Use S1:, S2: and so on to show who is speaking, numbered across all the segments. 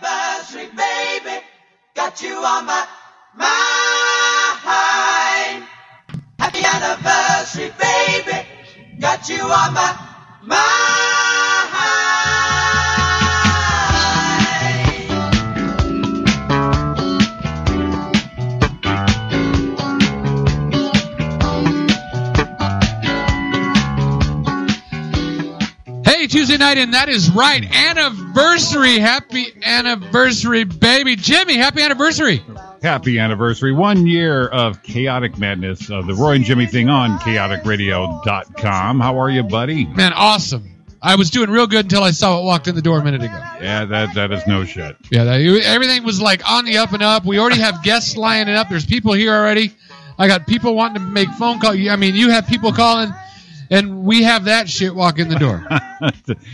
S1: country, baby. Got you on my mind. Happy anniversary, baby. Got you on my mind.
S2: Hey, Tuesday night, and that is right. Anniversary. Happy anniversary, baby. Jimmy, happy anniversary.
S3: Happy anniversary. One year of chaotic madness of the Roy and Jimmy thing on chaoticradio.com. How are you, buddy?
S2: Man, awesome. I was doing real good until I saw it walked in the door a minute ago.
S3: Yeah, that that is no shit.
S2: Yeah, that, everything was like on the up and up. We already have guests lining up. There's people here already. I got people wanting to make phone calls. I mean, you have people calling, and we have that shit walk in the door.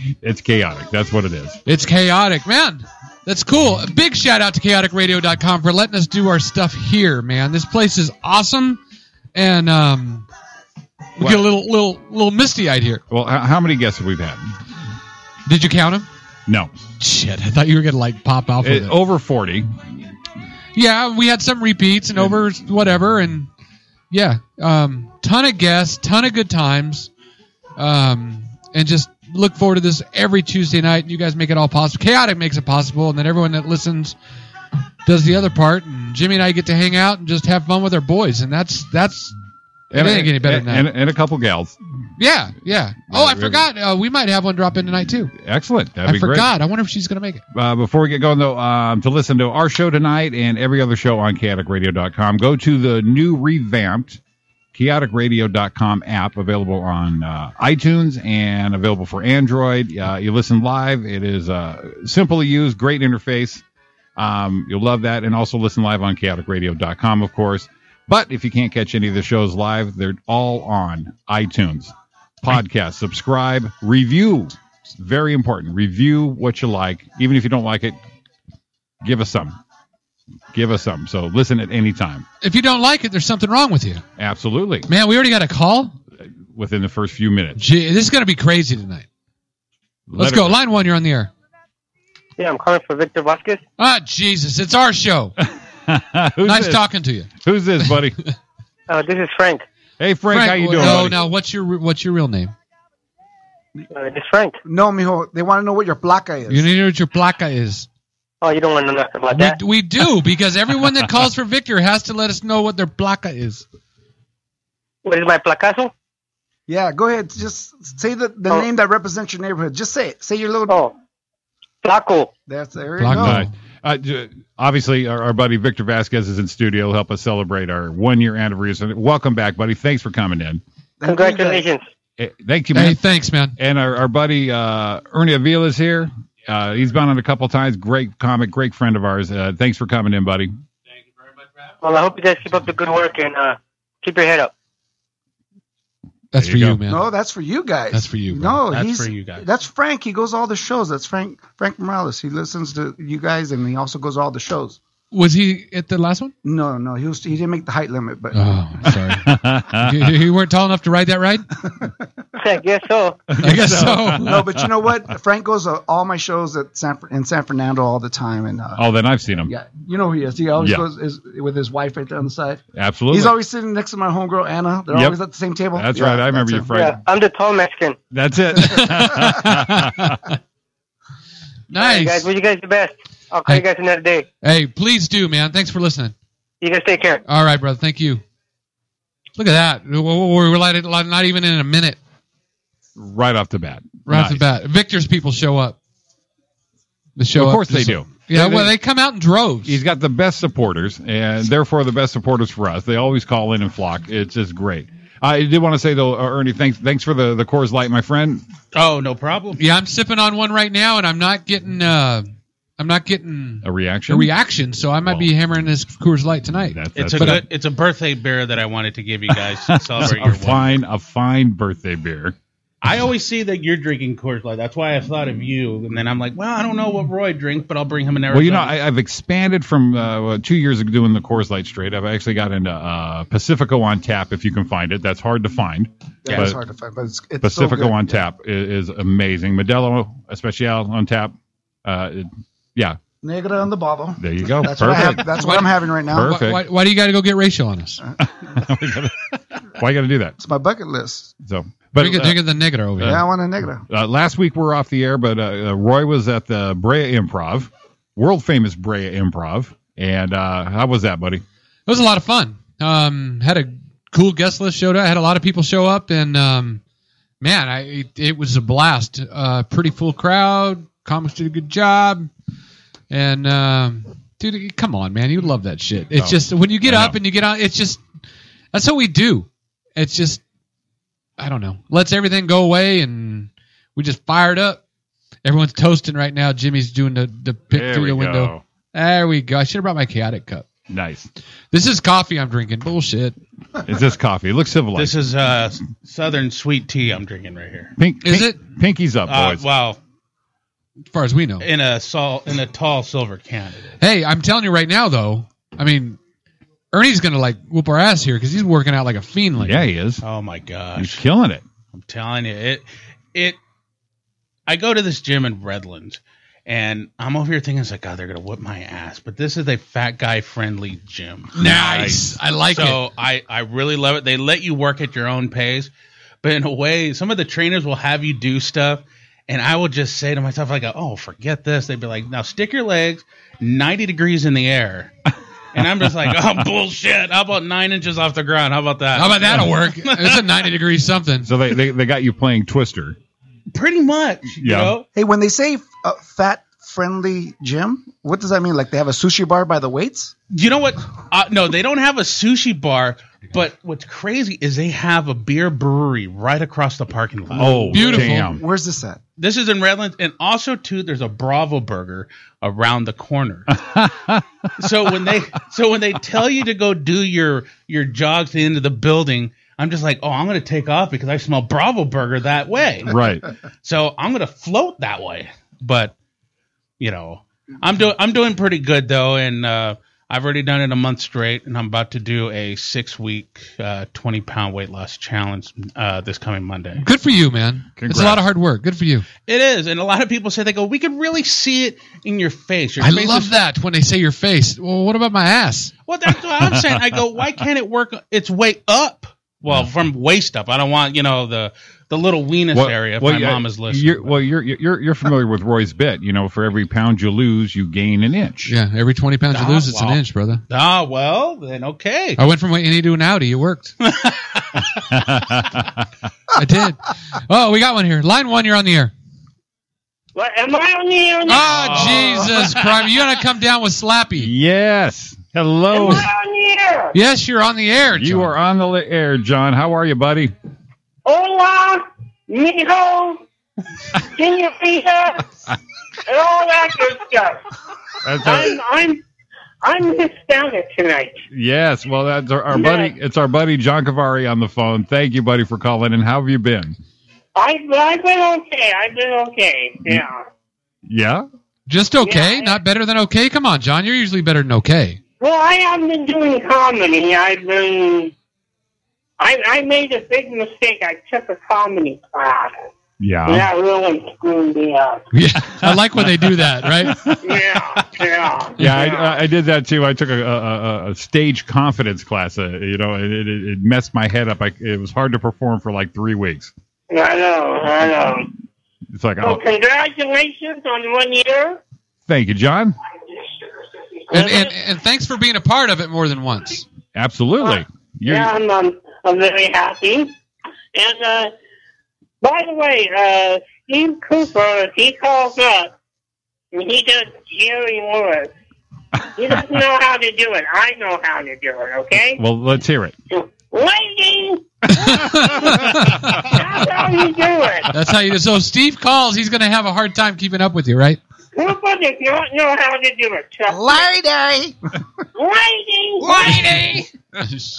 S3: it's chaotic. That's what it is.
S2: It's chaotic, man. That's cool. A big shout out to chaoticradio.com for letting us do our stuff here, man. This place is awesome, and um, we get a
S3: What?
S2: little little little misty eyed here.
S3: Well, h- how many guests have we had?
S2: Did you count them?
S3: No,
S2: Shit, I thought you were gonna like pop off with
S3: It-
S2: it.
S3: over forty.
S2: Yeah, we had some repeats and over whatever, and yeah, um, ton of guests, ton of good times, um, and just look forward to this every Tuesday night. You guys make it all possible. Chaotic makes it possible, and then everyone that listens does the other part. And Jimmy and I get to hang out and just have fun with our boys, and that's that's It ain't getting better than that.
S3: and, and a couple gals.
S2: yeah, yeah. Oh, I
S3: Yeah,
S2: forgot, uh, we might have one drop in tonight too.
S3: Excellent. That'd
S2: I
S3: be
S2: forgot. I wonder if she's gonna make it.
S3: great. Uh, before we get going, though, um, to listen to our show tonight and every other show on chaoticradio.com, go to the new revamped chaoticradio.com app available on uh, iTunes and available for Android. Uh, you listen live. It is uh, simple to use, great interface. Um, you'll love that. And also listen live on chaoticradio.com, of course. But if you can't catch any of the shows live, they're all on iTunes. Podcast, subscribe, review. It's very important. Review what you like. Even if you don't like it, give us some. Give us some. So listen at any time.
S2: If you don't like it, there's something wrong with you,
S3: Absolutely.
S2: man. We already got a call.
S3: Within the first few minutes.
S2: Gee, this is gonna be crazy tonight. Let's
S3: Letter-
S2: go. Line one, you're on the air.
S4: Yeah, I'm calling for Victor Vasquez.
S2: Ah, Jesus, it's our show.
S3: Who's
S2: nice
S3: this?
S2: talking to you,
S3: Who's this, buddy?
S4: Uh, this is Frank.
S3: hey, Frank, how you doing?
S2: No,
S3: buddy?
S2: no. What's your what's your real name?
S4: Uh, it's Frank.
S5: No, mijo, they want to know what your placa is.
S2: You need to know what your placa is.
S4: Oh, you don't want to know nothing about
S2: We,
S4: that.
S2: we do because everyone that calls for Victor has to let us know what their placa is.
S4: What is my placazo?
S5: yeah, go ahead. Just say the, the
S4: Oh.
S5: name that represents your neighborhood. Just say it. Say your little.
S4: Oh, placo.
S5: That's there. You
S2: Placa.
S5: go.
S3: Uh, uh, j- obviously, our, our buddy Victor Vasquez is in studio. He'll help us celebrate our one year anniversary. Welcome back, buddy. Thanks for coming in.
S5: Thank you, guys.
S4: Congratulations.
S3: Eh, Thank you, man.
S2: Hey, thanks, man.
S3: And our, our buddy uh, Ernie Avila's here. Uh, he's been on a couple times. Great comic, great friend of ours. Uh, thanks for coming in, buddy.
S4: Well, I hope you guys keep up the good work and uh, keep your head up.
S2: That's
S3: There
S2: for
S3: you
S2: you,
S3: go.
S2: man.
S5: No, that's for you guys.
S2: That's for you, bro.
S5: No,
S6: That's
S5: he's,
S6: for you guys.
S5: That's Frank. He goes to all the shows. That's Frank Frank Morales. He listens to you guys, and he also goes to all the shows.
S2: Was he at the last one?
S5: No, no, he was he didn't make the height limit, but
S2: Oh, sorry. you, you weren't tall enough to ride that ride.
S4: I guess so.
S2: I guess so.
S5: no, but you know what? Frank goes to all my shows at San in San Fernando all the time, and uh,
S3: oh, then I've seen him.
S5: yeah, you know who he is. He always
S3: Yeah.
S5: goes is, with his wife right there on the side.
S3: Absolutely.
S5: He's always sitting next to my homegirl Anna. They're
S3: Yep.
S5: always at the same table.
S3: that's right. I remember you,
S5: that's
S3: Frank.
S4: Yeah, I'm the tall Mexican.
S3: That's it.
S4: You
S2: Nice.
S4: guys, wish you guys the best. I'll call
S2: Hey.
S4: you guys another day.
S2: Hey, please do, man. Thanks for listening.
S4: You guys take care.
S2: All right, brother. Thank you. Look at that. We're- We're we're not even in a minute.
S3: right off the bat.
S2: right off
S3: Nice.
S2: the bat. Victor's people show up. They show
S3: Of
S2: up
S3: course
S2: just-
S3: they do.
S2: Yeah,
S3: They-
S2: well,
S3: they-
S2: they come out in droves.
S3: He's got the best supporters, and therefore the best supporters for us. They always call in and flock. It's just great. I did want to say though, uh, Ernie, thanks, thanks for the the Coors Light, my friend.
S6: Oh, no problem.
S2: yeah, I'm sipping on one right now, and I'm not getting, uh, I'm not getting
S3: A reaction.
S2: a reaction, so I might be hammering this Coors Light tonight.
S3: That's,
S6: It's
S3: Hmm. Oh. that's
S6: a
S2: But
S6: good. It's a birthday beer that I wanted to give you guys to celebrate
S3: a
S6: your one.
S3: fine, a fine birthday beer.
S6: I always see that you're drinking Coors Light. That's why I thought of you. And then I'm like, well, I don't know what Roy drinks, but I'll bring him an Arizona.
S3: Well, you know, I, I've expanded from uh, well, two years ago doing the Coors Light straight. I've actually got into uh, Pacifico on tap if you can find it. That's hard to find.
S5: Yeah, it's
S3: But
S5: hard to find, but it's, it's so
S3: Pacifico
S5: good.
S3: on tap is, is amazing. Modelo Especial on tap. Uh, it- yeah,
S5: Negra on the bottle.
S3: There you go.
S5: That's what, I have,
S3: Perfect.
S5: that's what I'm having right now.
S2: Why-
S3: Perfect.
S2: Why, why do uh, you got to go get racial on us?
S3: Uh-huh. We gotta- Why you got to do that?
S5: It's my bucket list.
S3: So, but
S2: drink, it-
S3: uh,
S2: drink it the nigger over
S5: Yeah,
S2: here.
S5: I want a Negra.
S3: uh, last week we were off the air, but uh, uh, Roy was at the Brea Improv, world famous Brea Improv, and uh, how was that, buddy?
S2: It was a lot of fun. Um, had a cool guest list showed up. Had a lot of people show up, and um, man, I it, it was a blast. Uh, pretty full crowd. Comics did a good job, and um, dude, come on, man, you love that shit. It's
S3: Oh,
S2: just when you get
S3: I
S2: up
S3: know.
S2: and you get on, it's just that's what we do. It's just I don't know. Let's everything go away, and we just fired up. Everyone's toasting right now. Jimmy's doing the the pick
S3: There
S2: through
S3: we
S2: the window.
S3: go.
S2: There we go. I should have brought my chaotic cup.
S3: Nice.
S2: This is coffee I'm drinking. Bullshit.
S3: It's just coffee. It looks civilized.
S6: This is uh, southern sweet tea I'm drinking right here.
S3: Pink,
S2: Is
S3: pink- Pinky's up,
S6: Uh,
S3: boys.
S6: wow,
S2: As far as we know.
S6: in a sol- in a tall silver can. it is.
S2: Hey, I'm telling you right now, though. I mean, Ernie's gonna like whoop our ass here because he's working out like a fiend. Like,
S3: yeah, he is.
S6: Oh my
S3: He's
S6: gosh,
S3: killing it.
S6: I'm telling you, it it. I go to this gym in Redlands, and I'm over here thinking it's like, God, they're gonna whip my ass. But this is a fat guy friendly gym.
S2: nice. I like it.
S6: so I, I really love it. They let you work at your own pace, but in a way, some of the trainers will have you do stuff, and I will just say to myself, like, oh, forget this. They'd be like, now stick your legs 90 degrees in the air. And I'm just like, oh, bullshit. How about nine inches off the ground? How about that?
S2: How about that'll work? It's a 90 degree something.
S3: So they, they, they got you playing Twister.
S6: Pretty much, you
S3: Yeah.
S6: know?
S5: Hey, when they say uh, fat friendly gym, what does that mean? Like they have a sushi bar by the weights?
S6: You know what? Uh, no, they don't have a sushi bar, but what's crazy is they have a beer brewery right across the parking lot.
S3: Oh,
S2: Beautiful.
S3: damn.
S5: Where's this at?
S6: This is in Redlands, and also too, there's a Bravo Burger around the corner. so when they so when they tell you to go do your your jog to the end of the building, I'm just like, oh, I'm gonna take off because I smell Bravo Burger that way.
S3: Right.
S6: So I'm gonna float that way. But you know, I'm doing I'm doing pretty good though, and uh, I've already done it a month straight, and I'm about to do a six week uh, 20 pound weight loss challenge uh, this coming Monday.
S2: Good for you, man. It's
S3: Congrats.
S2: a lot of hard work. Good for you.
S6: It is, and a lot of people say they go, "We can really see it in your face." Your
S2: I
S6: face
S2: love
S6: is-"
S2: that when they say your face. Well, what about my ass?
S6: Well, that's what I'm saying. I go, "Why can't it work its way up?" Well, from waist up. I don't want you know the the little weenus area. If my
S3: yeah,
S6: mom is listening.
S3: You're, well, you're, you're you're familiar with Roy's bit. You know, for every pound you lose, you gain an inch.
S2: Yeah, every 20 pounds you
S6: Ah,
S2: lose, it's
S6: wow.
S2: an inch, brother.
S6: ah, well, then okay.
S2: I went from an innie to an outie. It worked. I did. Oh, we got one here. Line one, you're on the air.
S4: What am I on the air?
S2: Oh,
S6: Oh.
S2: Jesus Christ. You're going to come down with Slappy.
S3: Yes. Hello.
S4: Am I on the air?
S2: Yes, you're on the air. John.
S3: You are on the li- air, John. How are you, buddy?
S4: Hola, mijo, senorita, and all that good stuff.
S3: That's
S4: I'm
S3: our,
S4: I'm I'm astounded tonight.
S3: yes. Well, that's our, our buddy. It's our buddy John Cavari on the phone. Thank you, buddy, for calling. And how have you been?
S4: I I've been okay. I've been okay. Yeah.
S3: Yeah.
S2: Just okay,
S4: Yeah.
S2: not better than okay. Come on, John, you're usually better than okay.
S4: Well, I haven't been doing comedy. I've been. I I made a big mistake. I took a comedy class.
S3: Yeah.
S4: And that really screwed me up.
S2: Yeah, I like when they do that, right?
S4: Yeah. Yeah.
S3: Yeah, I, I did that too. I took a, a, a- a stage confidence class. Uh, you know, it, it, it messed my head up. I, it was hard to perform for like three weeks.
S4: I know. I know.
S3: It's like,
S4: Well,
S3: oh,
S4: congratulations on one year.
S3: thank you, John.
S2: And, and and thanks for being a part of it more than once.
S3: Absolutely. You're,
S4: Uh, yeah, I'm, um, I'm very happy. And uh, by the way, uh, Steve Cooper, if he calls up, and he does Jerry Lewis. He doesn't know how to do it. I know how to do it, okay?
S3: Well, let's hear it.
S4: Lady,
S2: That's
S4: that's how you do it.
S2: how you do. So if Steve calls, he's going to have a hard time keeping up with you, right?
S4: Cooper does not know how to do it. Trust
S5: Larry Day.
S4: Lady!
S2: Lady,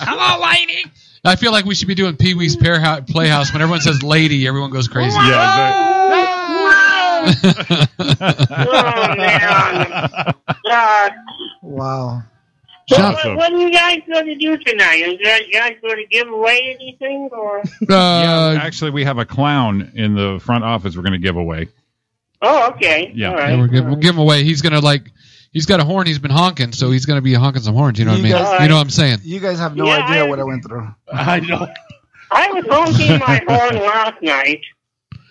S2: hello, lady. I feel like we should be doing Pee Wee's Pearhou- Playhouse. When everyone says "lady," everyone goes crazy.
S4: Oh, man. God.
S5: Wow.
S2: John,
S4: What, what are you guys going to do tonight? Are you guys, you guys going to give away anything? Or
S3: Yeah,
S2: uh,
S3: actually, we have a clown in the front office. We're going to give away.
S4: oh, okay,
S3: Yeah.
S4: all
S2: yeah, we're
S4: right.
S2: good. we'll give him away. He's going to like he's got a horn. He's been honking, so he's going to be honking some horns. You know what I
S5: You
S2: mean?
S5: guys-
S2: you know what I'm saying?
S5: You guys have no
S4: Yeah,
S5: idea
S4: I-
S5: what I went through.
S6: I know.
S4: I was honking my horn last night.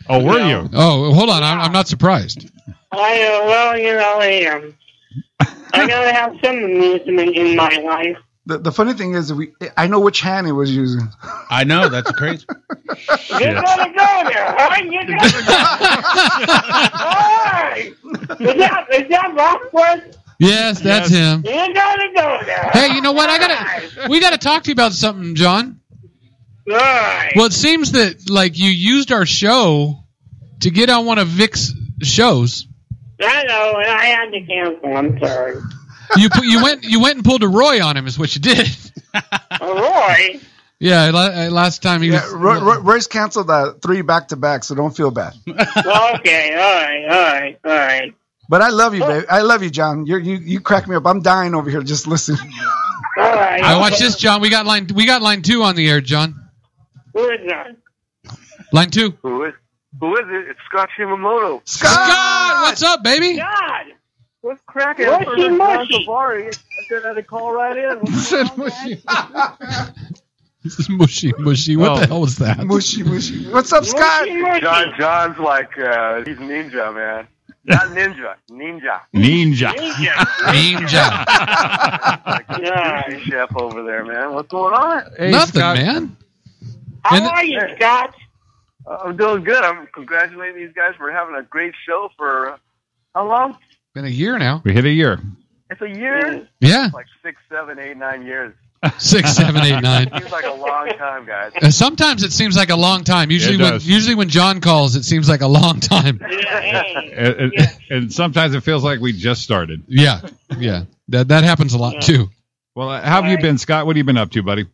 S3: Oh, were
S4: Yeah.
S3: you?
S2: Oh, hold on. I'm, I'm not surprised.
S4: I uh, well, you know, I am. I gotta have some amusement in my life.
S5: The, the funny thing is, we I know which hand he was using.
S6: I know. That's crazy.
S4: You gotta go there, huh? You gotta go. Hey! Is that is that backwards?
S2: Yes, that's
S3: Um,
S2: him.
S4: You gotta go there.
S2: Hey, you know what? I gotta. We gotta talk to you about something, John.
S4: Right.
S2: Well, it seems that like you used our show to get on one of Vic's shows.
S4: I know, and I had to cancel. I'm sorry.
S2: You put, you went you went and pulled a Roy on him is what you did.
S4: Roy,
S2: Yeah, la- uh, last time he
S5: Yeah,
S2: was.
S5: Roy, Roy, Royce canceled that three back to back, so don't feel bad.
S4: okay, all right, all right, all right.
S5: But I love you, babe. I love you, John. You're, you you crack me up. I'm dying over here just listening.
S4: All right.
S2: I watch this, John. We got line we got line two on the air, John.
S4: Who is that?
S2: Line two.
S7: Who is who is it? It's Scott Shimamoto.
S2: God, what's up, baby?
S4: God!
S7: What's cracking?
S4: Mushy,
S7: I'm from
S4: mushy.
S7: Safari. I said I had to call right in. What's
S3: Said
S7: going on, man?
S3: mushy.
S2: This is mushy, mushy. What
S3: Oh.
S2: the hell was that?
S5: Mushy, mushy. What's up, Scott?
S4: Mercy, mercy.
S7: John John's like uh, he's ninja man. Not ninja, ninja.
S3: Ninja.
S4: Ninja.
S2: Ninja.
S7: Like a sushi chef over there, man. What's going on?
S3: Hey,
S2: Nothing,
S3: Scott.
S2: man.
S4: How
S2: And-
S4: are you, Scott?
S7: I'm doing good. I'm congratulating these guys for having a great show for uh, how long?
S2: Been a year now.
S3: We hit a year.
S7: It's a year,
S2: Yeah,
S7: like six, seven, eight, nine years.
S2: six, seven, eight, nine.
S7: Seems like a long time, guys.
S2: Uh, Sometimes it seems like a long time. Usually,
S3: It
S2: when
S3: does.
S2: usually when John calls, it seems like a long time.
S4: Yeah, hey.
S3: And, and-
S4: Yeah.
S3: and sometimes it feels like we just started.
S2: Yeah, yeah. That that happens a lot
S4: Yeah.
S2: too.
S3: Well, how have you been, Scott? What have you been up to, buddy?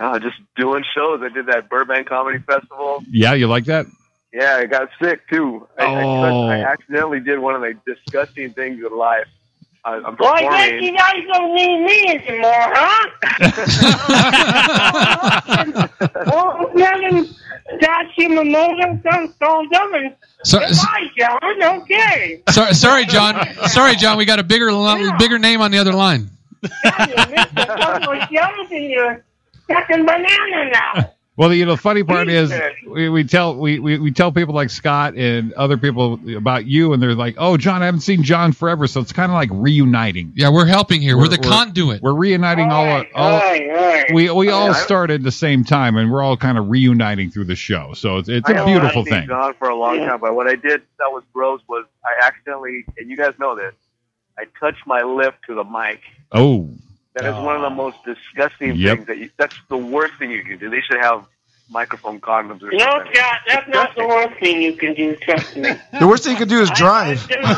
S7: Oh, just doing shows. I did that Burbank Comedy Festival.
S3: Yeah, you like that?
S7: Yeah, I got sick too. I,
S3: Oh.
S7: I, I accidentally did one of the disgusting things in life. I, I'm
S4: Well, I guess
S7: performing.
S4: you guys don't need me anymore, huh? well, Madam Dashimamoto comes called up and
S2: So,
S4: Hi, John. Okay.
S2: sorry, sorry, John. Sorry, John. We got a bigger li-
S4: Yeah.
S2: bigger name on the other line.
S4: You're jealous and you're sucking banana now.
S3: Well, you know, the funny part is
S4: Jesus.
S3: we, we tell we, we, we tell people like Scott and other people about you, and they're like, "Oh, John, I haven't seen John forever," so it's kind of like reuniting.
S2: Yeah, we're helping here. We're,
S3: We're-
S2: the
S3: we're-
S2: conduit.
S3: We're reuniting all
S4: All right, all
S3: all.
S4: right, all right.
S3: We we all
S7: I-
S3: started the same time, and we're all kind of reuniting through the show. So it's it's
S7: I
S3: a
S7: haven't
S3: beautiful
S7: seen
S3: thing.
S7: John for a long
S4: Yeah.
S7: time, but what I did that was gross was I accidentally, and you guys know this, I touched my lip to the mic.
S3: Oh,
S7: That is one of the most disgusting
S3: Yep.
S7: things that you, that's the worst thing you can do. They should have microphone condoms or
S4: No,
S7: something.
S4: Scott, that's not the worst thing you can do, trust me.
S5: The worst thing you could do is drive.
S4: I've done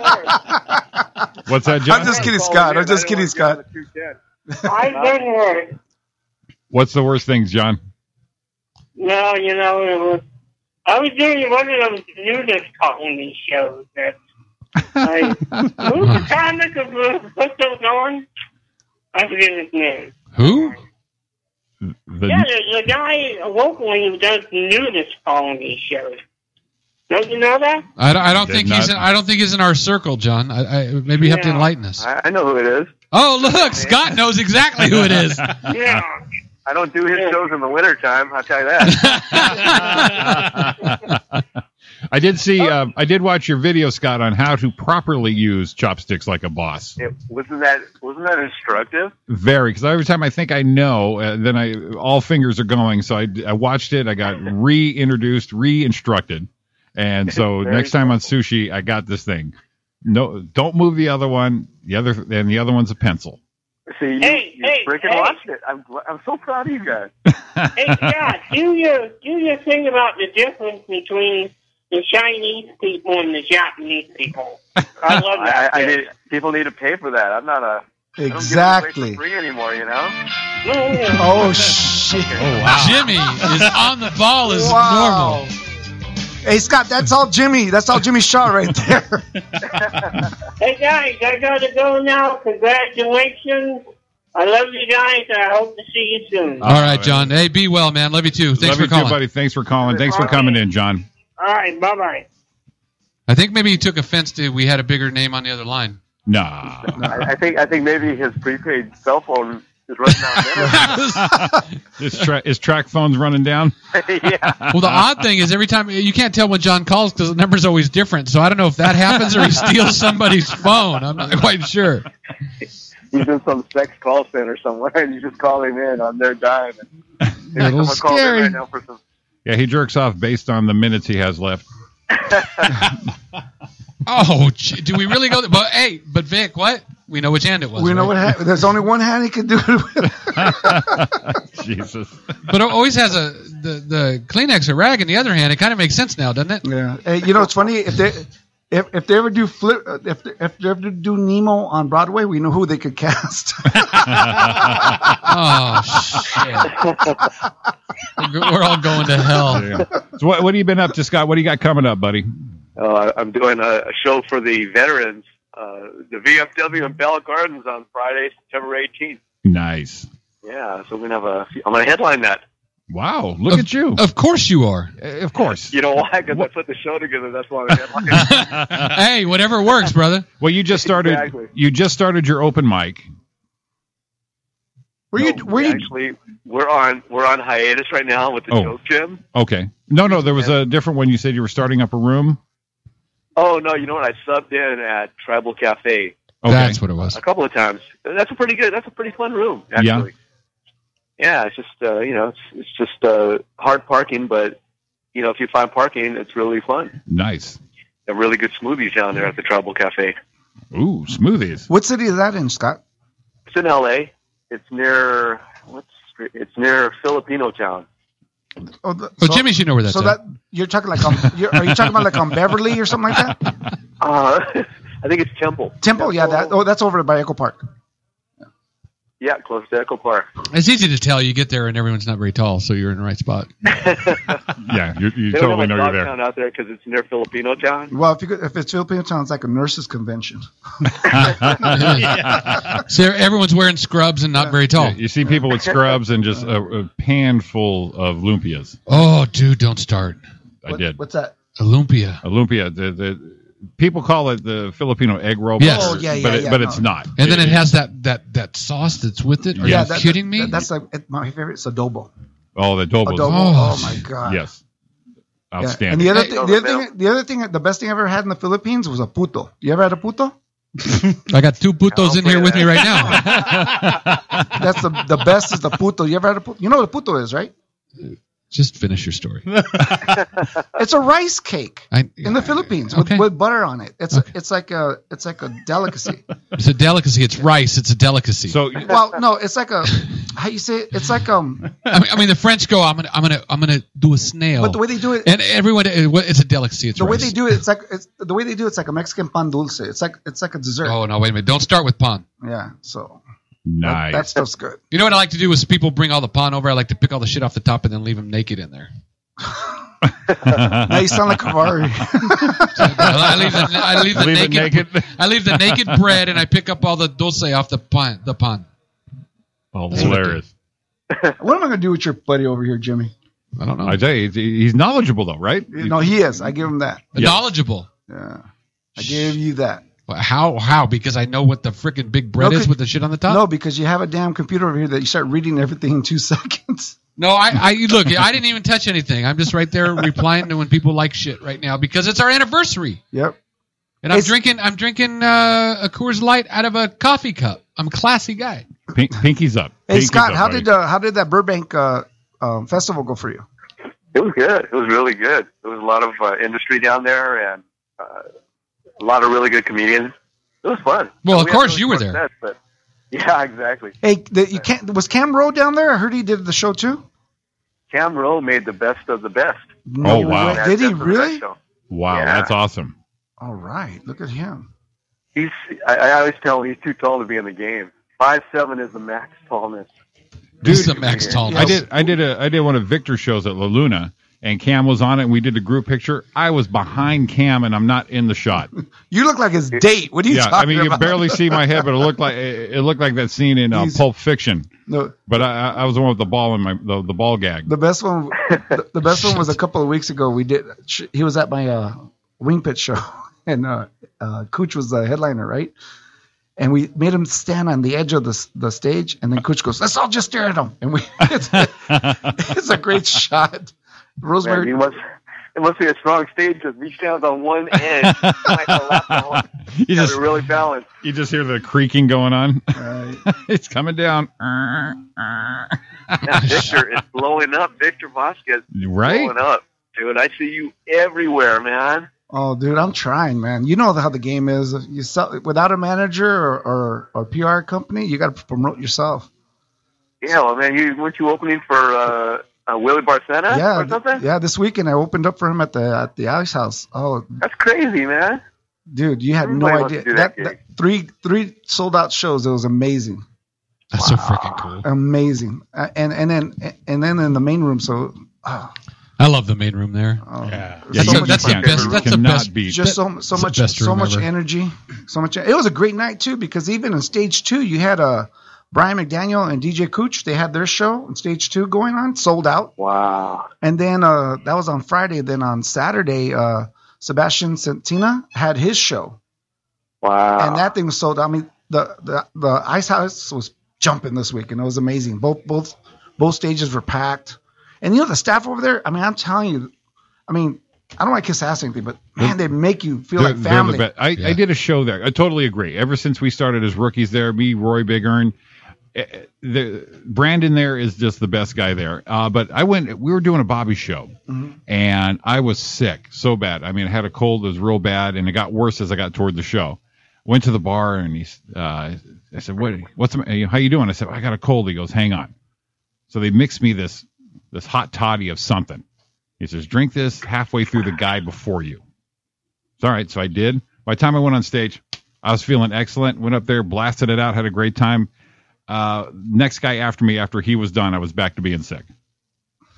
S4: worse. I've
S3: what's that,
S5: I'm
S3: John?
S5: just kidding,
S7: Calling
S5: Scott.
S7: in, I
S5: I'm just kidding,
S7: didn't wanna
S5: Scott.
S7: get on the 210.
S4: done worse.
S3: What's the worst things, John?
S4: No, you know, it was, I was doing one of those nudist colony shows that I, who's the comic who put those on? I forget his name.
S2: Who?
S3: The-
S4: Yeah, there's a guy locally who does nudist colony shows. Don't you know that?
S2: I don't, I don't
S3: Did
S2: think he's. In,
S3: not-
S2: I don't think he's in our circle, John. I, I maybe you have to
S4: Yeah.
S2: enlighten us.
S7: I, I know who it is.
S2: Oh, look, Scott knows exactly who it is.
S4: Yeah.
S7: I don't do his
S4: Yeah.
S7: shows in the wintertime, I'll tell you that.
S3: I did see. Uh, I did watch your video, Scott, on how to properly use chopsticks like a boss.
S7: it, wasn't that wasn't that instructive?
S3: Very, because every time I think I know, uh, then I all fingers are going. So I, I watched it. I got reintroduced, reinstructed, and so
S7: Very
S3: next time on sushi, I got this thing. No, don't move the other one. The other and the other one's a pencil.
S7: See, you,
S4: Hey,
S7: you
S4: hey,
S7: freaking
S4: hey.
S7: watched it. I'm gl- I'm so proud of you guys.
S4: hey, Scott, do your, do your thing about the difference between the Chinese people and the Japanese people. I love
S7: I,
S4: that.
S7: I need people need to pay for that. I'm not a I don't give it away for
S5: Exactly.
S7: free anymore, you know.
S4: Mm.
S5: Oh shit!
S3: Oh,
S2: Jimmy is on the ball as normal.
S5: Wow. Hey Scott, that's all Jimmy. That's all Jimmy Shaw right there.
S4: Hey guys, I gotta go now. Congratulations. I love you guys. I hope to see you soon.
S2: All right, John. Hey, be well, man. Love you too. Thanks
S3: Love
S2: for
S3: you
S2: calling.
S3: too, buddy. Thanks for calling. Thanks for coming in, John.
S4: All right, bye bye.
S2: I think maybe he took offense to we had a bigger name on the other line.
S3: Nah.
S7: I, I think I think maybe his prepaid cell phone is running out of memory.
S3: his, tra- his track phone's running down.
S7: yeah.
S2: Well, the odd thing is every time you can't tell when John calls because the number's always different. So I don't know if that happens or he steals somebody's phone. I'm not quite sure.
S7: He's in some sex call center somewhere, and you just call him in on their dime. And maybe
S2: Little
S7: someone called in
S2: scary.
S7: right now for some.
S3: Yeah, he jerks off based on the minutes he has left.
S2: Oh, gee, do we really go? There? But hey, but Vic, what? We know which hand it was.
S5: we know
S2: right?
S5: what happened. There's only one hand he could do it with.
S3: Jesus.
S2: But it always has a the the Kleenex or rag in the other hand. It kind of makes sense now, doesn't it?
S5: Yeah, Hey, you know it's funny if they if, if they ever do flip if they, if they ever do Nemo on Broadway, we know who they could cast.
S2: Oh
S3: Oh,
S2: shit! We're all going to hell.
S3: Yeah. So what, what have you been up to, Scott? What do you got coming up, buddy?
S7: Oh, I- I'm doing a, a show for the veterans, uh, the VFW in Bell Gardens on Friday, September 18th.
S3: Nice.
S7: Yeah, so we're gonna have a. I'm gonna headline that.
S3: Wow, look at you.
S2: Of course you are.
S3: Uh, of course.
S7: You know why? Because I put the show together. That's why I'm headlining.
S2: Hey, whatever works, brother.
S3: Well, you just started.
S7: Exactly.
S3: You just started your open mic.
S5: Were you
S7: No,
S5: were you
S7: actually we're on we're on hiatus right now with the
S3: Oh.
S7: joke gym.
S3: Okay. No, no, there was a different one. You said you were starting up a room.
S7: Oh no, you know what? I subbed in at Tribal
S3: Okay.
S7: Cafe
S2: That's what it was.
S7: a couple of times. That's a pretty good. That's a pretty fun room, actually. Yeah, it's just uh, you know, it's, it's just uh, hard parking, but you know, if you find parking, it's really fun.
S3: nice.
S7: They have really good smoothies down there at the Tribal Cafe.
S3: Ooh, smoothies.
S5: what city is that in, Scott?
S7: It's in L.A. It's near what's it's near Filipino Town.
S5: Oh, the,
S2: Oh, Jimmy should know where that's
S5: so
S2: at.
S5: that you're talking like on, you're, are you talking about like on Beverly or something like that?
S7: Uh, I think it's Temple.
S5: Temple, yeah, that oh that's over by Echo Park.
S7: Yeah, close to Echo Park.
S2: It's easy to tell. You get there and everyone's not very tall, so you're in the right spot.
S3: Yeah, you, you
S7: They
S3: totally know
S7: don't have a
S3: you're
S7: dog
S3: there.
S7: town out there because it's near Filipino Town.
S5: Well, if you could, if it's Filipino town, it's like a nurses convention.
S2: So everyone's wearing scrubs and not very tall.
S3: Yeah, you see people with scrubs and just a, a pan full of lumpias.
S2: Oh, dude, don't start.
S3: I
S5: What-
S3: did.
S5: What's that?
S2: Olympia.
S3: A lumpia. The, the people call it the Filipino egg roll.
S2: Yes.
S5: Oh, yeah, yeah,
S3: but it,
S5: yeah,
S3: but
S5: no.
S3: it's not.
S2: And then it has that, that, that sauce that's with it. Are
S3: Yeah,
S2: you
S5: that-
S2: kidding me?
S5: that- that's like it- my favorite. It's adobo.
S3: all the
S5: Adobo.
S3: dobos.
S5: Oh,
S2: Oh,
S5: my god.
S3: Yes.
S5: Yeah. And
S3: Outstanding.
S5: the other,
S2: Hey.
S5: thing, the other thing, the other thing, the best thing I ever had in the Philippines was a puto. You ever had a puto?
S2: I got two putos
S7: I'll
S2: in here
S7: play
S2: with
S7: that.
S2: me right now.
S5: That's the the best is the puto. You ever had a puto? You know what a puto is, right?
S2: Just finish your story.
S5: It's a rice cake
S2: I,
S5: in the Philippines
S2: Okay.
S5: with, with butter on it. It's
S2: Okay.
S5: a, it's like a it's like a delicacy.
S2: It's a delicacy. It's rice. It's a delicacy.
S3: so
S5: well, no, it's like a how you say it? It's like um,
S2: I mean, I mean, the French go, I'm gonna, I'm gonna, I'm gonna do a snail.
S5: but the way they do it,
S2: and everyone, it's a delicacy. It's
S5: the way
S2: rice.
S5: they do it, it's like it's the way they do it, it's like a Mexican pan dulce. It's like it's like a dessert.
S2: Oh no! Wait a minute! Don't start with pan.
S5: Yeah, so that-
S3: nice.
S5: that stuff's good.
S2: You know what I like to do is people bring all the pan over. I like to pick all the shit off the top and then leave them naked in there.
S5: Now you sound like Kavari.
S2: I leave the, I leave the
S3: Leave it
S2: naked,
S3: naked.
S2: I leave the naked bread and I pick up all the dulce off the pan. The pan.
S3: Oh,
S2: That's what I
S3: hilarious.
S5: what am I gonna do with your buddy over here, Jimmy?
S2: I don't know.
S3: I tell you, he's- he's knowledgeable though, right?
S5: No, he is. I give him that.
S3: Yeah.
S2: Knowledgeable.
S5: Yeah, I gave you that.
S2: Well, How? How? Because I know what the freaking big bread
S5: No,
S2: is
S5: could-
S2: with the shit on the top.
S5: No, because you have a damn computer over here that you start reading everything in two seconds.
S2: No, I, I look. I didn't even touch anything. I'm just right there replying to when people like shit right now because it's our anniversary,
S5: Yep.
S2: and I'm
S5: It's-
S2: drinking. I'm drinking uh, a Coors Light out of a coffee cup. I'm a classy guy.
S3: Pink, pinky's up.
S5: Hey
S3: Pinky's
S5: Scott,
S3: up,
S5: how
S3: buddy.
S5: did uh, how did that Burbank uh, um, festival go for you?
S7: It was good. It was really good. There was a lot of uh, industry down there and uh, a lot of really good comedians. It was fun.
S2: Well, of
S7: had
S2: course you were there.
S7: fun sets, but- yeah, exactly.
S5: Hey, the, you can't, was Cam Rowe down there? I heard he did the show too.
S7: Cam Rowe made the best of the best.
S5: No
S3: Oh, wow.
S5: way. Did he
S7: That's the best
S5: really?
S7: show.
S3: Wow,
S7: Yeah.
S3: that's awesome.
S5: All right, look at him.
S7: He's. I, I always tell him he's too tall to be in the game. Five seven is the max tallness.
S2: This is a max tallness.
S3: I did. I did a. I did one of Victor's shows at La Luna, and Cam was on it, and we did a group picture. I was behind Cam, and I'm not in the shot.
S5: You look like his date. What are you
S3: yeah, I
S5: talking
S3: mean, you
S5: about?
S3: barely see my head, but it looked like it it looked like that scene in uh,
S5: He's-
S3: Pulp Fiction.
S5: No,
S3: But I, I- I was the one with the ball in my the, the ball gag.
S5: the best one. The, the best one was a couple of weeks ago. We did. He was at my uh, Wing Pit show, and uh, uh, Cooch was the headliner, right? And we made him stand on the edge of the s- the stage, and then Cooch goes, "Let's all just stare at him." And we, it's, it's a great shot.
S7: Man,
S5: Rosemary,
S7: you must, it must be a strong stage to reach down on one end. like a laptop.
S3: You
S7: Gotta
S3: just
S7: be really balanced.
S3: you just hear the creaking going on.
S5: right.
S3: it's coming down.
S7: Now Victor is blowing up. Victor Vasquez
S3: Right?
S7: blowing up, dude. I see you everywhere, man.
S5: Oh, dude, I'm trying, man. You know how the game is. If You sell without a manager or, or, or PR company, you got to promote yourself.
S7: Yeah, well, man, you weren't you opening for uh, uh, Willie Barcena
S5: yeah,
S7: or something?
S5: yeah. This weekend, I opened up for him at the at the Ice House. Oh,
S7: That's crazy, man.
S5: dude, you had no
S7: Everybody wants
S5: idea.
S7: to do that
S5: three three sold out shows. It was amazing,
S2: That's so freaking cool.
S5: amazing. Uh, and and then and then in the main room. So, oh,
S2: I love the main room there.
S5: oh.
S6: Yeah.
S5: Yeah,
S2: That's,
S5: you-
S2: a- that's
S5: you
S2: the
S7: can't-
S2: best. That's the
S3: cannot
S2: best.
S3: beat.
S5: just so so
S2: It's the
S5: much
S2: best
S5: so
S2: room
S5: much
S2: ever.
S5: energy, so much. It was a great night too because even in stage two, you had uh, Brian McDaniel and DJ Cooch. They had their show in stage two going on, sold out.
S7: Wow.
S5: And then uh, that was on Friday. Then on Saturday, uh, Sebastian Santina had his show,
S7: Wow.
S6: Ah.
S5: and that thing was sold. out. I mean, the, the the Ice House was jumping this week, and it was amazing. Both both both stages were packed, and you know the staff over there. I mean, I'm telling you, I mean, I don't want to kiss ass or anything, but man, they make you feel like family.
S3: best. I, I
S2: Yeah.
S3: did a show there. I totally agree. Ever since we started as rookies there, me, Roy Big Earn, eh, eh, the Brandon there is just the best guy there. Uh, but I went. We were doing a Bobby show,
S5: Mm-hmm.
S3: and I was sick so bad. I mean, I had a cold. It was real bad, and it got worse as I got toward the show. Went to the bar, and he's. Uh, I said, "What? What's the ma- how you doing?" I said, "I got a cold." He goes, "Hang on." So they mixed me this this hot toddy of something. He says, "Drink this halfway through the guy before you." It's all right. So I did. By the time I went on stage, I was feeling excellent. Went up there, blasted it out, had a great time. Uh, next guy after me, after he was done, I was back to being sick.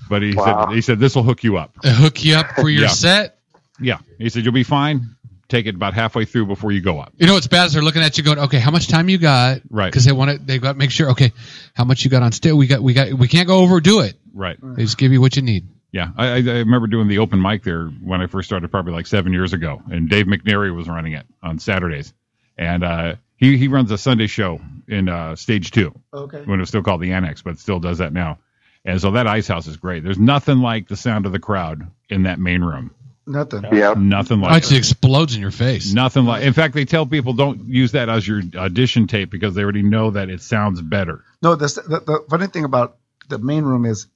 S3: But he
S7: Wow.
S3: said, he said, this will hook you up.
S2: They hook you up for your
S3: Yeah.
S2: set.
S3: Yeah. He said, you'll be fine. Take it about halfway through before you go up.
S2: You know what's bad is they're looking at you going, okay, how much time you got?
S3: Right.
S2: Because they want to. They got to make sure. Okay, how much you got on still? We got. We got. We can't go overdo it.
S3: Right.
S2: They just give you what you need.
S3: Yeah. I, I, I remember doing the open mic there when I first started, probably like seven years ago. And Dave McNary was running it on Saturdays. And uh, he, he runs a Sunday show in uh, stage two.
S5: Okay.
S3: when it was still called the Annex, but it still does that now. And so that ice house is great. There's nothing like the sound of the crowd in that main room.
S5: Nothing.
S7: yeah.
S3: Nothing
S2: Oh, it
S3: like
S2: just explodes in your face.
S3: nothing like. In fact, they tell people don't use that as your audition tape because they already know that it sounds better.
S5: No, the, the the funny thing about the main room is,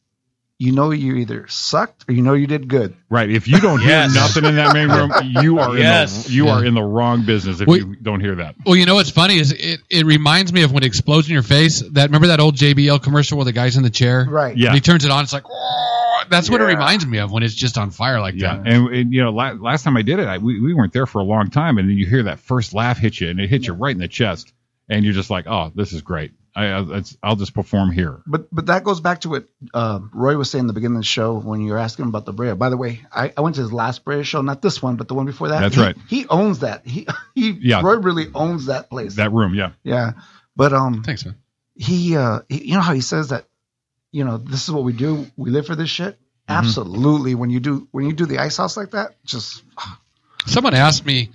S5: you know, you either sucked or you know you did good.
S3: Right. If you don't
S6: Yes.
S3: hear nothing in that main room, you are
S6: Yes.
S3: in the, you
S2: Yeah.
S3: are in the wrong business if
S2: We-
S3: you don't hear that.
S2: Well, you know what's funny is it, it reminds me of when it explodes in your face. That remember that old JBL commercial where the guy's in the chair,
S5: Right.
S3: Yeah.
S2: And he turns it on. It's like, "Oh," that's what it
S7: Yeah.
S2: reminds me of when it's just on fire like
S3: Yeah,
S2: that.
S3: and, and, you know, la- last time I did it, I, we we weren't there for a long time, and then you hear that first laugh hit you, and it hits you right in the chest, and you're just like, "Oh, this is great! I, I it's, I'll just perform here."
S5: But but that goes back to what uh, Roy was saying at the beginning of the show when you were asking about the Brea. By the way, I, I went to his last Brea show, not this one, but the one before that.
S3: That's
S5: He-
S3: right.
S5: He owns that. He he
S3: Yeah.
S5: Roy really owns that place.
S3: That room, yeah,
S5: yeah. But um
S2: Thanks, man.
S5: he uh he, you know how he says that you know, this is what we do. We live for this shit.
S2: Mm-hmm.
S5: Absolutely. When you do when you do the ice house like that, just
S2: Someone asked me.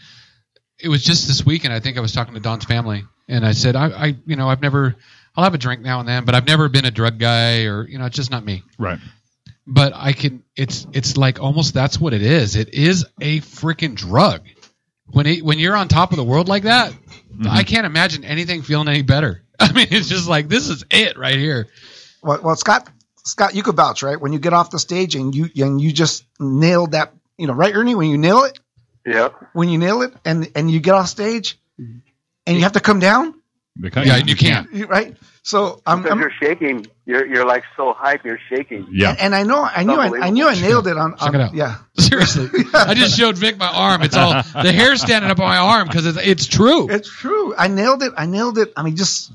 S2: It was just this weekend. I think I was talking to Don's family, and I said, I, I you know, I've never. I'll have a drink now and then, but I've never been a drug guy, or you know, it's just not me.
S3: right.
S2: but I can. It's it's like almost that's what it is. It is a freaking drug. When it, when you're on top of the world like that,
S3: Mm-hmm.
S2: I can't imagine anything feeling any better. I mean, it's just like this is it right here.
S5: well, well Scott Scott, you could vouch, right? When you get off the stage and you and you just nailed that you know, right, Ernie, when you nail it,
S7: Yep.
S5: when you nail it and and you get off stage and you have to come down
S3: They cut-
S2: Yeah, and you can't.
S5: you- right so i'm,
S7: Because
S5: I'm
S7: you're shaking. You're you're like so hype. You're shaking.
S3: Yeah,
S5: and i know i knew I, I knew i nailed it on,
S2: Check
S5: on
S2: it out.
S5: yeah
S2: Seriously, I just showed Vic my arm. It's all the hair standing up on my arm because it's it's true.
S5: it's true i nailed it i nailed it i mean just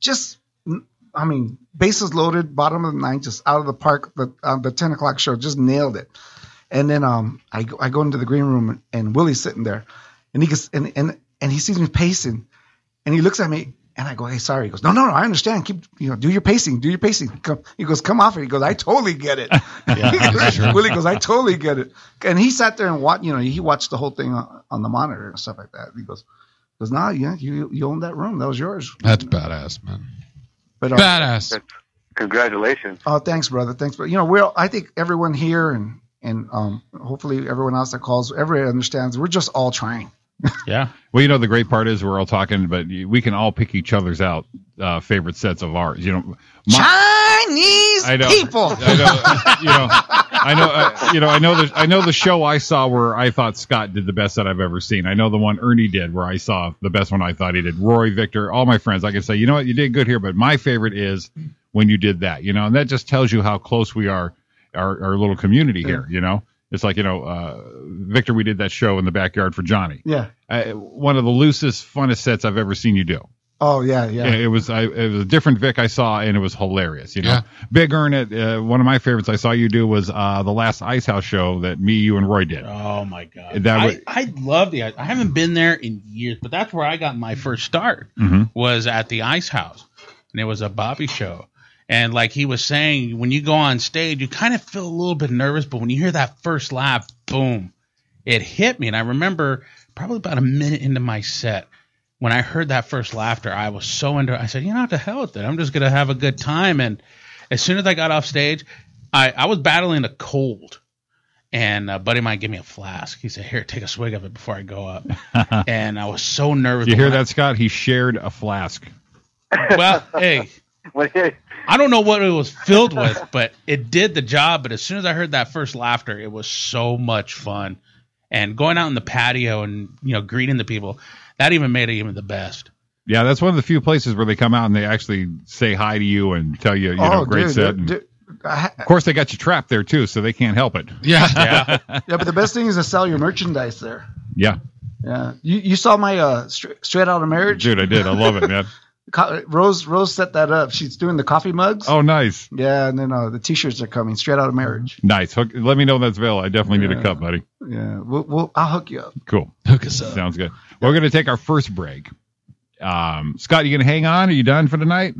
S5: just i mean bases loaded bottom of the ninth just out of the park the uh, the 10 o'clock show just nailed it and then um i go, I go into the green room and, and willie's sitting there and he gets and, and and he sees me pacing and he looks at me And I go, hey, sorry. He goes, no, no, no, I understand. Keep, you know, do your pacing, do your pacing. Come, he goes, come off it. He goes, I totally get it. Willie goes, I totally get it. And he sat there and watched, you know, he watched the whole thing on, on the monitor and stuff like that. He goes, goes, nah, yeah, you, you own that room. That was yours.
S2: That's badass, man.
S5: But, uh,
S2: Badass.
S7: Congratulations.
S5: Oh, thanks, brother. Thanks, but you know, we're. I think everyone here and and um, hopefully everyone else that calls, everybody understands. We're just all trying.
S6: Yeah.
S3: Well, you know, the great part is we're all talking, but you- we can all pick each other's out uh, favorite sets of ours. You know, my,
S5: Chinese
S3: I know.
S5: people.
S3: I know, you know, I know, uh, you know, I know the, I know the show I saw where I thought Scott did the best that I've ever seen. I know the one Ernie did where I saw the best one I thought he did. Roy, Victor, all my friends, I can say, you know what, you did good here, but my favorite is when you did that. You know, and that just tells you how close we are, our, our little community here. You know. It's like you know, uh, Victor. We did that show in the backyard for Johnny
S5: Yeah.
S3: uh, one of the loosest, funnest sets I've ever seen you do.
S5: Oh yeah, yeah.
S3: It, it was I, it was a different Vic I saw, Uh, and it was hilarious. You know,
S2: Yeah.
S3: Big Earn. It uh, one of my favorites I saw you do was uh, the last Ice House show that me, you, and Roy did.
S6: Oh my god.
S3: That
S6: I,
S3: would-
S6: I love the I haven't been there in years, but that's where I got my first start
S3: Mhm.
S6: was at the Ice House. And it was a Bobby show. And like he was saying, when you go on stage, you kind of feel a little bit nervous, but when you hear that first laugh, boom, it hit me. And I remember probably about a minute into my set, when I heard that first laughter, I was so into it. I said, you know, to hell with it. I'm just gonna have a good time. And as soon as I got off stage, I, I was battling a cold and a buddy of mine gave me a flask. He said, "Here, take a swig of it before I go up." and I was so nervous.
S3: Do you hear that, Scott? He shared a flask.
S6: Well, hey,
S7: What is-
S6: I don't know what it was filled with, but it did the job. But as soon as I heard that first laughter, it was so much fun. And going out in the patio and you know greeting the people, that even made it even the best.
S3: Yeah, that's one of the few places where they come out and they actually say hi to you and tell you, you know,
S5: oh,
S3: great
S5: dude,
S3: set.
S5: dude,
S3: And
S5: dude. I ha-
S3: of course, they got you trapped there too, so they can't help it.
S2: Yeah.
S6: Yeah,
S5: yeah, but the best thing is to sell your merchandise there.
S3: Yeah,
S5: Yeah, you, you saw my uh, stra- straight out of marriage.
S3: dude, I did. I love it, man.
S5: Co- Rose Rose set that up. She's doing the coffee mugs.
S3: Oh, nice,
S5: yeah, and then uh, the T-shirts are coming straight out of marriage.
S3: nice. Hook, let me know when that's available. I definitely need a
S5: Yeah.
S3: cup, buddy.
S5: Yeah, we'll, we'll I'll hook you up.
S3: Cool.
S2: Hook us up.
S3: Sounds good. We're going to take our first break. Um, Scott, you going to hang on? Are you done for tonight?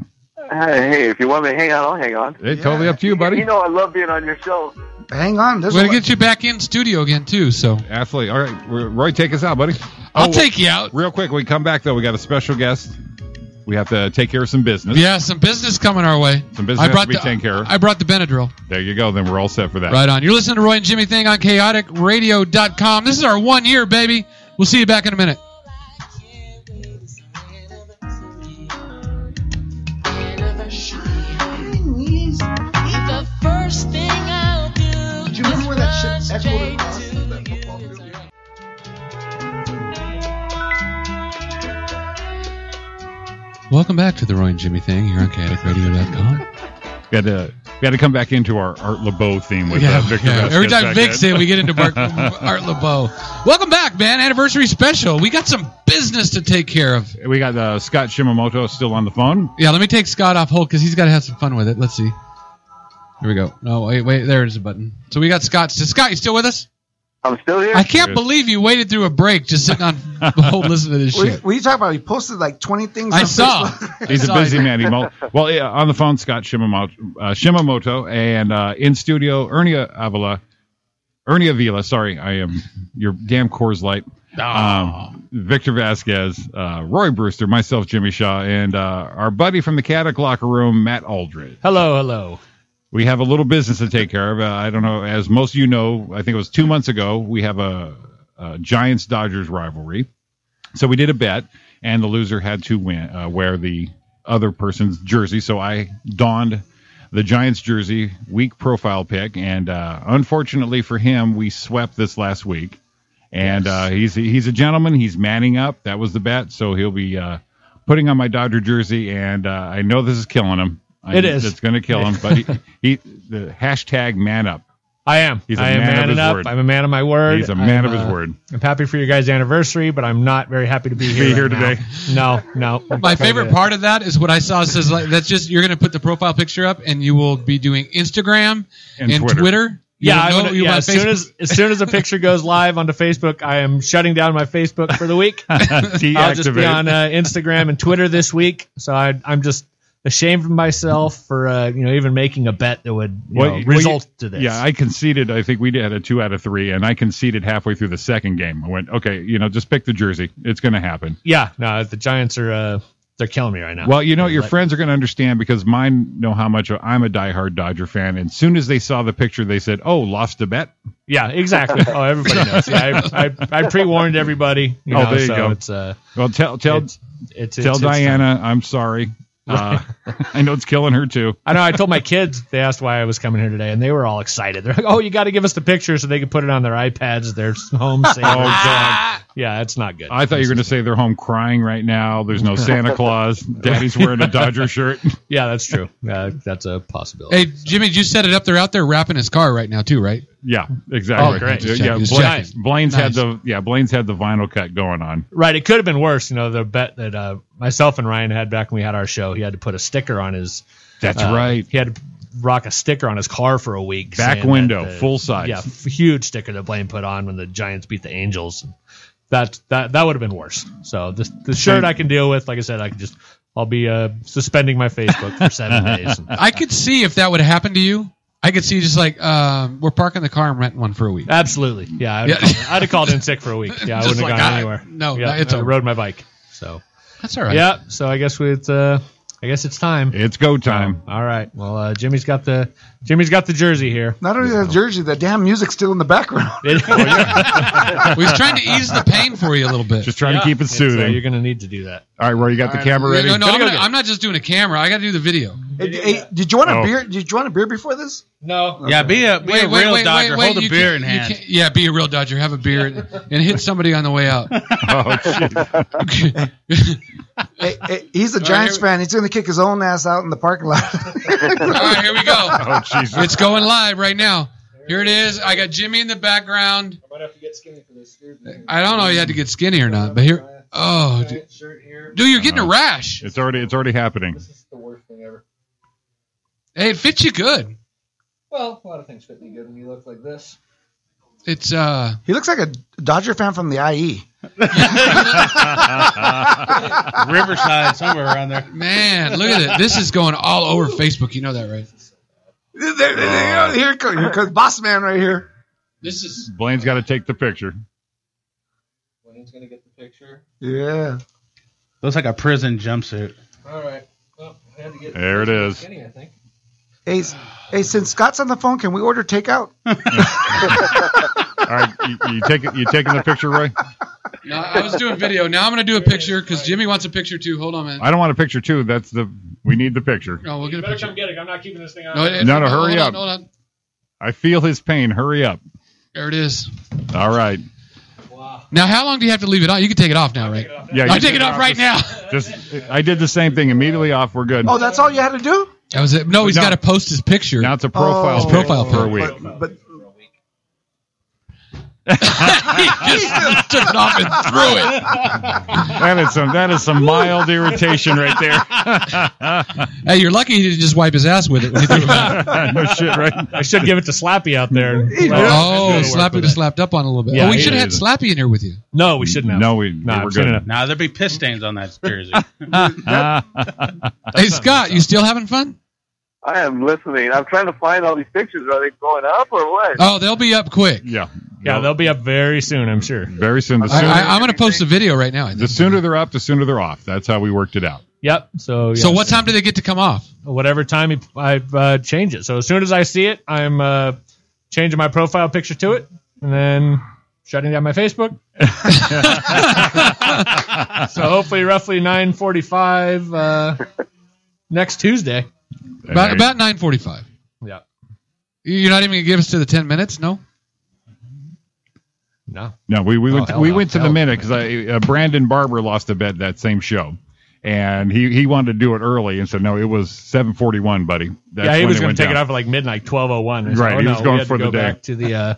S7: hey, if you want me to hang on, I'll hang on.
S3: It's totally up to you, buddy.
S7: You know I love being on your show.
S5: Hang on, there's
S2: We're
S5: a
S2: gonna
S5: lot-
S2: get you back in studio again too. So
S3: Absolutely. All right. We're- Roy, take us out, buddy.
S2: I'll
S3: Oh,
S2: take you out.
S3: Real quick, when we come back, though. We got a special guest. We have to take care of some business.
S2: Yeah, some business coming our way.
S3: Some business has to be
S2: the,
S3: taken care of.
S2: I brought the Benadryl.
S3: There you go. Then we're all set for that.
S2: Right on. You're listening to Roy and Jimmy Thing on chaoticradio.com. This is our one year, baby. We'll see you back in a minute.
S8: The first thing I'll do.
S5: Do you remember where that shit echoed across that football field?
S8: Straight
S2: Welcome back to the Roy and Jimmy Thing here on chaoticradio.com.
S3: We had to we had to come back into our Art LeBeau theme with uh, Victor. Vasquez
S2: Every time
S3: back
S2: Vic's
S3: in.
S2: in, we get into Bart, Art LeBeau. Welcome back, man. Anniversary special. We got some business to take care of.
S3: we got uh, Scott Shimamoto still on the phone.
S2: Yeah, let me take Scott off hold because he's got to have some fun with it. Let's see. Here we go. No, wait, wait. There is a button. So we got Scott. So Scott, you still with us?
S7: I'm still here.
S2: I can't
S3: Yes.
S2: believe you waited through a break just sitting on hold listening to this
S5: What, are you-
S2: shit.
S5: what are you talking about? He posted like 20 things.
S2: I
S5: on
S2: saw.
S5: Facebook.
S3: He's a
S2: Sorry.
S3: busy man. He mul- well, yeah, on the phone, Scott Shimamoto, uh, Shimamoto and uh, in studio, Ernie Avila. Ernie Avila, sorry, I am your damn Coors Light.
S2: Oh.
S3: Um, Victor Vasquez, uh, Roy Brewster, myself, Jimmy Shaw, and uh, our buddy from the Caddick locker room, Matt Aldridge.
S9: Hello, hello.
S3: We have a little business to take care of. Uh, I don't know, as most of you know, I think it was two months ago, we have a, a Giants Dodgers rivalry. So we did a bet, and the loser had to win, uh, wear the other person's jersey. So I donned the Giants jersey, weak profile pick, and uh, unfortunately for him, we swept this last week. And uh, he's he's a gentleman. He's manning up. That was the bet. So he'll be uh, putting on my Dodger jersey, and uh, I know this is killing him. I,
S9: It is.
S3: It's going to kill him. But he, he the hashtag man up.
S9: I am.
S3: He's a
S9: I am
S3: man of his
S9: manning up.
S3: word.
S9: I'm a man of my word.
S3: He's a man
S9: I'm,
S3: of his
S9: uh,
S3: word.
S9: I'm happy for your guys' anniversary, but I'm not very happy to be here.
S3: here
S9: right now.
S3: today.
S9: No, no.
S2: My favorite part of that is what I saw says like that's just you're gonna put the profile picture up and you will be doing Instagram
S3: And
S2: and,
S3: Twitter.
S2: Twitter.
S9: yeah,
S2: won't
S9: I
S2: know
S9: wanna-
S2: you
S9: yeah,
S2: by
S9: as soon
S2: Facebook.
S9: as as soon as a picture goes live onto Facebook, I am shutting down my Facebook for the week. I'll just be
S3: Deactivate.
S9: on uh, Instagram and Twitter this week. So I, I'm just ashamed of myself for uh, you know even making a bet that would you
S3: Well,
S9: know,
S3: you- well, you-
S9: result to this.
S3: Yeah, I conceded. I think we had a two out of three, and I conceded halfway through the second game. I went, okay, you know, just pick the jersey. It's going to happen.
S9: yeah. No, the Giants are uh, they're killing me right now.
S3: Well, you know, your
S9: But-
S3: friends are going to understand because mine know how much I'm a diehard Dodger fan. And soon as they saw the picture, they said, "Oh, lost a bet."
S9: Yeah, exactly. Oh, everybody knows. Yeah, I, I, I pre warned everybody. You
S3: Oh,
S9: know,
S3: there you
S9: so
S3: go.
S9: It's, uh,
S3: Well, tell tell
S9: it's, it's,
S3: tell
S9: it's- it's-
S3: Diana, I'm sorry. Uh, I know it's killing her too.
S9: I know. I told my kids. They asked why I was coming here today, and they were all excited. They're like, "Oh, you got to give us the picture so they can put it on their iPads, their home savers."
S3: Oh God!
S9: Yeah, that's not good.
S3: I thought you were going to say they're home crying right now. There's no Santa Claus. Daddy's wearing a Dodger shirt.
S9: Yeah, that's true. Uh, that's a possibility.
S2: Hey, Jimmy, did you set it up? They're out there wrapping his car right now, too, right?
S3: Yeah, exactly.
S9: Oh, great.
S3: Yeah,
S2: Just
S3: yeah,
S2: checking, just
S3: Blaine,
S2: checking.
S3: Blaine's had
S2: Nice.
S3: the yeah Blaine's had the vinyl cut going on.
S9: Right, it could have been worse. You know, the bet that uh, myself and Ryan had back when we had our show, he had to put a sticker on his.
S3: That's
S9: uh,
S3: right.
S9: He had to rock a sticker on his car for a week.
S3: Back
S9: saying that
S3: window, full size.
S9: Yeah, f- huge sticker that Blaine put on when the Giants beat the Angels. That that that would have been worse. So this the shirt I can deal with. Like I said, I can just I'll be uh, suspending my Facebook for seven days.
S2: I could see if that would happen to you. I could see just like um, we're parking the car and renting one for a week.
S9: Absolutely, yeah. I'd,
S2: Yeah.
S9: Have called, I'd have called in sick for a week. Yeah, I
S2: Just
S9: wouldn't
S2: like,
S9: have gone
S2: I-
S9: anywhere.
S2: no,
S9: yeah,
S2: no, it's
S9: I
S2: over.
S9: rode my bike. So
S2: That's all right.
S9: yeah, so I guess we it's uh, I guess it's time.
S3: It's go time.
S9: All right. Well, uh, Jimmy's got the Jimmy's got the jersey here.
S5: Not only the jersey, the damn music's still in the background.
S9: It-
S3: Oh,
S2: We was trying to ease the pain for you a little bit.
S3: Just trying
S9: Yeah.
S3: to keep it
S9: And so
S3: soothing.
S9: you're gonna need to do that.
S3: All right, where you got the camera
S2: Yeah,
S3: ready?
S2: no, no, I'm,
S9: go
S2: not,
S9: get it.
S2: I'm not just doing a camera. I got to do the video.
S5: Hey, hey, did you want a
S3: Oh.
S5: beer? Did you want a beer before this?
S9: No.
S6: Yeah, be a be a real Dodger. Hold
S2: you
S6: a beer in
S2: can't- you
S6: hand.
S2: can't- Yeah, be a real Dodger. Have a beer and, and hit somebody on the way out.
S3: Oh, jeez.
S5: Hey, hey, he's a Giants
S2: here we-
S5: fan. He's going to kick his own ass out in the parking lot.
S2: All right, here we
S3: oh,
S2: go.
S3: jeez.
S2: It's going live right now. Here it is. I got Jimmy in the background.
S9: I might have to get skinny for this.
S2: I don't know if you had to get skinny or not, but here. Oh, dude,
S9: shirt here.
S2: Dude, you're getting a rash.
S3: uh, It's already it's already happening.
S9: is the worst thing ever.
S2: Hey, it fits you good.
S9: Well, a lot of things fit me good when you look like this.
S2: It's uh.
S5: he looks like a Dodger fan from the E. IE.
S6: Riverside, somewhere around there.
S2: Man, look at it. This is going all over Facebook. You know that, right?
S5: There- there- there- Here comes, here comes Boss Man right here.
S2: This is
S3: Blaine's got to take the picture.
S9: Wayne's gonna get the picture.
S5: Yeah.
S6: Looks like a prison jumpsuit.
S9: All right. Well, I had to get
S3: There it is.
S9: skinny. I think.
S5: Hey, s- hey, since Scott's on the phone, can we order takeout?
S3: All right, you, you take it. You taking the picture, Roy?
S2: no, I was doing video. Now I'm gonna do a picture because Jimmy wants a picture too. Hold on, man.
S3: I don't want a picture too. That's the we need the picture.
S2: No, we'll get a picture.
S9: get it. I'm not keeping this thing on.
S2: No, it,
S3: No, no,
S2: hold
S3: hurry
S2: on,
S3: up.
S2: hold on.
S3: I feel his pain. Hurry up.
S2: There it is.
S3: All right.
S9: wow.
S2: Now, how long do you have to leave it on? You can take it off now, right?
S3: Yeah,
S2: I
S3: you
S2: take it off right now.
S3: Just I did the same thing immediately off. We're good.
S5: Oh, that's all you had to do?
S2: That was it. No, he's
S3: No.
S2: got to post his picture.
S3: now it's a profile.
S5: Oh.
S3: pic
S2: Profile
S3: for a
S2: pic.
S3: week.
S5: But, but
S2: he just took it off and threw it.
S3: That is some that is some mild irritation right there.
S2: Hey, you're lucky he didn't just wipe his ass with it when he threw it. out.
S3: no shit, right?
S9: I should give it to Slappy out there.
S2: Oh,
S9: That's gonna work
S2: Slappy
S9: with
S2: just
S9: it.
S2: slapped up on a little bit.
S9: Yeah,
S2: oh, we
S9: he
S2: should have had
S3: is.
S2: Slappy in here with you.
S9: No, we shouldn't have.
S3: No, we
S9: Nah,
S3: we're
S9: I've seen
S3: good.
S6: Now there'll be piss stains on that jersey.
S2: hey, Scott, you still having fun?
S7: I am listening. I'm trying to find all these pictures. Are they going up or what?
S2: Oh, they'll be up quick.
S3: Yeah,
S9: Yeah, they'll be up very soon, I'm sure.
S3: very soon. The
S2: I,
S3: sooner,
S2: I, I'm going to post a video right now. I think.
S3: the sooner they're up, the sooner they're off. That's how we worked it out.
S9: Yep. So Oh, yeah,
S2: So, what time do they get to come off?
S9: Whatever time he, I uh, change it. So as soon as I see it, I'm uh, changing my profile picture to it, and then shutting down my Facebook. so hopefully, roughly 9:45 uh, next Tuesday.
S2: About about 9:45.
S9: Yeah.
S2: You're not even going to give us to the 10 minutes, no?
S9: No.
S3: No, we we went
S9: Oh, hell
S3: we
S9: no.
S3: went to the
S9: Hell.
S3: minute because uh, Brandon Barber lost a bet that same show, and he he wanted to do it early and said no, it was seven forty one, buddy. That's
S9: yeah, he
S3: when
S9: was going
S3: went
S9: to take it
S3: down.
S9: off at like midnight, 12:01. I said,
S3: Right,
S9: oh,
S3: he
S9: no,
S3: was
S9: we
S3: going
S9: had
S3: for
S9: to
S3: the
S9: go
S3: day.
S9: back to the uh,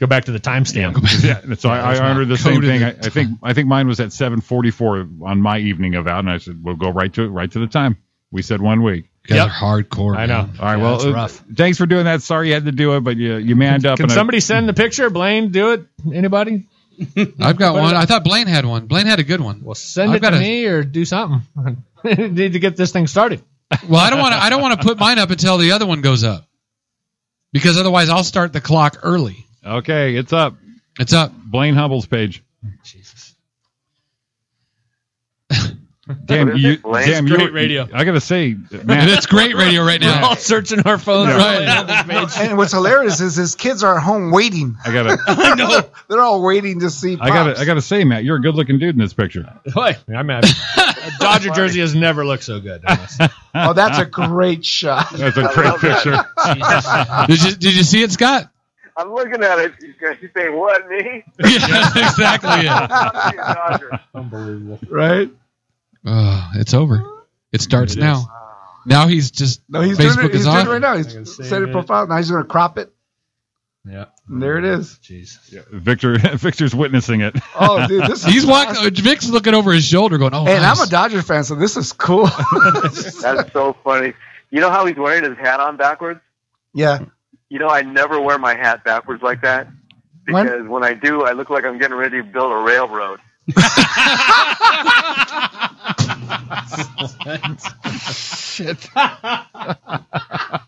S9: go back to the timestamp.
S3: Yeah, and so I,
S9: it's
S3: I
S9: not
S3: ordered the same
S2: coded
S3: thing. I,
S2: at
S3: I think I think mine was at seven forty four on my evening of out, and I said we'll go right to it, right to the time. We said one week.
S2: guys
S9: Yep.
S2: are hardcore.
S9: I know.
S2: man.
S3: All right.
S9: Yeah,
S3: well,
S9: that's
S3: uh,
S9: rough.
S3: thanks for doing that. Sorry you had to do it, but you you manned up.
S9: Can
S3: and I-
S9: somebody send the picture? Blaine, do it. Anybody?
S2: I've got
S9: What
S2: one.
S9: is it?
S2: I thought Blaine had one. Blaine had a good one.
S9: Well, send
S2: I've
S9: it
S2: got
S9: to
S2: a-
S9: me or do something. Need to get this thing started.
S2: Well, I don't want to. I don't want to put mine up until the other one goes up, because otherwise I'll start the clock early.
S3: okay, it's up.
S2: It's up.
S3: Blaine Hubble's page.
S9: Jesus.
S3: Damn
S7: What is
S3: you!
S7: it, Blaine?
S3: Damn
S9: Great
S3: you!
S9: radio.
S3: I gotta say,
S2: And
S3: man,
S2: it's great radio right
S9: We're all
S2: now.
S9: searching our phones.
S2: Right.
S5: And what's hilarious is his kids are at home waiting.
S3: I gotta,
S5: They're all waiting to see. Pops.
S3: I gotta, I gotta say, Matt, you're a good-looking dude in this picture.
S9: Boy, I'm happy. A Dodger jersey has never looked so good. I must say.
S5: Oh, that's a great shot.
S3: That's a great
S7: love
S3: picture.
S7: that.
S2: Did you Did you see it, Scott?
S7: I'm looking at it. You guys- you say what me?
S2: yeah, that's exactly. It.
S7: I'm a Dodger.
S5: Right?
S2: Oh, it's over. It starts
S9: It is.
S2: now. Now he's just
S5: No, he's doing
S2: Facebook
S5: it. He's
S2: is
S5: doing
S2: on.
S5: it right now.
S9: I can
S5: He's
S9: save
S5: set a
S9: it.
S5: profile. Now he's gonna crop it.
S9: Yeah.
S5: And there it is.
S9: Jeez.
S3: Victor, Victor's witnessing it.
S5: Oh, dude, this is.
S2: He's
S5: awesome.
S2: walking. uh, Vic's looking over his shoulder, going, "Oh,
S5: And
S2: nice.
S5: I'm a Dodger fan, so this is cool.
S7: That's so funny. You know how he's wearing his hat on backwards?
S5: yeah.
S7: You know, I never wear my hat backwards like that
S5: When-
S7: because when, I do, I look like I'm getting ready to build a railroad.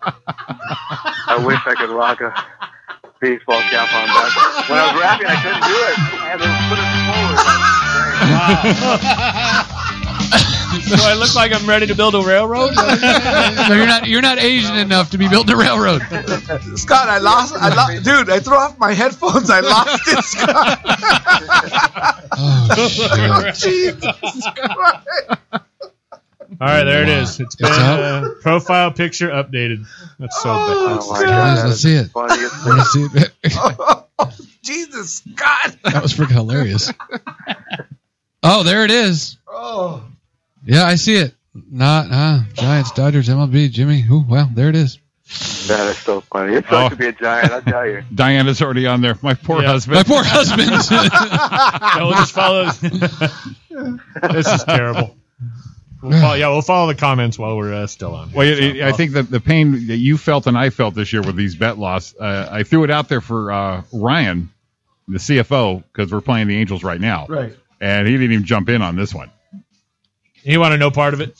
S7: I wish I could rock a baseball cap on backwards. When I was rapping, I couldn't do it. I had to put it forward.
S9: Do I look like I'm ready to build a railroad?
S2: No, you're not. You're not Asian enough to be building a railroad.
S5: Scott, I lost. I lost, dude. I threw off my headphones. I lost it, Scott.
S2: Oh, shit.
S5: Jesus Christ.
S9: All right, there it is. It's been
S2: It's
S9: uh, profile picture updated. That's so bad.
S5: Oh,
S7: Oh, my
S5: Scott.
S2: Guys,
S7: God.
S2: let's see it.
S7: Funniest
S2: I
S7: thing.
S2: want to see it.
S5: Jesus, Scott.
S2: that was freaking hilarious. Oh, there it is.
S5: Oh,
S2: Yeah, I see it. Not uh, Giants, Dodgers, MLB, Jimmy. Ooh, well, there it is.
S7: That is so funny. It sucks
S3: Oh.
S7: to be a giant, I tell you.
S3: Diana's already on there. My poor
S9: Yeah.
S2: My
S3: husband.
S2: poor husband.
S9: Yeah, we'll just follow. this is terrible. We'll follow, yeah, we'll follow the comments while we're uh, still on. here.
S3: Well,
S9: So,
S3: it, it- I think that the pain that you felt and I felt this year with these bet loss, uh, I threw it out there for uh, Ryan, the CFO, because we're playing the Angels right now,
S5: right.
S3: and he didn't even jump in on this one.
S9: he wanted no part of it.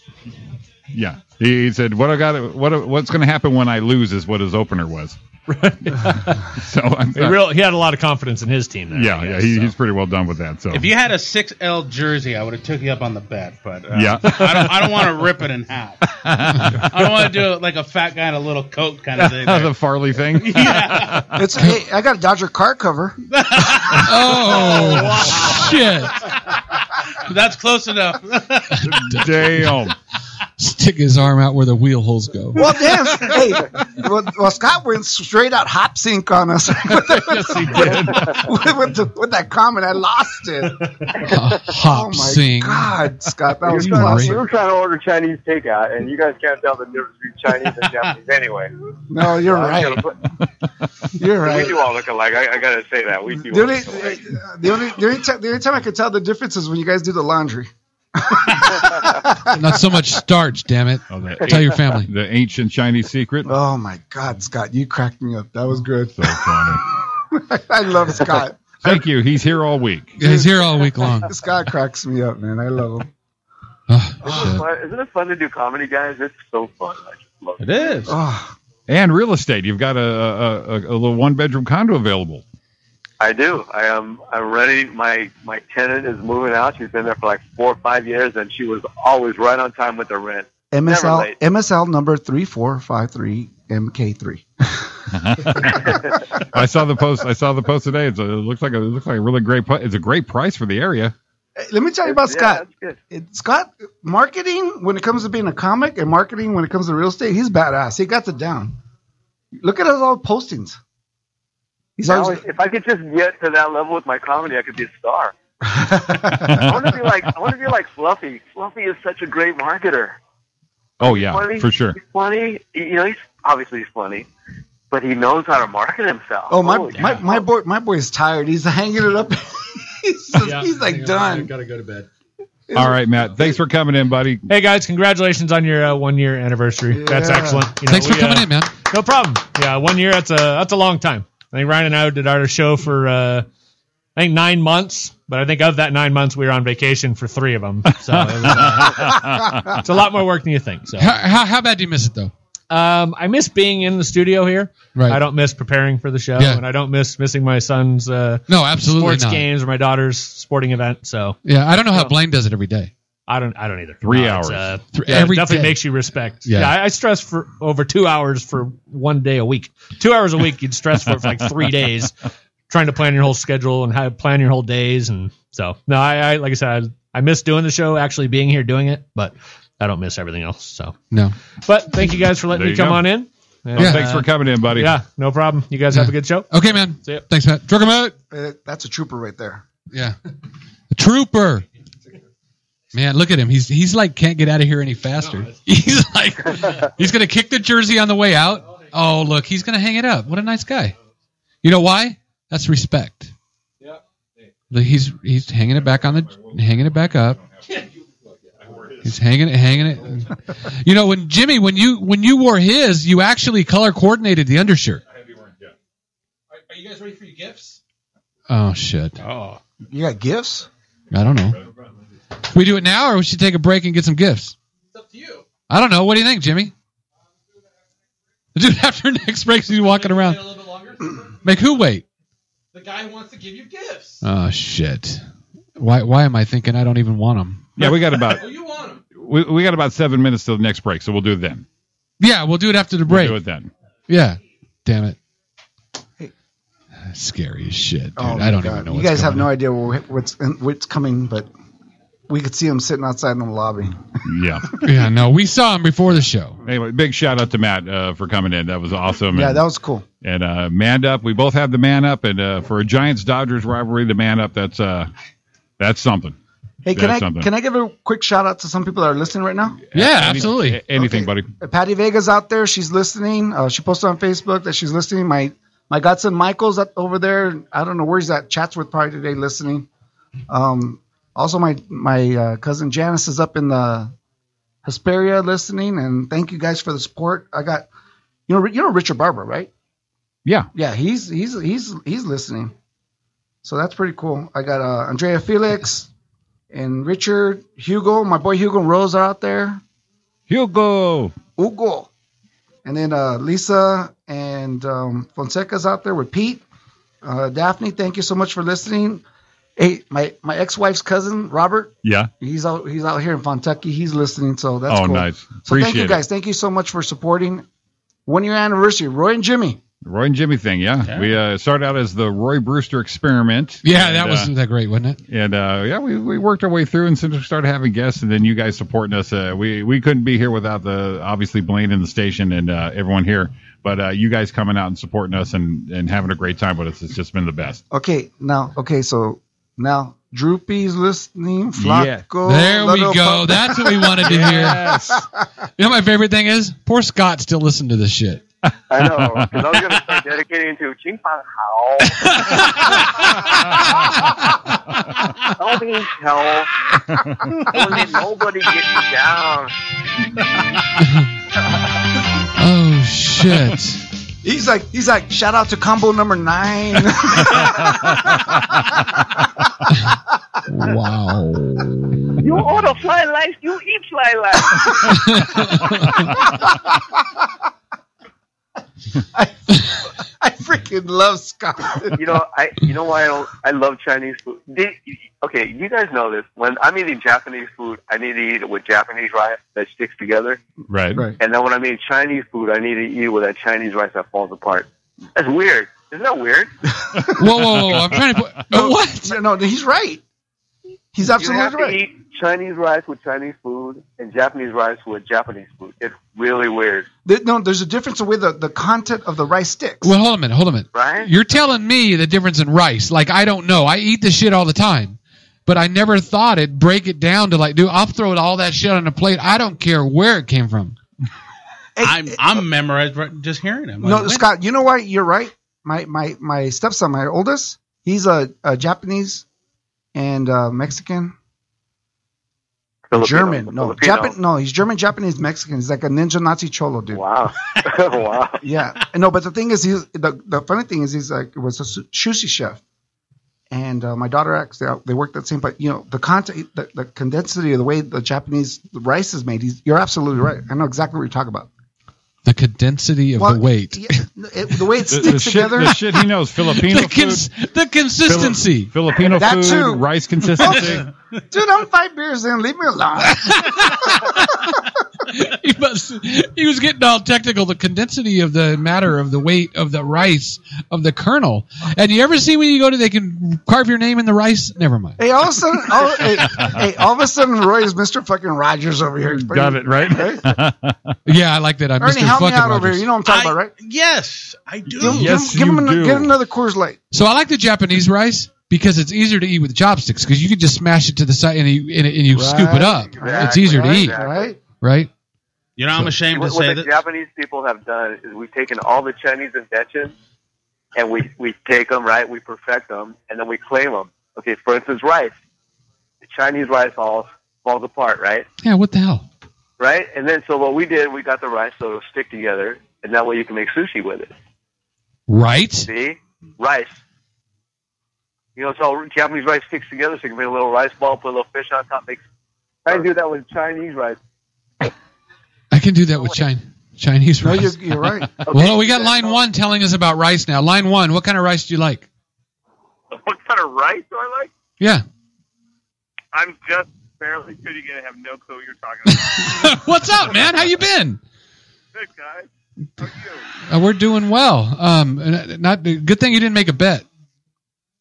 S3: Yeah, he, he said, "What I got? What what's going to happen when I lose?" Is what his opener was. Right. so I'm
S9: He, real, he had a lot of confidence in his team. There,
S3: yeah,
S9: I
S3: yeah,
S9: guess,
S3: he,
S9: so.
S3: he's pretty well done with that. So
S6: If you had a six L jersey, I would have took you up on the bet, but uh,
S3: Yeah.
S6: I don't. I don't want to rip it in half. I don't want to do it like a fat guy in a little coat kind of thing.
S3: the Farley thing.
S5: It's hey, I got a Dodger car cover.
S2: oh, shit.
S6: That's close enough.
S3: Damn.
S2: Stick his arm out where the wheel holes go.
S5: Well, damn. hey, well, well, Scott went straight out hop sync on us with,
S3: yes, he did.
S5: with, with, the- with that comment. I lost it.
S2: Uh,
S5: Oh
S2: hop,
S5: my
S2: sing.
S5: God, Scott, that
S7: We were,
S5: was
S2: You're
S7: trying,
S2: classy.
S5: classic.
S7: we were trying to order Chinese takeout, and you guys can't tell the difference between Chinese and Japanese anyway.
S5: No, you're
S7: I'm gonna
S5: right.
S7: put-
S5: You're
S7: We
S5: right.
S7: do all look alike. I, I gotta say that we do.
S5: The
S7: All
S5: only,
S7: look alike.
S5: the only, the only, ti- the only time I could tell the difference is when you guys do the laundry.
S2: Not so much starch, damn it.
S3: Oh, the,
S2: Tell your family.
S3: the ancient Chinese secret.
S5: Oh my God, Scott, you cracked me up. That was good.
S3: So funny.
S5: I love Scott.
S3: Thank you. He's here all week.
S2: He's here all week long.
S5: Scott cracks me up, man. I love him.
S7: Isn't it
S2: Oh,
S7: fun- Isn't it fun to do comedy, guys? It's so fun. I just love it.
S6: It is.
S5: Oh,
S3: And real estate. You've got a a, a, a little one bedroom condo available.
S7: I do. I am. I'm ready. My my tenant is moving out. She's been there for like four or five years, and she was always right on time with the rent. Never
S5: MSL
S7: late.
S5: MSL number three four five three MK three.
S3: I saw the post. I saw the post today. It's a, it looks like a, it looks like a really great. pu- It's a great price for the area.
S5: Let me tell you about
S7: Yeah,
S5: Scott.
S7: that's good.
S5: It, Scott marketing when it comes to being a comic and marketing when it comes to real estate, he's badass. He got it down. Look at his all postings. He's
S7: Now,
S5: always
S7: if I could just get to that level with my comedy, I could be a star. I want to be like. I want to be like Fluffy. Fluffy is such a great marketer.
S3: Oh yeah,
S7: funny.
S3: for sure.
S7: He's funny. You know, he's obviously he's funny, but he knows how to market himself.
S5: oh my
S7: Holy
S5: my,
S7: cow.
S5: my boy my boy's tired. He's hanging it up. he's, just, he's like done.
S9: Gotta go to bed.
S3: All right, Matt. Thanks for coming in, buddy.
S9: Hey guys, congratulations on your uh, one year anniversary. That's
S5: Yeah.
S9: excellent. You know,
S2: Thanks for
S9: we,
S2: coming
S9: uh,
S2: in, man.
S9: No problem. Yeah, one year that's a that's a long time. I think Ryan and I did our show for uh, I think nine months, but I think of that nine months we were on vacation for three of them. So it was, uh, it's a lot more work than you think. So
S2: How, how, how bad do you miss it though?
S9: um, I miss being in the studio here.
S2: Right.
S9: I don't miss preparing for the show,
S2: Yeah.
S9: and I don't miss missing my son's uh,
S2: No, absolutely
S9: sports
S2: not.
S9: games or my daughter's sporting event. So
S2: Yeah, I don't know how Blaine does it every day.
S9: I don't. I don't either.
S3: Three
S9: No,
S3: hours.
S9: it's, Uh,
S2: Three-
S9: yeah, it
S2: every
S9: definitely
S2: day.
S9: makes you respect.
S2: Yeah.
S9: Yeah, I, I stress for over two hours for one day a week. Two hours a week, you'd stress for, for like three days, trying to plan your whole schedule and how plan your whole days. And so, no, I, I like I said, I, I miss doing the show, actually being here doing it, but I don't miss everything else. So,
S2: No.
S9: but thank you guys for letting
S3: There
S9: me
S3: you
S9: come
S3: go.
S9: on in. And,
S2: Yeah.
S3: Thanks
S9: uh,
S3: for coming in, buddy.
S9: yeah, no problem. You guys have a good show.
S2: Okay, man.
S9: See ya.
S2: Thanks, Matt. Drug him out.
S5: Uh, that's a trooper right there.
S2: Yeah. A trooper. Man, look at him. He's he's like can't get out of here any faster. he's like he's gonna kick the jersey on the way out. Oh look, he's gonna hang it up. What a nice guy. You know why? That's respect. Look, He's he's hanging it back on the hanging it back up. He's hanging it, hanging it. You know when Jimmy, when you when you wore his, you actually color coordinated the undershirt.
S6: Are you guys ready for your gifts?
S2: Oh shit.
S6: Oh,
S5: You got gifts?
S2: I don't know. We do it now, or we should take a break and get some gifts.
S6: it's up to you.
S2: I don't know. What do you think, Jimmy? Dude, after next break, he's walking around.
S6: little bit longer.
S2: Make who wait?
S6: the guy who wants to give you gifts.
S2: Oh shit! Why? Why am I thinking I don't even want him?
S3: Yeah, we got about
S6: you want him?
S3: we, we got about seven minutes till the next break, so we'll do it then.
S2: Yeah, we'll do it after the
S3: We'll
S2: break.
S3: do it then.
S2: Yeah. Damn it. Scary as shit, dude. I
S5: oh my
S2: don't
S5: God.
S2: even know.
S5: You
S2: what's
S5: guys have
S2: going
S5: no
S2: on.
S5: idea what- what's what's coming, but we could see him sitting outside in the lobby.
S3: Yeah.
S2: Yeah, no, we saw him before the show.
S3: anyway, big shout out to Matt uh, for coming in. That was awesome.
S5: Yeah,
S3: and,
S5: that was cool.
S3: and uh, man up. We both have the man up, and uh, for a Giants Dodgers rivalry, the man up. That's uh, that's something.
S5: Hey, can
S3: That's
S5: I
S3: something.
S5: can I give a quick shout out to some people that are listening right now?
S2: Yeah,
S3: Any-
S2: absolutely.
S3: a- Anything, buddy.
S5: Uh, Patty Vega's out there. She's listening. Uh, she posted on Facebook that she's listening. My my godson Michael's up over there. I don't know where he's at. Chatsworth probably today listening. Um, also, my my uh, cousin Janice is up in the Hesperia listening. And thank you guys for the support. I got you know you know Richard Barber right?
S3: Yeah.
S5: Yeah, he's he's he's he's listening. So that's pretty cool. I got uh, Andrea Felix and Richard Hugo. My boy Hugo and Rose are out there.
S3: Hugo.
S5: Hugo. And then uh, Lisa and um, Fonseca's out there with Pete. Uh, Daphne, thank you so much for listening. Hey, my, my ex wife's cousin Robert,
S3: Yeah.
S5: he's out he's out here in Fontucky. He's listening, so that's
S3: oh,
S5: cool.
S3: nice.
S5: So
S3: Appreciate
S5: thank you
S3: it.
S5: guys. Thank you so much for supporting one year anniversary, Roy and Jimmy.
S3: Roy and Jimmy thing. Yeah.
S6: Yeah.
S3: We uh, started out as the Roy Brewster experiment.
S2: Yeah,
S3: And,
S2: that was
S3: uh,
S2: that great, wasn't it?
S3: and uh, yeah, we, we worked our way through and since we started having guests, and then you guys supporting us. Uh, we we couldn't be here without the obviously Blaine in the station and uh, everyone here, but uh, you guys coming out and supporting us and and having a great time with us. It's just been the best.
S5: Okay, now okay, so now Droopy's listening. Flacco,
S2: There we
S5: Little
S2: go.
S5: Pop-
S2: That's what we wanted to hear.
S3: Yes.
S2: You know, my favorite thing is poor Scott still listened to this shit.
S7: I know. 'cause I was going to start dedicating to Jing Fan Hao. Nobody hell. Only nobody gets down.
S2: Oh shit!
S5: He's like he's like shout out to combo number nine.
S7: Oh,
S2: wow.
S7: You order fly life, you eat fly life.
S5: I freaking love Scott.
S7: You know, I. You know why I don't? I love Chinese food. Did, okay, you guys know this. When I'm eating Japanese food, I need to eat it with Japanese rice that sticks together,
S3: Right.
S5: Right.
S7: and then when I'm eating Chinese food, I need to eat it with that Chinese rice that falls apart. That's weird. Isn't that weird?
S2: Whoa, whoa, whoa! I'm trying to put
S5: No,
S2: what?
S5: No, he's right. He's
S7: you have
S5: absolutely
S7: to
S5: right.
S7: eat Chinese rice with Chinese food and Japanese rice with Japanese food. It's really weird,
S5: There- no, there's a difference with the, the content of the rice sticks.
S2: Well, hold a minute, hold a minute.
S7: right?
S2: You're telling me the difference in rice? Like I don't know. I eat this shit all the time, but I never thought it break it down to like, dude, I'll throw all that shit on a plate. I don't care where it came from.
S5: Hey,
S6: I'm
S5: hey,
S6: I'm memorized right- just hearing him.
S5: no,
S6: Like,
S5: Scott, you know why you're right. My my my stepson, my oldest, he's a, a Japanese and uh, Mexican
S7: Filipino.
S5: German, no,
S7: Filipino.
S5: Japan, no, he's German, Japanese, Mexican. He's like a ninja Nazi cholo dude.
S7: Wow. wow.
S5: Yeah, no, but the thing is, he's the, the funny thing is, he's like was a su- sushi chef, and uh, my daughter actually uh, they worked that same. But you know, the content, the, the condensity of the way the Japanese rice is made, he's, you're absolutely right. I know exactly what you're talking about.
S2: The condensity of
S5: Well,
S2: the weight.
S5: yeah, it- the way it
S3: The, the
S5: sticks
S3: shit,
S5: together.
S3: the shit he knows Filipino
S2: The,
S3: food,
S2: cons- the consistency.
S3: Filipino
S5: That
S3: food,
S5: too.
S3: rice consistency.
S5: Dude, I'm five beers in. Leave me alone.
S2: he, must, he was getting all technical. The condensity of the matter of the weight of the rice of the kernel. And you ever see when you go to they can carve your name in the rice? Never mind.
S5: hey, all of a sudden, all, hey, hey, all of a sudden, Roy is Mr. Fucking Rogers over here.
S3: Got it right.
S2: Yeah, I like that. I'm
S5: Ernie,
S2: Mr.
S5: help me
S2: Fucking
S5: out over
S2: Rogers.
S5: here. You know what I'm talking
S6: I-
S5: about, right?
S6: Yes, I do.
S5: Give,
S3: Yes,
S5: give, give
S3: you
S5: him an-
S3: do.
S5: Get another Coors Light.
S2: So I like the Japanese rice because it's easier to eat with chopsticks because you can just smash it to the side and you, and, and you scoop it
S5: Right,
S2: up. it's
S7: exactly,
S2: easier to
S5: right,
S2: eat,
S7: exactly.
S5: Right?
S2: right?
S6: You know, I'm ashamed to
S7: What, what
S6: say
S7: the
S6: that.
S7: Japanese people have done is we've taken all the Chinese inventions and we, we take them, right? We perfect them and then we claim them. Okay, for instance, rice. The Chinese rice all falls apart, right?
S2: Yeah, what the hell?
S7: Right? And then so what we did, we got the rice so it'll stick together and that way you can make sushi with it.
S2: Right?
S7: See? Rice. You know, it's all Japanese rice sticks together so you can make a little rice ball, put a little fish on top, make I do that with Chinese rice.
S2: I can do that with China, Chinese
S5: No,
S2: rice.
S5: you're, you're right.
S2: well, we got line one telling us about rice now. Line one, what kind of rice do you like?
S10: What kind of rice do I like?
S2: Yeah.
S10: I'm just barely tuning in. I have no clue what you're talking about.
S2: What's up, man? How you been?
S10: Good guys. How are you?
S2: Uh, we're doing well. Um, and, uh, not good thing you didn't make a bet.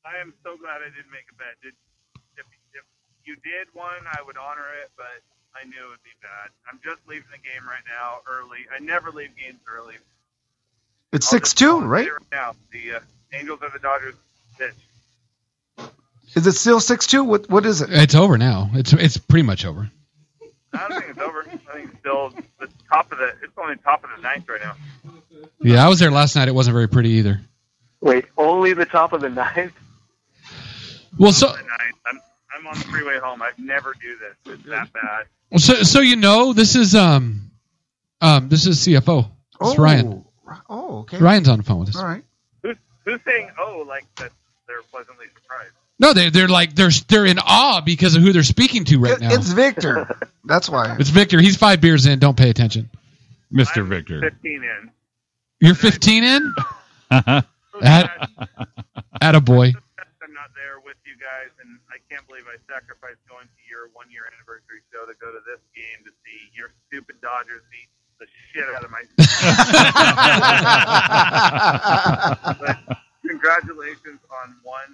S10: I am so glad I didn't make a bet. Did, if, if you did one, I would honor it, but I knew it would be bad. I'm just leaving the game right now early. I never leave games early.
S5: It's
S10: I'll just
S5: 6 2,
S10: say
S5: right?
S10: Right now, the uh, Angels or the Dodgers. This.
S5: Is it still 6 2? What, what is it?
S2: It's over now. It's it's pretty much over.
S10: I don't think it's over. I think it's still the top of the. It's only top of the ninth right now.
S2: Yeah, I was there last night. It wasn't very pretty either.
S7: Wait, only the top of the ninth?
S2: Well, so
S10: The ninth. I'm I'm on the freeway home. I never do this. It's that bad.
S2: so so you know this is um um this is CFO. It's Ryan.
S5: Ri- Oh, okay.
S2: Ryan's on the phone with us.
S5: All right.
S10: Who's who's saying oh like that? They're pleasantly surprised.
S2: No, they they're like they're they're in awe because of who they're speaking to right
S5: It-
S2: now.
S5: It's Victor. That's why.
S2: It's Victor. He's five beers in. Don't pay attention.
S3: Mr.
S10: I'm
S3: Victor.
S10: Fifteen in.
S2: You're 15 in.
S10: So
S2: That-
S10: sad-
S2: At a boy.
S10: I'm not there with you guys, and I can't believe I sacrificed going to your one year anniversary show to go to this game to see your stupid Dodgers beat the shit out of my. but congratulations on one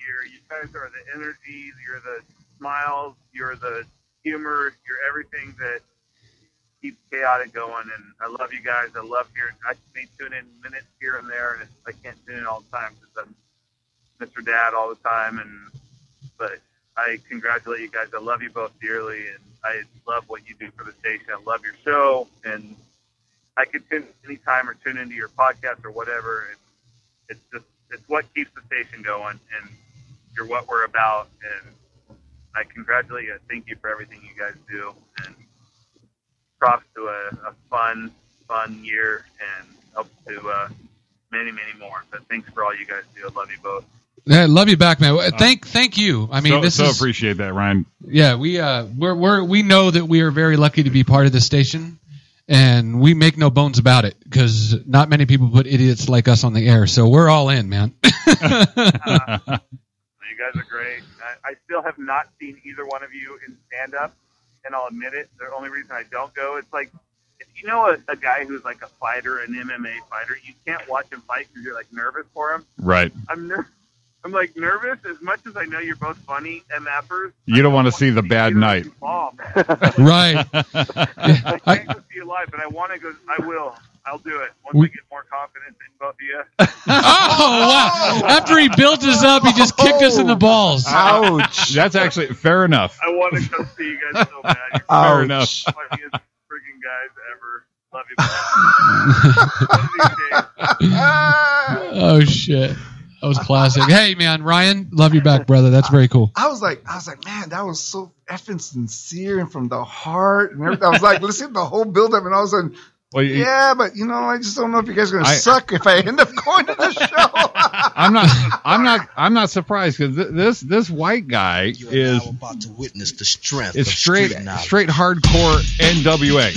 S10: year. You guys are the energy, you're the smiles, you're the humor, you're everything that keeps chaotic going. And I love you guys. I love hearing. I may tune in minutes here and there, and it's, I can't tune in all the time because I'm Mr. Dad all the time. And but I congratulate you guys. I love you both dearly, and I love what you do for the station. I love your show, and I could tune anytime or tune into your podcast or whatever. And it's just it's what keeps the station going, and you're what we're about. And I congratulate you. Thank you for everything you guys do, and props to a, a fun, fun year, and up to uh, many, many more. But thanks for all you guys do. I love you both.
S2: Yeah, love you back,
S3: Uh,
S2: man. Thank thank you. I mean,
S3: so,
S2: this
S3: so
S2: is
S3: appreciate that, Ryan.
S2: yeah. We uh we're, we're we know that we are very lucky to be part of this station, and we make no bones about it because not many people put idiots like us on the air. So we're all in, man.
S10: You guys are great. I, I still have not seen either one of you in stand up, and I'll admit it. The only reason I don't go, it's like if you know a, a guy who's like a fighter, an MMA fighter, you can't watch him fight because you're like nervous for him.
S3: Right.
S10: I'm ner- I'm like nervous as much as I know you're both funny MFers.
S3: You
S10: I
S3: don't wanna
S10: want
S3: see the bad
S10: either of
S3: night.
S10: you fall.
S2: right.
S10: I
S2: I-
S10: can't go see you live, but I want to go. I will. I'll do it once
S2: We-
S10: I get more confidence in both of you.
S2: Oh wow! After he built us up, he just kicked us in the balls.
S5: Ouch.
S3: That's actually fair enough.
S10: I want to go see you guys so bad. You're
S5: Ouch.
S3: Fair enough.
S10: the funniest freaking guys ever. Love you. both. One of these
S2: oh
S10: days,
S2: shit! That was classic. hey, man, Ryan, love you back, brother. That's very cool.
S5: I was like, I was like, man, that was so effing sincere and from the heart and everything. I was like, listen, to the whole buildup, and all of a sudden,
S3: Well, you-
S5: yeah, but you know, I just don't know if you guys are gonna
S3: I-
S5: suck if I end up going to the show.
S3: I'm not. I'm not. I'm not surprised because th- this this white guy
S11: You are
S3: is
S11: now about to witness the strength
S3: is
S11: of
S3: straight
S11: street knowledge.
S3: straight hardcore NWA.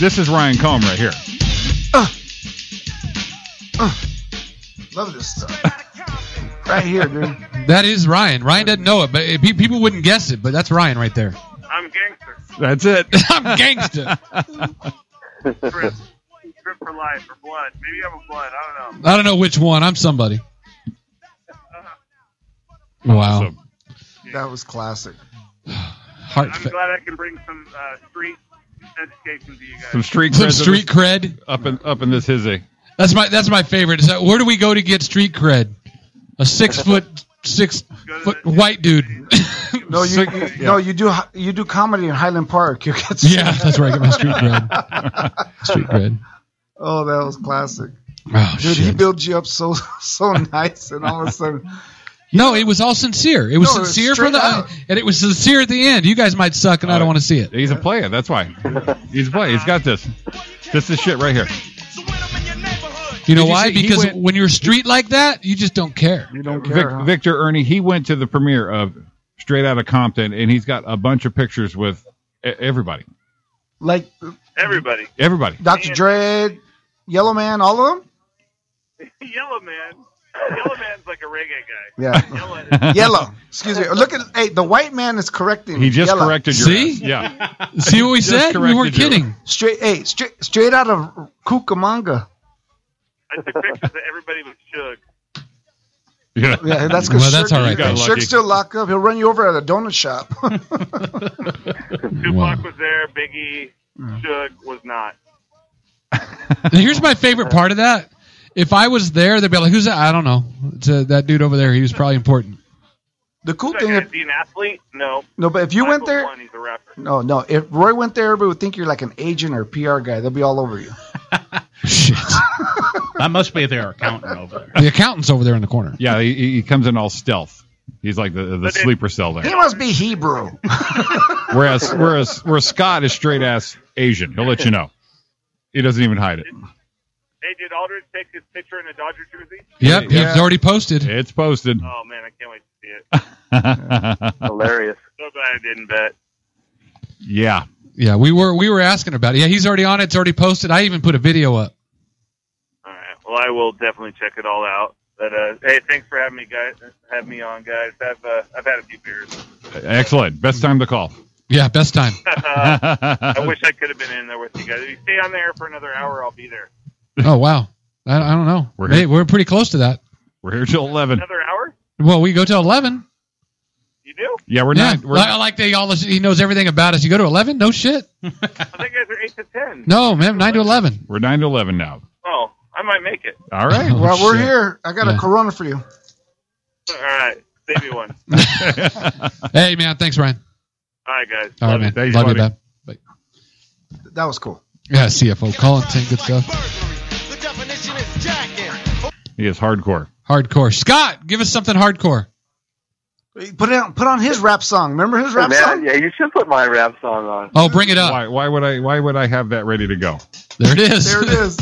S3: This is Ryan Combe right here.
S5: Love this stuff. Right here, dude.
S2: That is Ryan. Ryan doesn't know it, but it, pe- people wouldn't guess it. But that's Ryan right there.
S10: I'm gangster.
S3: That's it.
S2: I'm gangsta.
S10: Strip, strip for life or blood. Maybe I'm a blood. I don't know.
S2: I don't know which one. I'm somebody. Wow.
S3: Awesome.
S5: That was classic.
S2: Heart.
S10: I'm glad I can bring some uh, street education to you guys.
S3: Some street
S2: Some
S3: creds
S2: street cred.
S3: up in up in this hizzy.
S2: That's my that's my favorite. Is that, where do we go to get street cred? A six foot six
S10: Go to
S2: foot
S10: the-
S2: white dude.
S5: No, you,
S3: Sick-
S5: you-
S3: yeah.
S5: no, you do you do comedy in Highland Park. You get
S2: yeah, that's where I get my street cred. Street cred.
S5: Oh, that was classic,
S2: Oh,
S5: dude. He
S2: shit.
S5: built you up so so nice, and all of a sudden,
S2: No, it was all sincere. It was
S5: No, it was
S2: sincere from
S5: straight
S2: the
S5: out.
S2: and it was sincere at the end. You guys might suck, and I don't want to see it.
S3: He's a player. That's why. He's a player. He's got this. This is shit right here.
S2: You know
S3: Did you
S2: why?
S3: see he
S2: because
S3: went-
S2: when you're street like that, you just don't care.
S5: you don't
S3: Vic,
S5: care. huh?
S3: Victor Ernie, he went to the premiere of Straight Outta Compton, and he's got a bunch of pictures with e- everybody.
S5: Like
S10: Everybody.
S3: Everybody.
S5: Dr. Dre, Yellow Man, all of them.
S10: Yellow man. Yellow man's like a reggae guy.
S5: Yeah,
S10: Yellow.
S5: yellow. Excuse me. Look at hey, the white man is correcting.
S3: He just
S5: yellow.
S3: corrected your
S2: See?
S3: ass. Yeah.
S2: See what we
S3: Just
S2: said? We weren't
S3: corrected you.
S2: kidding.
S5: straight. Hey, straight straight out of Cucamonga.
S10: I took pictures of everybody with Suge.
S3: Yeah.
S5: Yeah, that's good.
S2: Well, that's all right.
S3: Got lucky.
S5: Shirk still lock up. He'll run you over at a donut shop.
S10: Tupac was there. Biggie. Suge was not.
S2: And here's my favorite part of that. If I was there, they'd be like, "Who's that?" I don't know. It's, uh, that dude over there. He was probably important.
S5: the cool
S10: Is that
S5: thing,
S10: guy
S5: if,
S10: be an athlete? No.
S5: no, but if you went there,
S10: One, he's a rapper.
S5: no, no. If Roy went there, everybody would think you're like an agent or PR guy. They'll be all over you.
S2: Shit.
S6: That must be their accountant over there.
S2: The accountant's over there in the corner.
S3: Yeah, he, he comes in all stealth. He's like the, the
S10: But it-
S3: sleeper cell
S5: He
S3: there.
S5: must be Hebrew.
S3: Whereas whereas whereas Scott is straight ass Asian. He'll let you know. He doesn't even hide it.
S10: Hey, did Aldridge take his picture in a Dodger jersey?
S2: Yep,
S3: Yeah.
S2: it's already posted.
S3: It's posted.
S10: Oh man, I can't wait to see it.
S7: Hilarious.
S10: So glad I didn't bet.
S3: yeah.
S2: Yeah, we were we were asking about it. Yeah, he's already on it. It's already posted. I even put a video up.
S10: All right. Well, I will definitely check it all out. But uh, hey, thanks for having me, guys. Have me on, guys. I've uh, I've had a few beers.
S3: Excellent. Best time to call.
S2: Yeah, best time.
S10: I wish I could have been in there with you guys. If you stay on there for another hour, I'll be there.
S2: Oh wow, I, I don't know.
S3: We're
S2: We're,
S3: here.
S2: we're pretty close to that.
S3: We're here till eleven.
S10: Another hour?
S2: Well, we go to eleven.
S10: You do?
S3: Yeah, we're
S2: yeah,
S3: not we're
S2: I I like that. All he knows everything about us. You go to eleven? No shit.
S10: I think guys are eight to ten.
S2: No, man, nine to eleven.
S3: we're nine to eleven now.
S10: Oh, I might make it.
S3: All right.
S2: Oh,
S5: well, we're
S2: shit.
S5: here. I got
S2: Yeah.
S5: a Corona for you.
S10: All right. Save me one.
S2: Hey man, thanks Ryan.
S10: All right, guys.
S2: All
S3: Love
S2: right,
S3: you.
S2: man.
S3: Thanks,
S2: Love
S3: buddy.
S2: you, man. Bye.
S5: That was cool.
S2: Yeah, CFO Colin, saying good stuff.
S11: The definition is jacking.
S3: he is hardcore.
S2: Hardcore. Scott, give us something hardcore.
S5: Put on put on his rap song. Remember his rap
S7: Man,
S5: song?
S7: yeah, you should put my rap song on.
S2: Oh, bring it up.
S3: Why why would I why would I have that ready to go?
S2: There it is.
S5: There it is.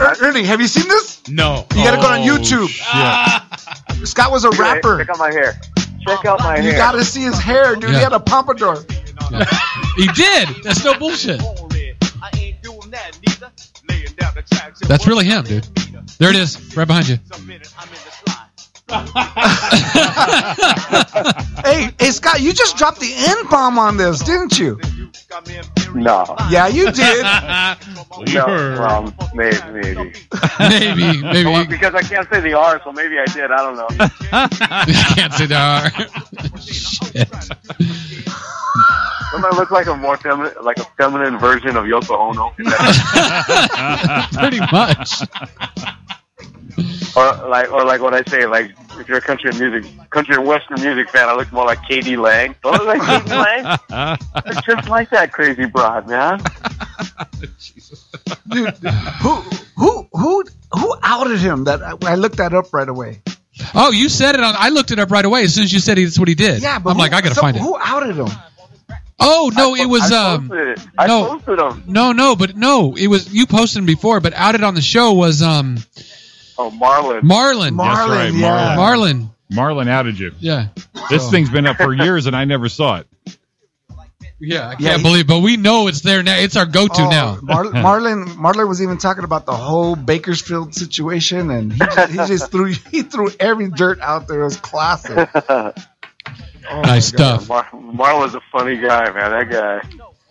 S5: Er- Ernie, have you seen this?
S6: No.
S5: You gotta go on
S6: Oh,
S5: YouTube.
S3: Shit.
S5: Scott was a rapper.
S7: Check out my hair. Check out my
S5: You
S7: hair.
S5: gotta see his hair, dude.
S2: Yeah.
S5: He had a pompadour.
S2: He did. That's no bullshit. That's really him, dude. There it is, right behind you.
S5: Hey, hey, Scott, you just dropped the N bomb on this, didn't you?
S7: No.
S5: Yeah, you did.
S6: We
S7: No,
S6: were-
S7: well, um, maybe, maybe.
S2: maybe, maybe
S7: Well,
S2: you
S7: because I can't say the R, so maybe I did. I don't know.
S2: can't say there. Shit.
S7: Don't I look like a more feminine, like a feminine version of Yoko Ono,
S2: Pretty much.
S7: or like, or like what I say, like if you're a country music, country and western music fan, I look more like Katie Lang. Don't I look like Katie Lang? It's just like that crazy broad, man.
S5: Dude, who, who, who who outed him? That uh, I, I looked that up right away.
S2: Oh, you said it on. I looked it up right away as soon as you said he, that's what he did.
S5: Yeah, but
S2: I'm
S5: who-
S2: like, I gotta
S5: so
S2: find it.
S5: Who outed him?
S2: Oh no, it was
S7: I
S2: um.
S7: posted it. I
S2: no.
S7: posted them.
S2: No, no, but no, it was you posted him before, but outed on the show was um
S7: Oh, Marlon.
S2: Marlon.
S5: Marlon,
S3: right,
S5: yeah.
S2: Marlon.
S3: Marlon outed you.
S2: Yeah.
S3: This
S2: Oh.
S3: thing's been up for years and I never saw it.
S2: Yeah, I can't
S5: Yeah, he-
S2: believe, but we know it's there now. It's our go-to
S5: Oh,
S2: now.
S5: Mar- Marlon Marlon was even talking about the whole Bakersfield situation, and he just, he just threw he threw every dirt out there. It was classic. Oh,
S2: nice
S5: my God.
S2: stuff.
S7: Mar- Marlon's a funny guy, man. That guy.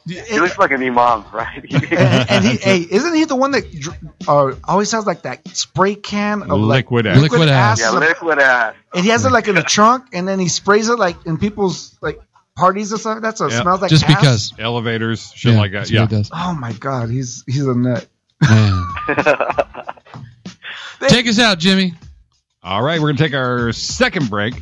S7: He looks like an imam, right?
S5: And, and he, hey, isn't he the one that dr- uh, always has like that spray can of like
S3: Liquid ass.
S2: Liquid ass.
S7: yeah, liquid ass.
S5: and he has it like in a trunk, and then he sprays it like in people's like parties and stuff. That's what
S3: Yeah.
S5: smells like
S2: Just
S5: ass.
S2: because.
S3: Elevators, shit like that.
S2: that's what
S3: Yeah.
S2: it does.
S5: Oh my God, he's he's a nut.
S2: Man. Take us out, Jimmy.
S3: All right, we're gonna take our second break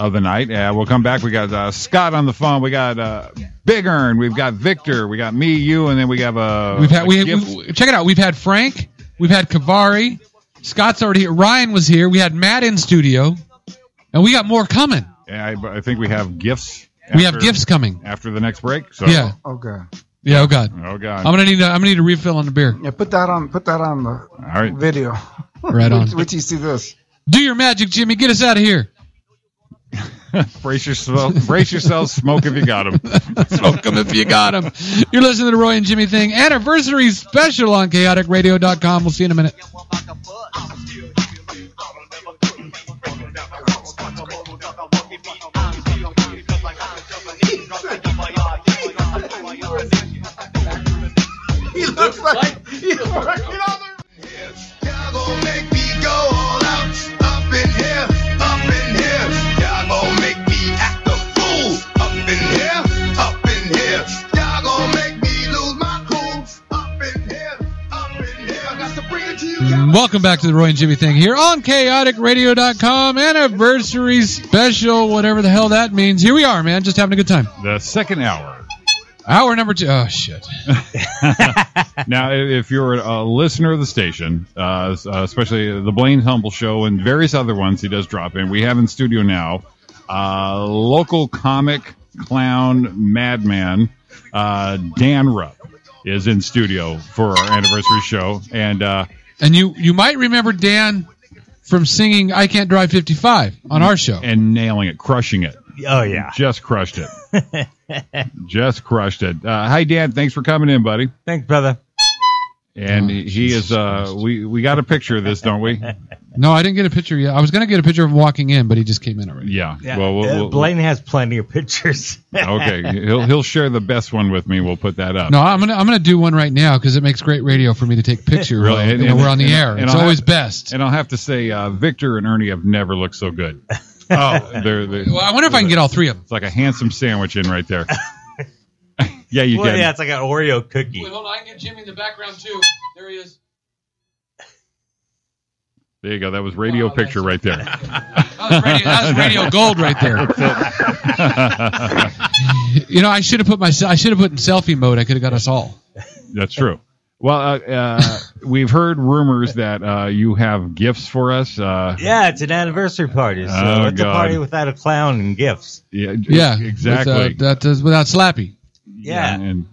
S3: of the night. Uh, we'll come back. We got uh, Scott on the phone. We got uh, Big Earn. We've got Victor. We got me, you, and then we have uh,
S2: We've had
S3: a
S2: we,
S3: gift.
S2: we check it out. We've had Frank, we've had Kavari, Scott's already here. Ryan was here. We had Matt in studio, and we got more coming.
S3: Yeah, I, I think we have gifts.
S2: we have
S3: after-
S2: gifts coming.
S3: after the next break. So
S2: Yeah,
S5: Oh God,
S2: yeah. Oh God,
S3: Oh God.
S2: I'm gonna need a, I'm gonna need a refill on the beer.
S5: yeah. Put that on. Put that on the
S3: All right.
S5: video.
S2: Right on.
S5: Wait till you see this.
S2: Do your magic, Jimmy. Get us out of here.
S3: brace yourself. brace yourself. Smoke if you got them.
S2: Smoke them if you got them. You're listening to the Roy and Jimmy Thing anniversary special on chaoticradio.com. We'll see you in a minute.
S5: He looks like. He looks-
S11: Y'all gon' make me go all out. Up in here, up in here. Y'all gon' make me act a fool. Up in here, up in here. Y'all gon' make me lose my cool. Up in here, up in here. I got to bring it to you.
S2: Welcome back to the Roy and Jimmy Thing here on chaoticradio.com anniversary special, whatever the hell that means. Here we are, man. Just having a good time.
S3: the second hour.
S2: Hour number two. Oh, shit.
S3: Now, i- if you're a listener of the station, uh, s- uh, especially the Blaine Humble Show and various other ones he does drop in, we have in studio now uh, local comic clown madman uh, Dan Rupp is in studio for our anniversary show. And uh,
S2: And you, you might remember Dan from singing I Can't Drive 55 on our show.
S3: and nailing it, crushing it.
S12: Oh yeah.
S3: Just crushed it. Just crushed it. Uh, hi, Dan. Thanks for coming in, buddy.
S12: Thanks, brother.
S3: And
S2: Oh,
S3: he, he
S2: Jesus
S3: is. Uh,
S2: Christ.
S3: we we got a picture of this, don't we?
S2: No, I didn't get a picture yet. I was going to get a picture of him walking in, but he just came in already.
S3: Yeah.
S12: Yeah.
S3: Well, we'll,
S12: Uh,
S3: we'll,
S12: Blaine has plenty of pictures.
S3: okay. He'll he'll share the best one with me. We'll put that up.
S2: No, I'm gonna I'm gonna do one right now because it makes great radio for me to take pictures.
S3: Really?
S2: of,
S3: And-
S2: you know,
S3: and-
S2: we're on the
S3: and-
S2: air.
S3: and
S2: it's
S3: I'll
S2: always
S3: have-
S2: best.
S3: And I'll have to say, uh, Victor and Ernie have never looked so good. Oh, they're, they're
S2: well, I wonder if I can get all three of them.
S3: It's like a handsome sandwich in right there. yeah, you
S12: well,
S3: can.
S12: yeah, it's like an Oreo cookie.
S2: hold on. I can get Jimmy in the background too. There he is.
S3: There you go. That was radio
S2: Wow, that's-
S3: picture right there.
S2: That was radio, that was radio gold right there. You know, I should have put my I should have put in selfie mode. I could have got us all.
S3: That's true. Well, uh, uh, we've heard rumors that uh, you have gifts for us. Uh,
S12: Yeah, it's an anniversary party. So
S3: Oh,
S12: it's
S3: God.
S12: a party without a clown and gifts.
S3: yeah, e-
S2: Yeah,
S3: exactly.
S2: With, uh, that is without Slappy.
S12: Yeah.
S3: and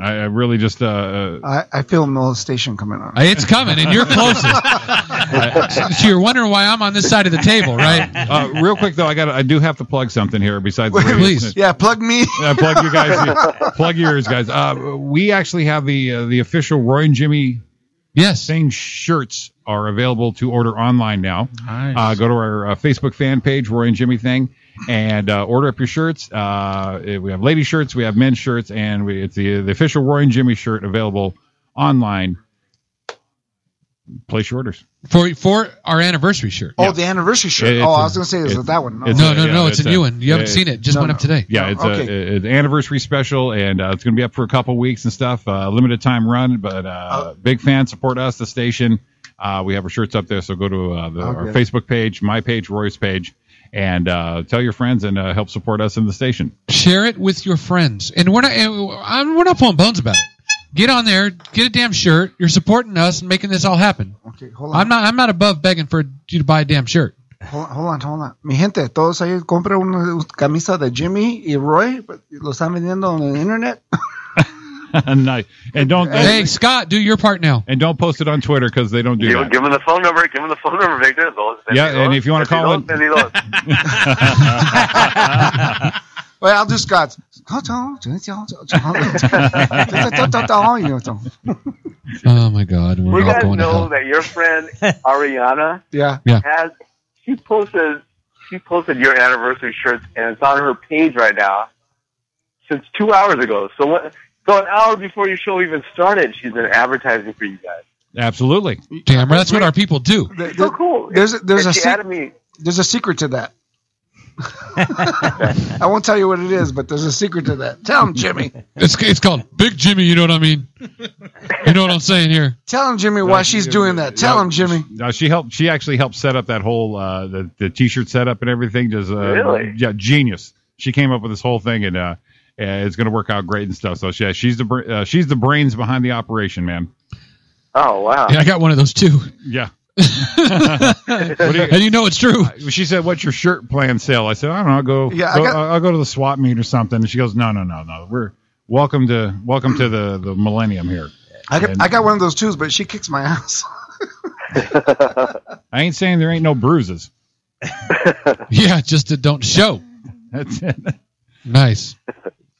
S3: I, I really just uh,
S5: I, I feel molestation coming on.
S2: Uh, It's coming, and you're closest. so, so you're wondering why I'm on this side of the table, right?
S3: Uh, real quick though, I got I do have to plug something here besides the radio.
S2: Please.
S5: Yeah, plug me.
S3: Uh, plug you guys, plug yours, guys. Uh, we actually have the uh, the official Roy and Jimmy
S2: Yes.
S3: Thing shirts are available to order online now. Uh, go to our uh, Facebook fan page, Roy and Jimmy Thing, and uh, order up your shirts. Uh, we have lady shirts, we have men's shirts, and we, it's the the official Roy and Jimmy shirt available online. Place your orders.
S2: For for our anniversary shirt.
S5: Oh, the anniversary shirt.
S3: It's
S5: oh, I
S3: a-
S5: was gonna say, is
S3: it's-
S5: it that one? No.
S3: it's
S2: No, no,
S3: yeah,
S2: no. It's a
S3: it's
S2: new
S3: a-
S2: one. You haven't
S3: yeah,
S2: seen it. Just
S5: no,
S2: went up
S5: no.
S2: today.
S3: Yeah,
S5: Oh,
S3: it's uh, a,
S5: okay.
S3: it's an anniversary special, and uh, it's going to be up for a couple weeks and stuff. Uh, limited time run, but uh,
S5: Oh.
S3: big fan. Support us, the station. Uh, we have our shirts up there, so go to uh, the,
S5: I'll
S3: our
S5: get it.
S3: Facebook page, my page, Roy's page, and uh, tell your friends and uh, help support us in the station.
S2: Share it with your friends, and we're not and I'm, we're not pulling bones about it. Get on there, get a damn shirt. You're supporting us and making this all happen.
S5: Okay, hold on.
S2: I'm not. I'm not above begging for you to buy a damn shirt.
S5: Hold on, hold on, hold on. Mi gente, todos ahí compren una una camisa de Jimmy y Roy. Lo están vendiendo en el internet.
S3: nice. And don't
S2: Hey, Scott, do your part now.
S3: and don't post it on Twitter because they don't do
S7: Give,
S3: that.
S7: give him the phone number. Give him the phone number, Victor. Those-
S3: Yeah,
S7: those-
S3: and if you wanna call
S7: those- those-
S5: Well, I'll do Scott's. yeah.
S2: Oh my God, we're
S7: You
S2: all
S7: guys
S2: going to
S7: know
S2: hell.
S7: that your friend Ariana
S2: Yeah.
S7: has she posted she posted your anniversary shirts and it's on her page right now since two hours ago. So what? So an hour before your show even started, she's been advertising for you guys.
S3: Absolutely.
S2: Damn, that's what our people do.
S5: There-
S7: So
S5: there-
S7: cool.
S5: There's a, there's
S7: And
S5: a
S7: she
S5: sec-
S7: added me.
S5: there's a secret to that. I won't tell you what it is, but there's a secret to that. Tell him, Jimmy.
S2: It's it's called Big Jimmy. You know what I mean? You know what I'm saying here?
S5: Tell him, Jimmy, why she's doing that. Tell him, Jimmy.
S3: No, she helped. She actually helped set up that whole uh, the the t-shirt setup and everything. Just uh,
S7: Really?
S3: yeah, genius. She came up with this whole thing, and uh, uh, it's going to work out great and stuff. So yeah, she's the br- uh, she's the brains behind the operation, man.
S7: Oh
S5: Uh.
S7: wow.
S2: Yeah, I got one of those too.
S3: Yeah. What do you-
S2: and you know it's true.
S3: she said, "What's your shirt plan sale?" I said, "I don't know. I'll go.
S5: Yeah,
S3: Yeah,
S5: I
S3: go,
S5: got-
S3: I'll, I'll go to the swap meet or something." And she goes, "No, no, no, no. We're welcome to welcome to the the millennium here.
S5: I got,
S3: And-
S5: I got one of those twos, but she kicks my ass.
S3: I ain't saying there ain't no bruises.
S2: Yeah, just it don't show.
S3: That's it.
S2: Nice.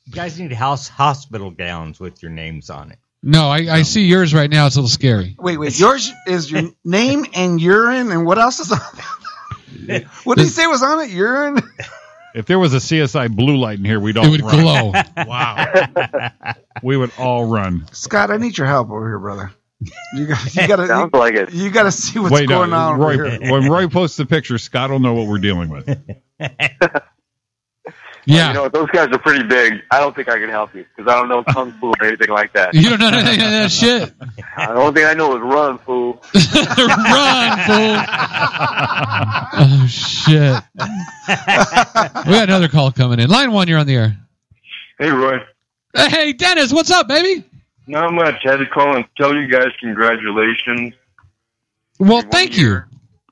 S12: You guys need house hospital gowns with your names on it.
S2: No, I, I see yours right now. It's a little scary.
S5: Wait, wait. Yours is your name and urine, and what else is on it? What did he say was on it? Urine?
S3: If there was a CSI blue light in here, we'd
S2: It
S3: all
S2: would
S3: run.
S2: glow.
S6: Wow.
S3: We would all run.
S5: Scott, I need your help over here, brother. You got, you got
S7: Sounds
S5: to,
S7: like it.
S5: you, got to see what's
S3: Wait, no,
S5: going on over
S3: Roy,
S5: here.
S3: when Roy posts the picture, Scott will know what we're dealing with.
S7: You
S2: Yeah.
S7: know those guys are pretty big. I don't think I can help you because I don't know kung fu or anything like that.
S2: You don't know anything of that shit.
S7: The only thing I know is run, fool.
S2: Run, fool. Oh, shit. We got another call coming in. Line one, you're on the air.
S13: Hey, Roy.
S2: Hey, Dennis, what's up, baby?
S13: Not much. I had to call and tell you guys congratulations.
S2: Well, thank you.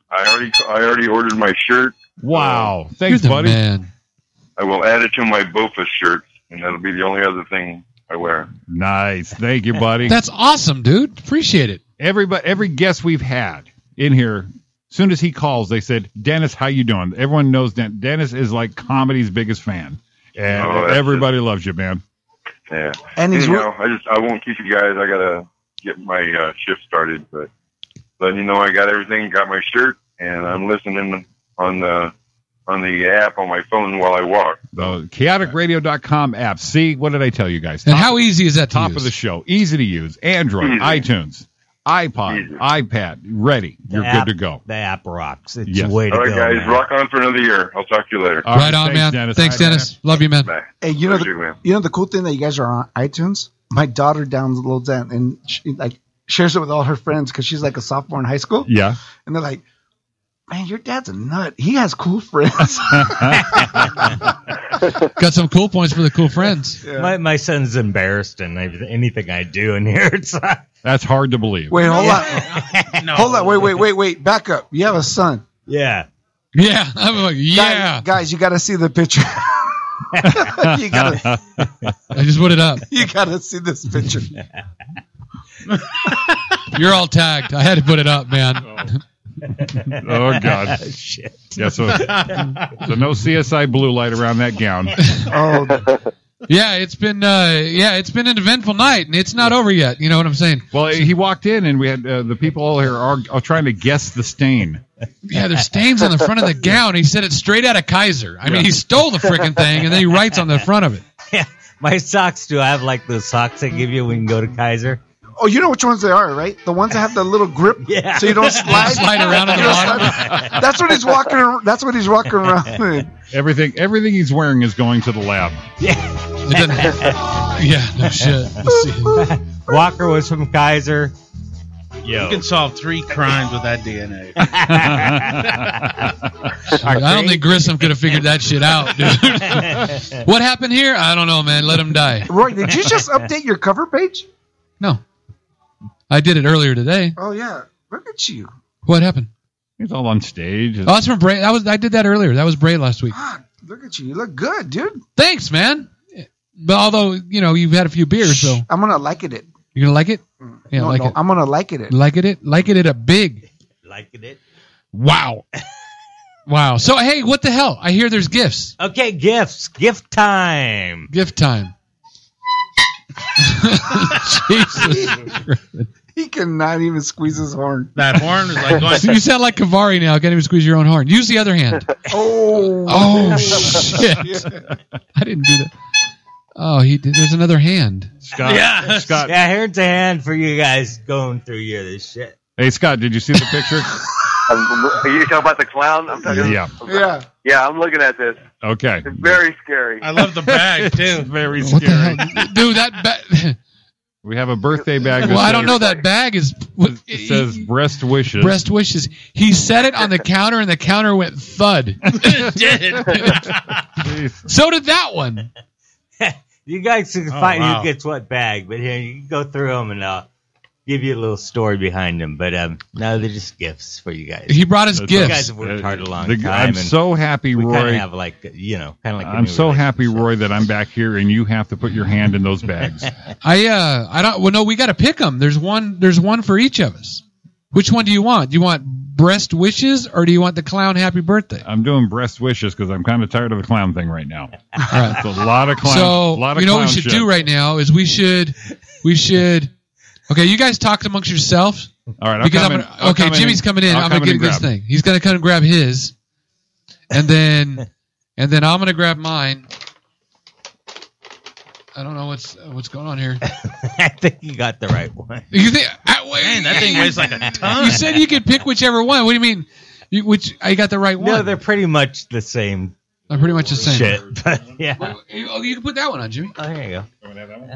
S13: I already I already ordered my shirt.
S3: Wow.
S2: You're
S3: Thanks,
S2: the
S3: buddy.
S2: man.
S13: I will add it to my Bofa shirt, and that'll be the only other thing I wear.
S3: Nice. Thank you, buddy.
S2: That's awesome, dude. Appreciate it.
S3: Everybody, every guest we've had in here, soon as he calls, they said, "Dennis, how you doing?" Everyone knows Den- Dennis is like comedy's biggest fan, and
S13: Oh, that's
S3: everybody loves you, man.
S13: Yeah.
S5: And he's
S13: Anyhow, I just I won't keep you guys. I gotta get my uh, shift started, but letting you know I got everything, got my shirt, and I'm listening on the on the app on my phone while I walk.
S3: The chaoticradio.com app. See, what did I tell you guys?
S2: And
S3: Top-
S2: how easy is that to
S3: top
S2: use?
S3: of the show, easy to use, Android,
S13: Easy.
S3: iTunes, iPod,
S13: Easy.
S3: iPad, ready.
S12: The
S3: You're
S12: app-
S3: good to go.
S12: The app rocks. It's
S3: Yes.
S12: the way to
S13: All right,
S12: go.
S13: guys,
S12: man.
S13: rock on for another year. I'll talk to you later.
S3: All
S2: right, on,
S3: thanks,
S2: man.
S3: Dennis.
S2: Thanks,
S3: All right,
S2: Dennis. Love you, man.
S13: Bye.
S5: Hey, you know,
S13: Appreciate
S5: the,
S13: it, man.
S5: you know the cool thing that you guys are on iTunes. My daughter downloads that and she like shares it with all her friends because she's like a sophomore in high school,
S3: Yeah.
S5: and they're like, "Man, your dad's a nut. He has cool friends."
S2: Got some cool points for the cool friends.
S12: My, my son's embarrassed, and I, anything I do in here, it's like,
S3: That's hard to believe.
S5: Wait, hold
S6: No.
S5: on, hold on, wait, wait, wait, wait, back up. You have a son,
S12: yeah.
S2: Yeah. I'm like,
S5: Guys-
S2: yeah.
S5: guys. you got to see the picture. you gotta,
S2: I just put it up.
S5: you gotta see this picture.
S2: You're all tagged. I had to put it up, man.
S3: Oh God.
S12: Shit.
S3: Yeah, so, so no CSI blue light around that gown.
S5: Oh,
S2: Yeah, it's been uh, yeah, it's been an eventful night, and it's not over yet. You know what I'm saying?
S3: Well, he walked in, and we had uh, the people all here are, are trying to guess the stain.
S2: Yeah, there's stains on the front of the gown. He said it straight out of Kaiser. I mean, he stole the freaking thing, and then he writes on the front of it.
S12: My socks, do I have like those socks they give you when you go to Kaiser?
S5: oh, you know which ones they are, right? The ones that have the little grip,
S12: Yeah.
S5: so you don't slide.
S2: Slide around on the
S5: You don't
S2: bottom.
S5: slide- That's what he's walking. ar- That's what he's walking around. in.
S3: Everything, everything he's wearing is going to the lab.
S2: It doesn't- yeah, no shit. Let's see.
S12: Walker was from Kaiser.
S6: You can solve three crimes with that DNA.
S2: I don't think Grissom could have figured that shit out, dude. what happened here? I don't know, man. Let him die.
S5: Roy, did you just update your cover page?
S2: I did it earlier today.
S5: Oh yeah, look at you.
S2: What happened?
S3: He's all on stage.
S2: Oh, that's from Bray. That was I did that earlier. That was Bray last week.
S5: Look at you. You look good, dude.
S2: Thanks, man. But although you know you've had a few beers, so
S5: I'm gonna like it. it.
S2: you're gonna like it. Yeah,
S5: No,
S2: like
S5: no,
S2: it.
S5: I'm gonna like it. it.
S2: Like it. It like it. It a big.
S12: Liking it.
S2: Wow. wow. So hey, what the hell? I hear there's gifts.
S12: Okay, gifts. Gift time.
S2: Gift time. Jesus. Christ.
S5: He cannot even squeeze his horn.
S6: That horn is like going.
S2: So you sound like Kavari now. Can't even squeeze your own horn. Use the other hand.
S5: Oh.
S2: Oh shit! I didn't do that. Oh, he did. There's another hand.
S3: Scott.
S12: Yeah.
S3: Scott.
S12: Yeah, here's a hand for you guys going through here. This shit.
S3: Hey, Scott, did you see the picture?
S7: Um, Are you talking about the clown? I'm talking.
S3: yeah.
S5: Yeah.
S7: Yeah, I'm looking at this.
S3: Okay.
S7: It's very scary.
S6: I love the bag too.
S3: Very
S2: What the
S3: scary.
S2: hell, dude? That ba-
S3: We have a birthday bag. that
S2: well, I don't
S3: says-
S2: know. That bag is
S3: It says breast wishes.
S2: breast wishes. He set it on the counter, and the counter went thud.
S6: It did.
S3: Jeez.
S2: So did that one.
S12: You guys can
S6: Oh,
S12: find
S6: wow.
S12: who gets what bag, but here you can go through them and I'll give you a little story behind them. But um, no, they're just gifts for you guys.
S2: He brought us
S3: That's
S12: You
S3: Yes.
S12: guys
S2: gifts.
S12: have worked hard a long
S3: The-
S12: time.
S3: I'm
S12: and
S3: so happy,
S12: we kind of
S3: Roy.
S12: have like uh, you know, kind of like. a
S3: I'm
S12: new
S3: so happy,
S12: relationship.
S3: Roy, that I'm back here and you have to put your hand in those bags.
S2: I uh, I don't. Well, no, we got to pick them. There's one. There's one for each of us. Which one do you want? Do you want breast wishes, or do you want the clown happy birthday?
S3: I'm doing breast wishes because I'm kind of tired of the clown thing right now.
S2: All right.
S3: It's a lot of clown.
S2: So
S3: a lot of
S2: you know what we
S3: clown
S2: should
S3: shit.
S2: do right now is we should we should okay you guys talk amongst yourselves
S3: All right, I'll
S2: because
S3: come
S2: I'm
S3: in-
S2: gonna,
S3: I'll
S2: okay
S3: come in
S2: Jimmy's
S3: and-
S2: coming in
S3: I'll
S2: I'm
S3: come
S2: gonna get
S3: and
S2: this
S3: grab.
S2: thing he's gonna come and grab his and then and then I'm gonna grab mine I don't know what's Uh, what's going on here
S12: I think you got the right one.
S2: you think I, wait,
S6: Man, that thing weighs like a ton.
S2: you said you could pick whichever one what do you mean you, which I got the right one
S12: No, they're pretty much the same
S2: they're pretty much the same
S12: shit. But yeah.
S2: Wait, wait, oh, you can put that one on Jimmy
S12: Oh, there you go. There you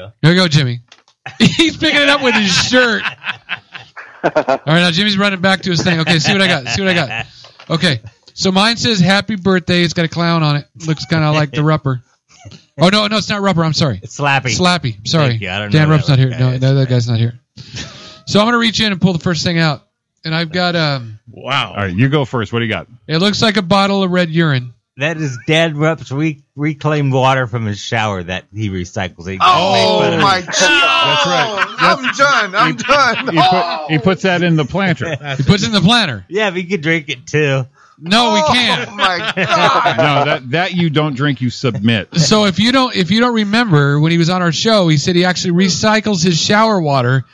S12: go.
S2: There you go, Jimmy. He's picking it up with his shirt. All right, now Jimmy's running back to his thing. Okay, see what I got. See what I got. Okay, so mine says "Happy Birthday." It's got a clown on it. Looks kind of like the Rupper. Oh no, no, it's not Rupper. I'm sorry,
S12: Slappy.
S2: Slappy. Sorry,
S12: Thank you. I don't
S2: Dan
S12: know
S2: Rupp's
S12: that
S2: not here.
S12: guy.
S2: No,
S12: It's
S2: no, that guy's not here. So I'm gonna reach in and pull the first thing out, and I've got um.
S6: Wow.
S3: All right, you go first. What do you got?
S2: It looks like a bottle of red urine.
S12: That is Dad Rupp's re- reclaimed water from his shower that he recycles. He
S5: Oh
S12: made fun of
S5: my
S12: me.
S5: god. That's right. Oh, I'm done. I'm done. Oh.
S3: He, put, he puts that in the planter. no,
S2: He puts it in the planner.
S12: Yeah, we could drink it too.
S2: No, we
S5: Oh
S2: can't.
S5: my god.
S3: that that you don't drink, you submit.
S2: So if you don't if you don't remember when he was on our show, he said he actually recycles his shower water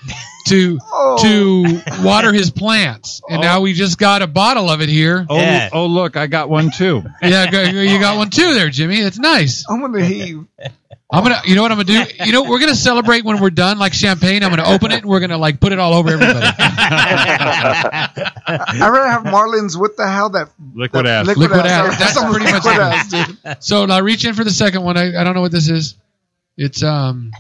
S2: to
S5: Oh.
S2: to water his plants, and now we just got a bottle of it here.
S3: Oh,
S12: Yeah.
S3: oh, look, I got one too.
S2: Yeah, go- you got one too, there, Jimmy. That's nice.
S5: I'm gonna heave.
S2: I'm gonna, you know what I'm gonna do? You know, we're gonna celebrate when we're done, like champagne. I'm gonna open it, and we're gonna like put it all over everybody.
S5: I rather have Marlins. What the hell? That
S3: Liquid
S5: that
S3: ass.
S2: Liquid ass. That's
S5: That's
S2: pretty much
S5: liquid
S2: it.
S5: ass, dude.
S2: So now reach in for the second one. I, I don't know what this is. It's um,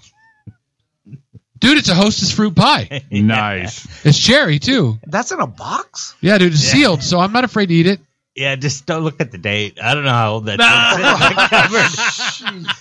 S2: dude, it's a Hostess fruit pie.
S3: Nice.
S2: It's cherry too.
S5: That's in a box.
S2: Yeah, dude, it's
S12: Yeah.
S2: sealed, so I'm not afraid to eat it.
S12: Yeah, just don't look at the date. I don't know how old that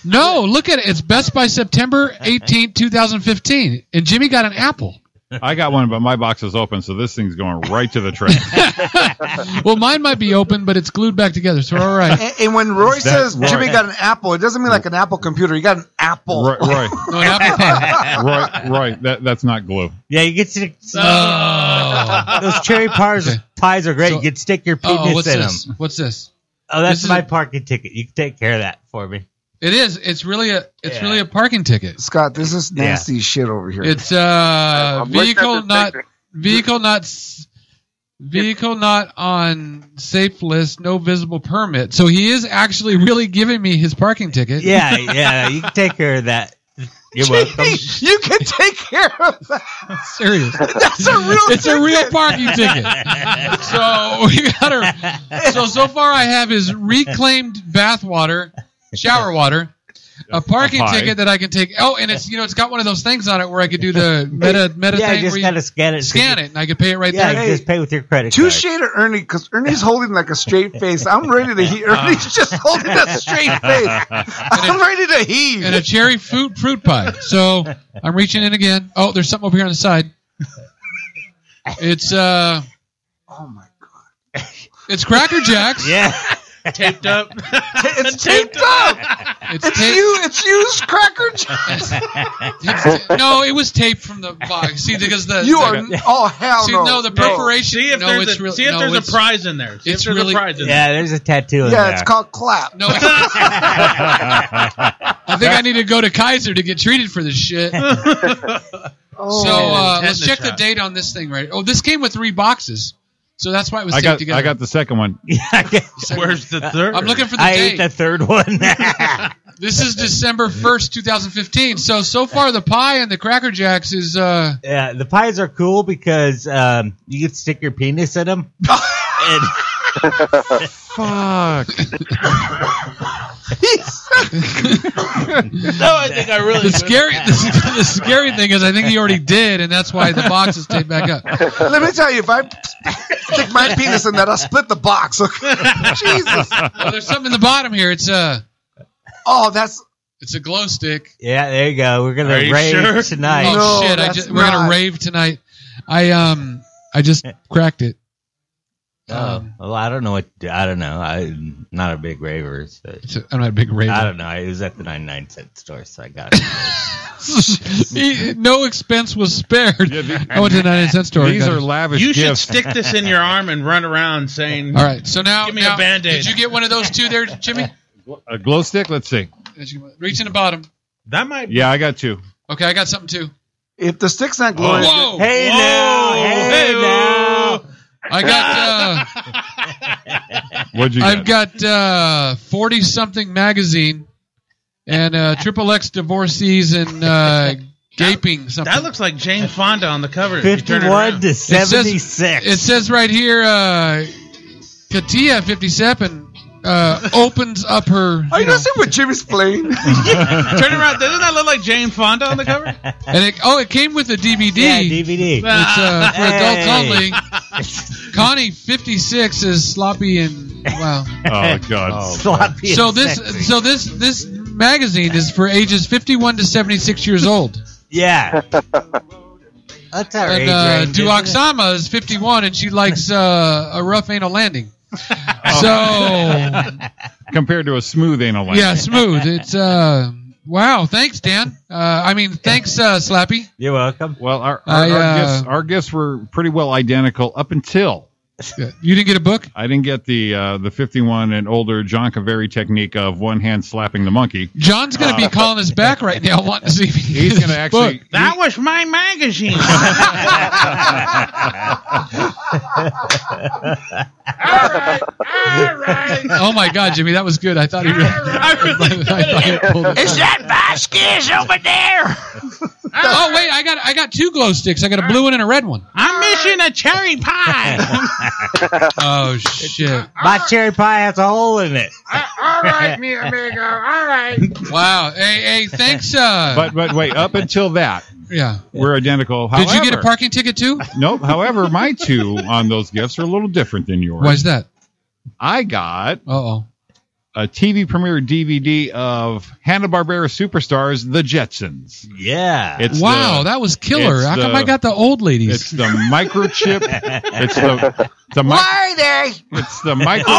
S12: is.
S2: No, look at it. It's best by September 18th, 2015. And Jimmy got an apple.
S3: I got one, but my box is open, so this thing's going right to the trash.
S2: Well, mine might be open, but it's glued back together, so we're all right.
S5: And, and when Roy
S3: That-
S5: says
S3: Roy.
S5: Jimmy got an apple, it doesn't mean like an Apple computer. You got an apple.
S3: Roy, Roy,
S2: No, Oh, an apple pie.
S3: Roy, Roy, that, that's not glue.
S12: yeah, you get to
S2: Oh.
S12: those cherry pies.
S2: Okay.
S12: Pies are great.
S2: So-
S12: you can stick your penis
S2: Oh, what's
S12: in
S2: this?
S12: them.
S2: What's this?
S12: Oh, that's
S2: This is
S12: my
S2: a-
S12: parking ticket. You can take care of that for me.
S2: It is. It's really a. It's
S12: Yeah.
S2: really a parking ticket.
S5: Scott, this is
S12: Yeah.
S5: nasty shit over here.
S2: It's
S7: I'm
S2: uh
S7: looking at
S2: vehicle
S7: this
S2: not
S7: picture.
S2: vehicle not s- vehicle not on safe list, no visible permit. So he is actually really giving me his parking ticket.
S12: Yeah, yeah, you can take care of that. You're welcome.
S5: you can take care of that.
S2: serious.
S5: That's a real.
S2: it's a
S5: ticket.
S2: real parking ticket. So we got her. So so far I have his reclaimed bath water, shower water. a parking
S9: pie.
S2: ticket that I can take. Oh, and it's you know it's got one of those things on it where I could do the meta meta
S5: Yeah,
S2: thing.
S5: just
S2: where you
S5: gotta
S12: scan it.
S2: Scan it, and I could pay it right there.
S12: pay with your credit
S5: Touche to Ernie because Ernie's holding like a straight face. I'm ready to hear Ernie's just holding a Oh, straight face. I'm ready to heave.
S2: And a cherry fruit fruit pie. So I'm reaching in again. Oh, there's something over here on the side. It's uh.
S5: Oh my
S2: god. It's Cracker Jacks.
S12: Yeah.
S6: taped up.
S5: it's taped up. It's, you. It's used Cracker Jacks.
S2: no, it was taped from the box. See, because the
S5: You
S2: the-
S5: are oh hell
S2: See,
S5: no.
S2: no, the perforation.
S6: See if
S2: no,
S6: there's
S2: it's
S6: a-
S2: real-
S6: see if
S2: no,
S6: there's a
S2: it's-
S6: prize in there. See if
S2: it's
S6: there's a
S2: really-
S6: prize in
S12: Yeah, there's a tattoo in
S5: Yeah,
S12: there.
S5: it's called clap.
S2: No, it's- I think I need to go to Kaiser to get treated for this shit.
S5: Oh.
S2: so uh, let's check the date on this thing, right? Oh, this came with three boxes, so that's why it was
S3: I
S2: taped
S3: got
S2: together.
S3: I got the second one.
S6: Where's the third?
S2: I'm looking for the
S12: Uh, I
S2: date.
S12: ate the third one.
S2: This is December first, 2015. So so far, the pie and the Cracker Jacks is uh,
S12: yeah, the pies are cool because um, you can stick your penis in them.
S3: Fuck.
S6: No, I think I really.
S2: the scary. The, the scary thing is, I think he already did, and that's why the box is taped back up.
S5: Let me tell you, if I stick my penis in that, I'll split the box. Okay? Jesus.
S2: Oh, there's something in the bottom here. It's uh, a
S5: Oh, that's
S2: it's a glow stick.
S12: yeah, there you go. We're gonna
S6: Are you
S12: rave
S6: sure?
S12: tonight.
S2: Oh
S5: No,
S2: shit! I
S5: that's
S2: just, we're gonna
S5: not.
S2: rave tonight. I um I just
S12: Eh.
S2: cracked it.
S12: Oh, well, I don't know what I don't know. I'm not a big raver. So.
S2: So I'm not a big raver.
S12: I don't know. It was at the 99 cent store, so I got it.
S2: He- no expense was spared.
S3: Yeah, the-
S2: I went to the 99 cent store. and
S3: These
S2: got
S3: are
S2: it.
S3: lavish
S6: You should
S3: gifts.
S6: stick this in your arm and run around saying,
S2: All right. So now,
S6: Give me a
S2: now
S6: Band-Aid.
S2: did you get one of those two there, Jimmy?
S3: a glow stick. Let's see.
S2: Did you- Reach in the bottom.
S6: "That might."
S3: Yeah, I got two.
S2: Okay, I got something too.
S5: if the stick's not glowing.
S2: Whoa!
S12: hey
S6: Whoa,
S12: now, hey,
S6: hey-oh.
S12: now.
S2: I got uh,
S3: What'd you
S2: I've
S3: get?
S2: got uh forty something magazine and uh triple X divorcees and uh, gaping something.
S6: That looks like James Fonda on the cover. if you turn it around.
S12: 51 to
S2: says-
S12: 76.
S2: It says right here, uh, Katia fifty seven uh, opens up
S5: Are
S2: her.
S5: you
S2: you know,
S5: not seeing what Jimmy's playing?
S6: Turn around. Doesn't that look like Jane Fonda on the cover?
S2: and it, oh, it came with a DVD.
S12: yeah, DVD.
S2: It's uh, for adults
S12: Hey.
S2: only. Connie fifty six is sloppy and wow.
S3: Oh God.
S12: Sloppy
S2: so
S12: and
S2: this
S12: sexy.
S2: so this this magazine is for ages 51 to 76 years old
S12: yeah. That's our
S2: and
S12: age
S2: uh,
S12: range, isn't it?
S2: Duoxama is 51 and she likes uh, a rough anal landing
S12: Oh.
S2: so
S3: Compared to a smooth anal. length.
S2: yeah smooth it's uh wow thanks dan uh, i mean thanks uh, slappy
S12: You're welcome.
S3: Well, our our,
S2: I,
S3: our
S2: uh,
S3: gifts our gifts were pretty well identical up until
S2: you didn't get a book
S3: I didn't get the uh, the 51 and older John Kaveri technique of one hand slapping the monkey. Uh,
S2: john's gonna be calling us back right now wanting to see if he can
S3: He's
S2: get
S3: gonna
S2: his
S3: actually.
S2: book.
S6: That was my magazine.
S2: oh my god jimmy that was good i thought he really, I thought he pulled it. oh wait i got i got two glow sticks i got a blue one and a red one.
S6: I'm missing a cherry pie.
S2: Oh shit
S12: My cherry pie has a hole in it.
S10: all right, mi amigo. All right.
S2: Wow. Hey, hey, thanks. Uh,
S3: But but wait, up until that
S2: yeah.
S3: we're identical.
S2: Did you get a
S3: However-
S2: parking ticket too?
S3: Nope. However, my two on those gifts are a little different than yours.
S2: Why's that?
S3: I got
S2: Uh oh.
S3: a TV premiere DVD of Hanna Barbera Superstars: The Jetsons.
S12: Yeah.
S3: It's
S2: Wow,
S3: the-
S2: that was killer.
S3: it's
S2: How come
S3: the-
S2: I got the old
S3: It's
S2: ladies?
S3: the microchip. It's the the mi- It's the micro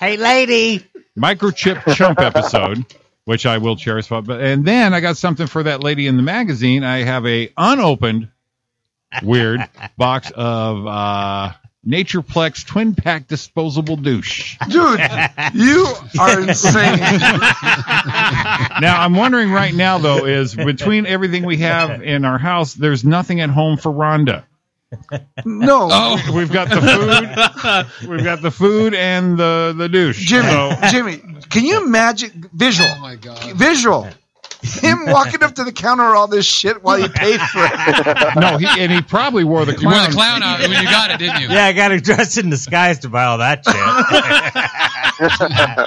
S12: hey, lady.
S3: microchip chump episode, which I will cherish. But and then I got something for that lady in the magazine. I have a unopened weird box of uh, Natureplex twin pack disposable douche.
S5: Dude, you are insane.
S3: Now I'm wondering right now though is between everything we have in our house, there's nothing at home for Rhonda.
S5: No.
S2: Oh,
S3: We've got the food, we've got the food and the the douche.
S5: Jimmy,
S3: So-
S5: Jimmy, can you imagine visual?
S2: oh my god.
S5: Visual. Him walking up to the counter with all this shit while you paid for it.
S3: no, he and he probably wore the
S2: You
S3: clown.
S2: wore the clown out when you got it, didn't you?
S12: Yeah, I got to dress in disguise to buy all that shit.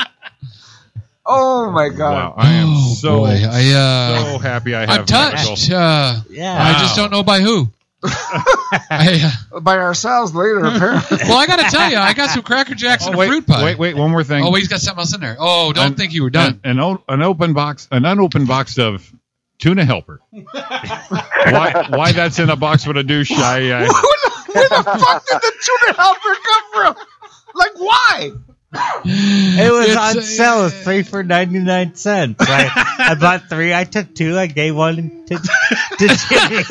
S5: Oh my god!
S3: Wow, I am so
S2: Oh, boy. I, uh,
S3: so happy I have
S2: I'm touched.
S3: Michael.
S2: Uh,
S3: Yeah.
S2: I just don't know by who. I,
S5: By ourselves later,
S2: uh,
S5: apparently.
S2: well, I got to tell you, I got some Cracker Jacks and a fruit pie.
S3: Oh, Wait, wait, one more thing.
S2: Oh, wait, he's got something else in there. Oh, don't
S3: An-
S2: think you were done.
S3: An, an, o- an open box, an unopened box of tuna helper. why? Why that's in a box with a douche? I, I
S5: Where the fuck did the tuna helper come from? Like, why?
S12: It was
S5: It's
S12: on
S5: a-
S12: sale, it was three for ninety nine cents. I, I bought three. I took two. I gave one to, to Jimmy.
S3: you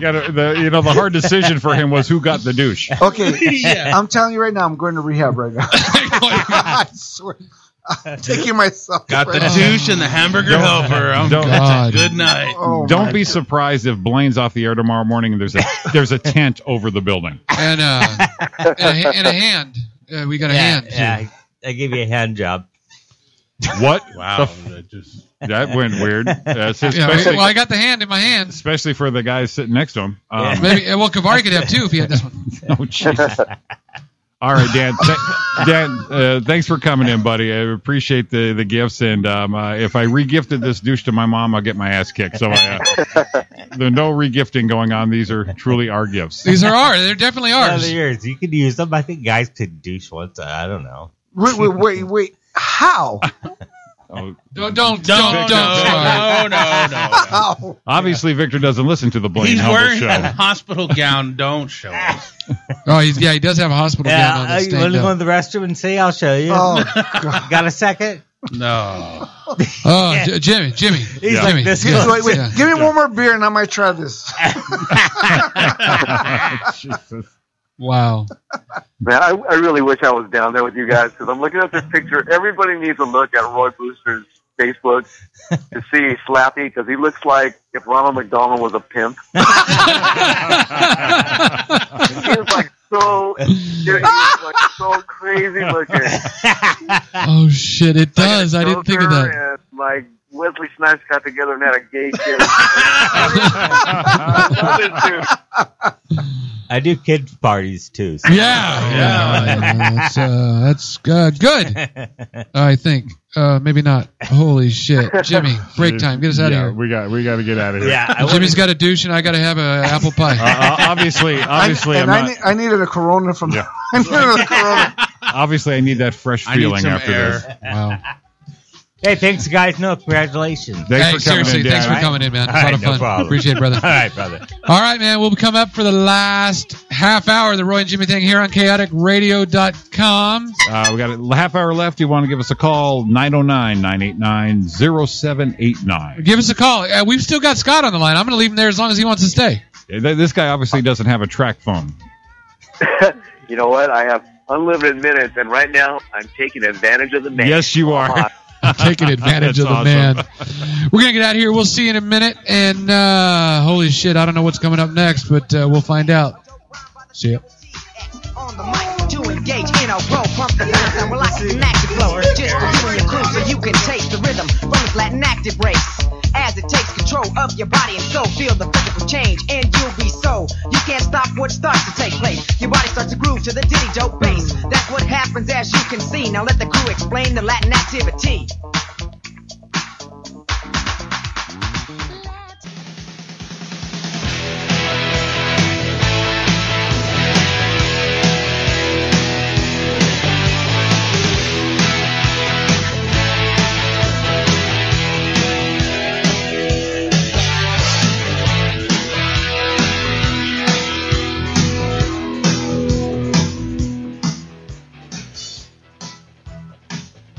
S3: gotta- the, you know, the hard decision for him was who got the douche.
S5: Okay,
S3: Yeah.
S5: I'm telling you right now, I'm going to rehab right now. I swear, I'm taking myself.
S6: Got the
S5: right now.
S6: douche and the hamburger helper.
S2: Oh,
S6: Um,
S3: don't-
S6: that's
S3: God.
S6: a good night.
S5: Oh,
S3: Don't
S5: my
S3: be surprised if Blaine's off the air tomorrow morning and there's a there's a tent over the building.
S2: And, uh, and, a, ha- and a hand. Uh, we got a hand. too.
S12: Yeah, I, I gave you a hand job.
S3: What?
S6: Wow,
S3: the
S6: that just
S3: f- that went weird. That's
S2: Yeah,
S3: especially,
S2: well, I got the hand in my hand.
S3: especially for the guys sitting next to him. Um,
S2: Maybe eh, well, Kavari could have two if he had this one.
S3: Oh Jesus! All right, Dan. Th- Dan, uh, thanks for coming in, buddy. I appreciate the the gifts, and um, uh, if I regifted this douche to my mom, I'll get my ass kicked. So I, uh, there's no regifting going on. These are truly our gifts.
S2: These are ours. They're definitely
S12: Yeah,
S2: ours.
S12: they're yours. You could use them. I think guys could douche once. I don't know.
S5: Wait, wait, wait, wait. How?
S3: Oh,
S2: Don't don't
S6: No,
S2: don't don't. Kavari.
S6: no, no, no, no.
S5: How?
S3: obviously, Victor doesn't listen to the Blaine
S6: He's
S3: Humble
S6: wearing
S3: show.
S6: a hospital gown. Don't show us.
S2: Oh, he's, yeah, he does have a hospital gown on
S12: Yeah, uh,
S2: this
S12: you want
S2: stand
S12: to go
S2: up.
S12: in the restroom and see? I'll show you.
S5: Oh,
S12: Got a second?
S6: No.
S2: Oh, J- Jimmy, Jimmy,
S12: He's
S3: Yeah.
S12: like
S2: Jimmy.
S12: this
S2: yeah,
S12: close.
S5: wait, wait.
S2: yeah.
S5: Give me one more beer and I might try this.
S3: Jesus.
S2: Wow.
S7: Man, I, I really wish I was down there with you guys because I'm looking at this picture. Everybody needs to look at Roy Booster's Facebook to see Slappy because he looks like if Ronald McDonald was a pimp. he was like so, he was like so crazy looking.
S2: Oh shit! It does. I didn't think of
S7: Joker
S2: that.
S7: And, like Wesley Snipes got together and had a gay kid.
S12: I do kid parties too. so-
S2: Yeah, yeah. yeah, that's uh, that's uh, good. I think uh, maybe not. Holy shit, Jimmy! Break time. Get us out
S3: yeah,
S2: of here.
S3: We got we got to get out of here.
S12: yeah. I
S2: Jimmy's
S12: wouldn't-
S2: got a douche, and I got to have a apple pie.
S3: Uh, uh, obviously, obviously,
S5: I,
S3: I, am
S5: and I,
S3: not,
S5: need- I needed a Corona from.
S3: Yeah.
S5: I needed a Corona.
S3: obviously I need that fresh
S6: I need
S3: feeling
S6: some
S3: after
S6: air.
S3: this.
S2: wow.
S12: Hey, thanks, guys. No, congratulations.
S3: Thanks
S2: hey,
S3: for coming
S2: seriously,
S3: in, Dan.
S2: thanks for coming in, man.
S12: All
S2: It's a lot
S12: right,
S2: of
S12: no
S2: fun.
S12: problem.
S2: Appreciate it, brother.
S12: All right, brother.
S2: All right, man. We'll come up for the last half hour of the Roy and Jimmy thing here on chaoticradio.com.
S3: Uh, we got a half hour left. You want to give us a call, 909 989 0789.
S2: Give us a call. Uh, we've still got Scott on the line. I'm going to leave him there as long as he wants to stay.
S3: This guy obviously doesn't have a track phone.
S7: you know what? I have unlimited minutes, and right now I'm taking advantage of the man.
S3: Yes, you are.
S2: Taking advantage of
S3: That's
S2: the man.
S3: awesome.
S2: We're going to get out of here. We'll see you in a minute. And uh, holy shit, I don't know what's coming up next, but uh, we'll find out. See ya.
S1: on the mic to engage in a row. Pump the bass and relax and active flow. Just for you and your crew so you can taste the rhythm from the flat and active race. As it takes control of your body and soul, feel the physical change and you'll be so. You can't stop what starts to take place. Your body starts to groove to the diddy dope bass. That's what happens as you can see. Now let the crew explain the Latin activity.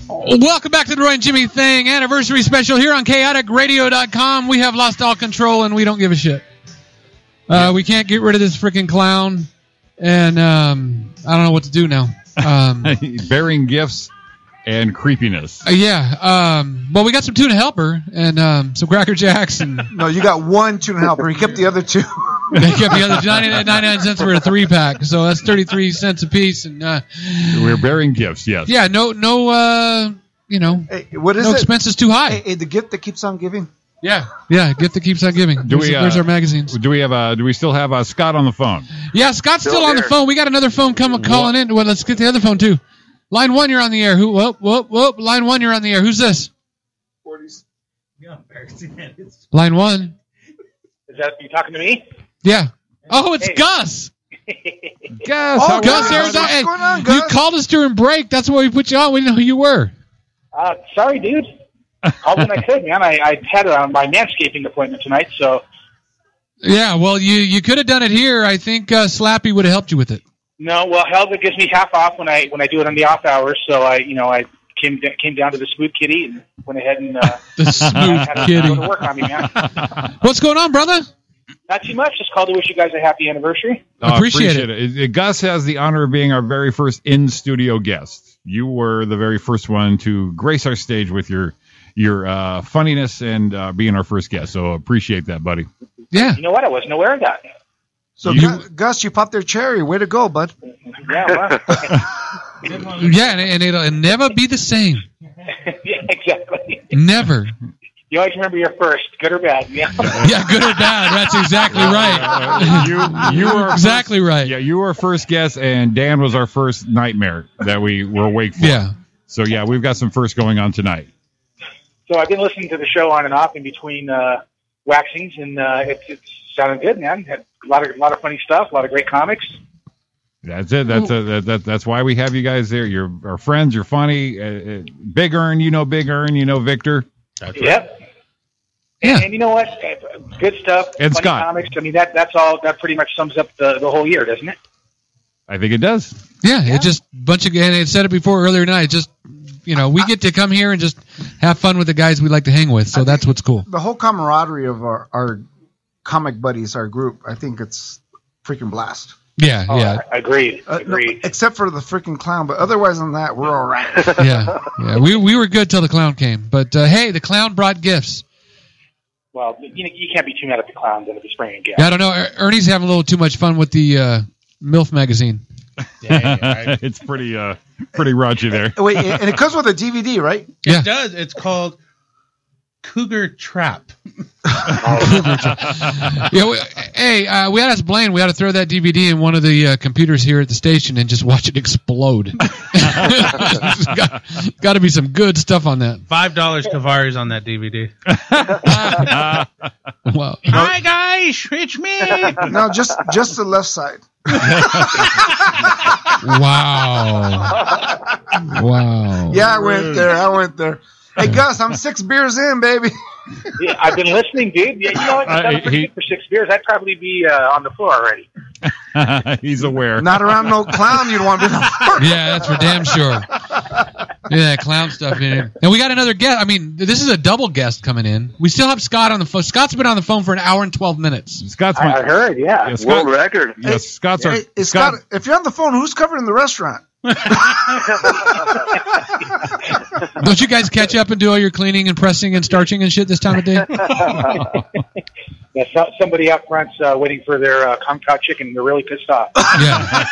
S2: Welcome back to the Roy and Jimmy Thing anniversary special here on chaoticradio.com. We have lost all control and we don't give a shit. Uh, we can't get rid of this freaking clown, and um, I don't know what to do now. Um, uh,
S3: Bearing gifts and creepiness.
S2: yeah, um, well, we got some tuna helper and um, some Cracker Jacks, and
S5: No, you got one tuna helper. He kept the other two.
S2: they kept the other 99, 99 cents for a three pack, so that's 33 cents a piece. And uh,
S3: We're bearing gifts, yes.
S2: yeah, no, no, uh, you know,
S5: Hey, what is
S2: no
S5: it?
S2: expenses too
S5: Hey,
S2: high.
S5: hey, the gift that keeps on giving.
S2: Yeah, yeah, gift that keeps on giving.
S3: Do
S2: There's,
S3: we, uh,
S2: there's our magazines.
S3: Do we have uh do we still have uh Scott on the phone?
S2: Yeah, Scott's still,
S7: Still
S2: on the
S7: there.
S2: phone. We got another phone coming calling in. Well, let's get the other phone too. Line one, you're on the air. Who? Whoop, whoop, whoop. Line one, you're on the air. Who's this? Line one.
S14: Is that you talking to me?
S2: Yeah. Oh, it's Gus.
S3: Gus.
S14: how are
S2: Gus
S14: you? Oh,
S2: Arizona.
S14: What's
S2: Hey,
S14: going on,
S2: You
S14: Gus?
S2: called us during break. That's why we put you on. We didn't know who you were.
S14: Uh, sorry, dude. Called when I could, man. I, I had it on my manscaping appointment tonight, so
S2: Yeah. Well, you you could have done it here. I think uh, Slappy would have helped you with it.
S14: no. Well, Helga gives me half off when I when I do it on the off hours, so I you know I came da- came down to the smooth kitty and went ahead and uh,
S2: The smooth
S14: had to
S2: kitty.
S14: go to work on me, man.
S2: What's going on, brother?
S14: Not too much. Just called to wish you guys a happy anniversary.
S3: Uh,
S2: Appreciate
S3: it. Uh, Gus has the honor of being our very first in studio guest. You were the very first one to grace our stage with your your uh, funniness and uh, being our first guest. So appreciate that, buddy.
S2: Yeah.
S14: You know what? I wasn't aware of that.
S5: So
S3: You-
S5: Gus, Gus, you popped their cherry. Way to go, bud.
S14: Yeah. Well.
S2: Yeah, and, and it'll never be the same.
S14: yeah. Exactly.
S2: Never.
S14: You always remember your first, good or bad. Yeah.
S2: Yeah, good or bad. That's exactly right.
S3: Uh, you were our
S2: exactly right.
S3: Yeah, you were our first guest, and Dan was our first nightmare that we were awake for.
S2: Yeah.
S3: So yeah, we've got some first going on tonight.
S14: So I've been listening to the show on and off in between uh, waxings, and uh, it's, it's sounding good, man. Had a lot of a lot of funny stuff, a lot of great comics.
S3: That's it. That's uh that, that, that's why we have you guys there. You're our friends. You're funny. Uh, uh, Big Earn, you know Big Earn, you know Victor.
S14: Yep. And, and you know what? Good stuff.
S3: And
S14: funny
S3: Scott.
S14: comics. I mean that that's all. That pretty much sums up the, the whole year, doesn't it?
S3: I think it does.
S2: Yeah, it just bunch of and I said it before earlier tonight. Just you know, we get to come here and just have fun with the guys we like to hang with. So that's what's cool.
S5: The whole camaraderie of our, our comic buddies, our group, I think it's freaking blast.
S2: Yeah,
S14: Oh,
S2: yeah,
S14: Agreed.
S5: Agreed. Uh, except for the freaking clown, but otherwise than that, we're all right.
S2: yeah, yeah. We we were good till the clown came, but uh, hey, the clown brought gifts.
S14: Well, you, know, you can't be too mad at the clowns and the spring again.
S2: Yeah, I don't know. Er- Ernie's having a little too much fun with the uh, MILF magazine.
S3: it's pretty uh pretty raunchy there.
S5: Wait, and it comes with a DVD, right?
S6: It does. It's called Cougar Trap.
S2: Yeah, we, hey, uh, we ought to ask Blaine. We ought to throw that DVD in one of the uh, computers here at the station and just watch it explode. got, got to be some good stuff on that.
S6: Five dollars Kavari's on that DVD.
S2: Wow.
S6: Hi guys, it's me.
S5: No, just just the left side.
S2: Wow. Wow.
S5: Yeah, I went there. I went there. Hey Gus, I'm six beers in, baby.
S14: Yeah, I've been listening, dude. Yeah, you know what? I've done it
S3: Uh,
S14: for,
S3: he-
S14: for six years. I'd probably be uh, on the floor already.
S3: He's aware.
S5: Not around no clown you'd want to be.
S2: Yeah, that's for damn sure. Yeah, that clown stuff in here. And we got another guest. I mean, this is a double guest coming in. We still have Scott on the phone. Scott's been on the phone for an hour and 12 minutes.
S3: Scott's my
S14: heard, yeah.
S3: Yeah, Scott-
S7: World record.
S3: yes, Scott's our
S5: Hey, hey,
S3: Scott,
S5: Scott, if you're on the phone, who's covering the restaurant?
S2: Don't you guys catch up and do all your cleaning and pressing and starching and shit this time of day?
S14: Yeah, so, somebody out front's uh, waiting for their uh, Kung Pao chicken. and They're really pissed off.
S2: Yeah.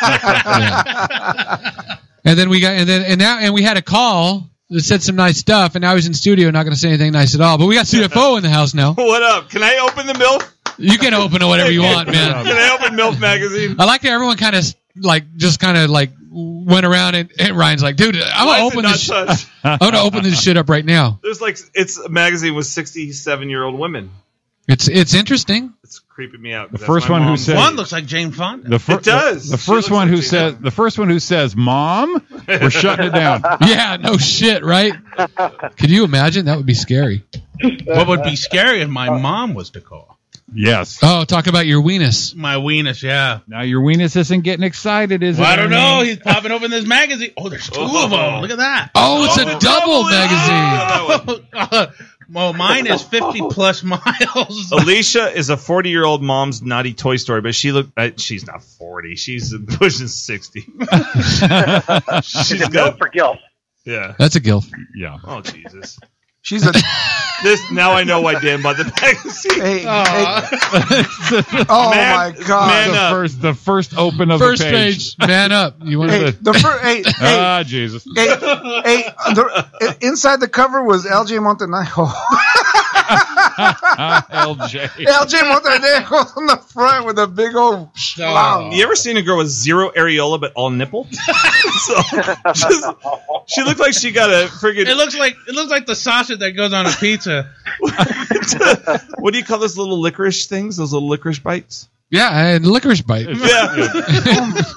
S2: Yeah. And then we got and then and now and we had a call that said some nice stuff and now he's in studio not going to say anything nice at all. But we got CFO in the house now.
S12: What up? Can I open the milk?
S2: You can open it whatever you want, man.
S12: Can I open Milk Magazine?
S2: I like that everyone kind of like just kind of like went around and, and Ryan's like, dude, I'm
S15: Why
S2: gonna
S15: is it
S2: open
S15: not
S2: this. Sh-
S15: touched?
S2: I'm gonna open this shit up right now.
S15: There's like it's a magazine with 67 year old women.
S2: It's it's interesting.
S15: It's creeping me out.
S3: The first one who said-
S6: One looks like James Fonda.
S3: the fir-
S15: it does.
S3: The,
S15: She
S3: first
S15: looks
S3: one
S15: like
S3: who
S15: she
S3: says the first one who says, "Mom, we're shutting it down."
S2: Yeah, no shit, right? Could you imagine? That would be scary.
S6: What would be scary if my mom was to call?
S3: Yes.
S2: Oh, talk about your weenus.
S6: My weenus, yeah.
S3: Now your weenus isn't getting excited, is
S6: Well,
S3: it?
S6: I don't know.
S3: Ernie?
S6: He's popping open this magazine. Oh, there's two of them. Look at that.
S2: Oh, it's a double magazine.
S6: well, mine is 50 plus miles.
S15: Alicia is a 40 year old mom's naughty toy story, but she look uh, she's not 40. She's pushing 60.
S14: Is
S15: she's
S14: it milk
S15: got
S14: for guilt?
S15: yeah.
S2: That's a gilf.
S3: Yeah.
S15: Oh Jesus.
S5: She's a
S15: This now I know why Dan bought the magazine.
S5: hey, hey
S3: oh
S5: oh
S15: Man-
S5: my god.
S15: man
S3: the
S15: up.
S3: first the first open of
S2: First
S3: the page.
S2: page, man up. You want
S5: Hey,
S2: to?
S5: the fir- hey, hey,
S3: Ah, Jesus.
S5: hey, uh, hey, the- inside the cover was LJ Montanaro.
S3: LJ.
S5: LJ with her nails on the front with a big old schlong.
S15: You ever seen a girl with zero areola but all nipple? so, just- she looked like she got a friggin'
S6: It looks like it looks like the sausage that goes on a pizza.
S15: what do you call those little licorice things? Those little licorice bites?
S2: Yeah, and licorice bite.
S15: Yeah.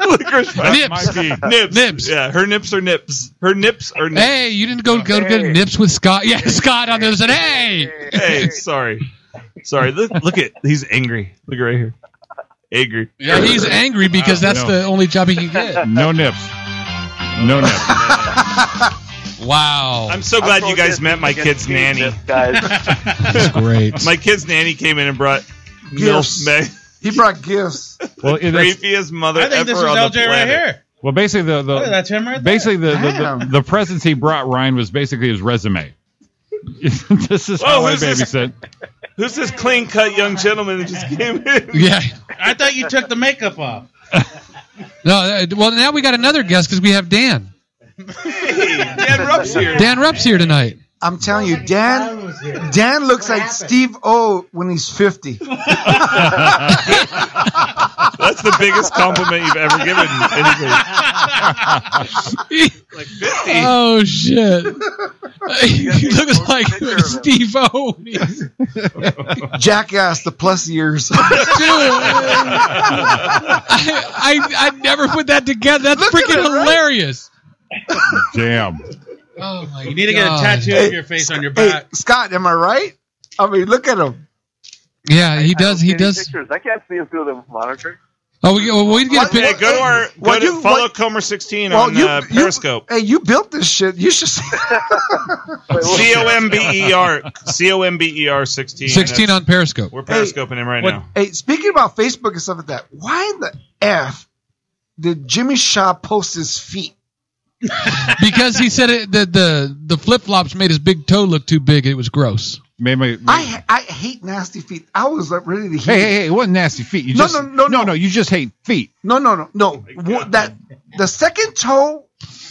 S15: licorice bites.
S2: Nips. Might be.
S15: Nips. Yeah, her nips are nips. Her nips are nips.
S2: Hey, you didn't go go to good nips with Scott. Yeah, Scott on there said, "Hey,
S15: Hey, sorry. Sorry. Look, look at he's angry. Look right here. Angry.
S2: Yeah, he's angry because
S3: Uh,
S2: that's the only job he can get."
S3: No nips. No nips.
S2: Wow.
S15: I'm so glad you guys met my kid's nanny.
S2: That's great.
S15: My kid's nanny came in and brought
S5: Gifts.
S15: milf bag.
S5: He brought gifts.
S3: Well, it- that's-
S15: Creepiest mother
S6: I think
S15: ever
S6: this is
S15: on the
S6: LJ right
S15: planet.
S6: here.
S3: well, basically the, the
S6: Look, that's him right there.
S3: basically the, the, the,
S5: Damn.
S3: the presence he brought Ryan was basically his resume. this is
S15: Whoa,
S3: how I
S15: who's this?
S3: babysit.
S15: Who's this clean cut young gentleman that just came in?
S2: Yeah.
S6: I thought you took the makeup off.
S2: No. uh, Well, now we got another guest because we have Dan.
S15: Dan Rupp's here.
S2: Dan Rupp's here tonight.
S5: I'm telling you, Dan. Dan looks like Steve O when he's 50.
S15: That's the biggest compliment you've ever given anybody. Like 50.
S2: oh shit! he looks like Steve O.
S5: Jackass, the plus years.
S2: Dude, I, I I never put that together. That's
S5: Look at
S2: freaking
S5: it, right?
S2: hilarious.
S3: Damn.
S2: Oh my
S6: You need to get a
S2: God.
S6: tattoo of your face on your
S5: hey,
S6: back.
S5: Scott, am I right? I mean, look at him.
S2: Yeah, he does. He
S7: Any
S2: does.
S7: Pictures. I can't see him through the monitor.
S2: Oh, we well, we get a
S5: What-
S15: Hey,
S2: pic.
S15: go to our go
S5: Well,
S15: to
S5: you-
S15: follow
S5: what-
S15: Comer sixteen
S5: Well,
S15: on
S5: you-
S15: uh,
S5: you-
S15: Periscope.
S5: Hey, you built this shit. You should see.
S15: C O M B E R C O M B E R sixteen.
S2: Sixteen on Periscope.
S15: We're periscoping him right
S6: What-
S15: now.
S5: Hey, speaking about Facebook and stuff like that, why in the F did Jimmy Shaw post his feet?
S2: because he said it, the the the flip flops made his big toe look too big. It was gross.
S3: Made my,
S5: I I hate nasty feet. I was like ready to hear.
S3: hey, hey, hey! It wasn't nasty feet. You
S5: No,
S3: just,
S5: no, no,
S3: no,
S5: no.
S3: You just hate feet.
S5: No, no, no,
S15: Oh
S5: no. Wha- that the second toe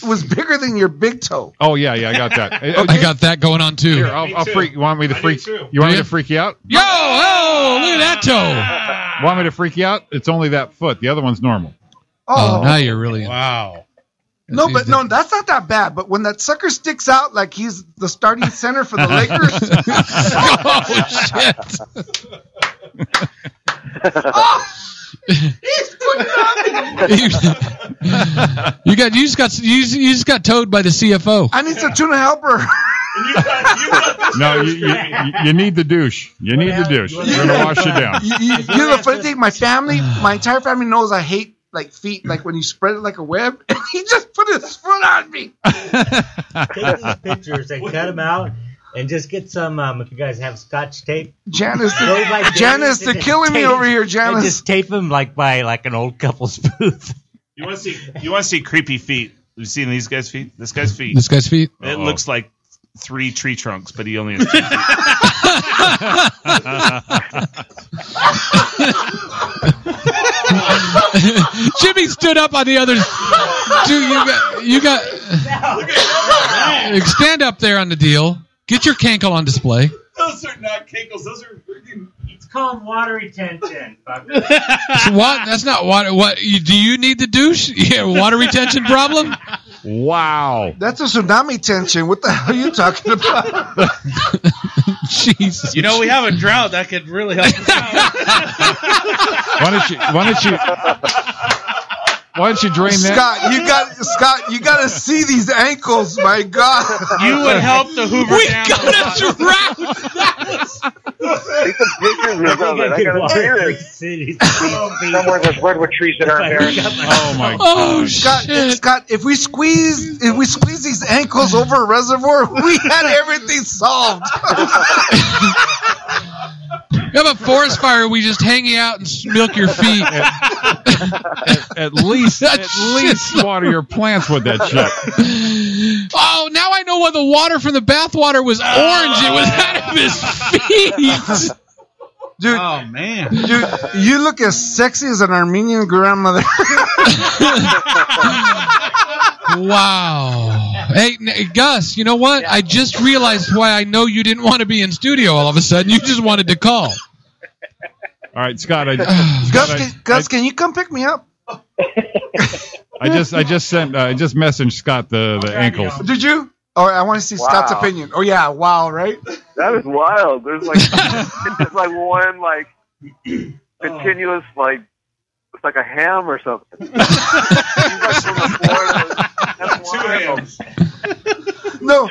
S5: was bigger than your big toe.
S3: Oh yeah, yeah, I got that. Uh,
S2: I got that going on too.
S3: Here, I'll, I'll freak. You want me to
S15: I do
S3: freak?
S15: too.
S3: You want me
S2: Yeah.
S3: to freak you out?
S2: Yo, oh, look at that toe.
S3: Want me to freak you out? It's only that foot. The other one's normal.
S5: Oh,
S2: Oh, now you're really.
S6: Wow.
S5: no, but no, that's not that bad. But when that sucker sticks out like he's the starting center for the Lakers,
S2: oh shit.
S5: Oh, he's putting it on me.
S2: you, you got you just got you just, you just got towed by the CFO.
S5: I need some tuna helper.
S15: You got, you got this.
S3: No, you, you, you- you need the douche. You need the douche. We're gonna wash you down.
S5: you, you, you know the funny thing, my family, my entire family knows I hate like feet, like when you spread it like a web, and he just put his foot on me.
S12: Take these pictures and cut them out, and just get some. Um, if you guys have scotch tape,
S5: Janice,
S12: go by
S5: the, Janice,
S12: Dave's and
S5: they're killing me
S12: tape-
S5: over here,
S12: And
S5: Janice.
S12: just tape them like by like an old couple's booth.
S15: You want to see? You want to see creepy feet? Have you seen these guys' feet? This guy's feet.
S2: This guy's feet.
S15: It
S3: Uh-oh.
S15: looks like three tree trunks, but he only has two feet.
S2: Jimmy stood up on the other. Dude, you got you got. Stand up there on the deal. Get your cankle on display.
S15: Those are not kinkles. Those are freaking.
S12: It's called water retention.
S2: So what? That's not water. What? You, do you need the douche? Yeah, water retention problem.
S3: Wow.
S5: That's a tsunami tension. What the hell are you talking about?
S2: Jesus.
S6: You know, we have a drought that could really help us out.
S3: Why don't you? Why don't you? Why don't you drain that?
S5: Scott, you got Scott, you got to see these ankles. My God,
S6: You would help the Hoover
S2: we
S6: Dam.
S2: got a drought.
S7: Take some pictures of it. I gotta see this.
S10: Somewhere there's redwood trees that aren't there.
S3: Oh my
S2: Oh
S5: Scott,
S2: shit.
S5: Scott, if we squeeze, if we squeeze these ankles over a reservoir, we had everything solved.
S2: We have a forest fire. We just hang you out and milk your feet.
S3: At least,
S2: That
S3: at
S2: shit's
S3: least water your plants with that shit.
S2: Oh, now I know why the water from the bathwater was orange. It was out of his feet.
S5: Dude,
S6: oh man,
S5: dude, you look as sexy as an Armenian grandmother.
S2: wow. Hey, n- Gus, you know what? I just realized why I know you didn't want to be in studio all of a sudden. You just wanted to call.
S3: All right, Scott. I, Scott,
S5: Gus,
S3: I,
S5: can, Gus, can you come pick me up?
S3: I just I just sent uh, I just messaged Scott the the ankles.
S5: Did you? Oh, I want to see Scott's
S3: Wow.
S5: opinion. Oh yeah, wow, right?
S7: That is wild. There's like it's just like one like continuous like it's like a ham or something.
S5: No,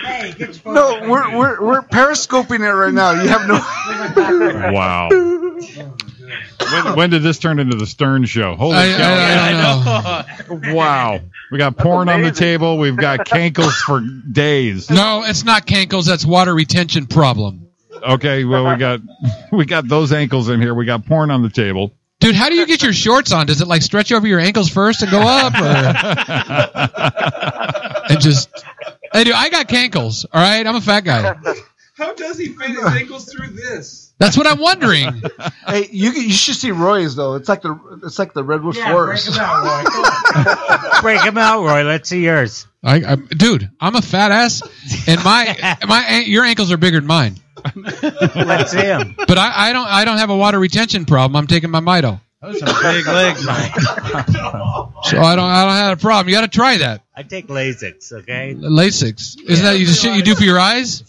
S5: no, we're we're we're periscoping it right now. You have no.
S3: Wow. When, when did this turn into the Stern show? Holy
S2: I- I-
S3: cow.
S2: I
S3: Wow. We got porn on the table. We've got cankles for days.
S2: No, it's not cankles. That's water retention problem.
S3: Okay, well we got we got those ankles in here. We got porn on the table.
S2: Dude, how do you get your shorts on? Does it like stretch over your ankles first and go up? Or... and just. Hey, dude, I got cankles, all right? I'm a fat guy.
S16: How does he fit his ankles through this?
S2: That's what I'm wondering.
S5: hey, you you should see Roy's though. It's like the it's like the redwood forest.
S12: Break him out, Roy. Let's see yours.
S2: I, I, dude, I'm a fat ass, and my my your ankles are bigger than mine.
S12: Let's see him.
S2: But I, I don't I don't have a water retention problem. I'm taking my Mito,
S6: Those are big legs, Mike.
S2: so I don't I don't have a problem. You got to try that
S12: I take Lasix, okay?
S2: Lasix. Isn't that the shit you do for your eyes?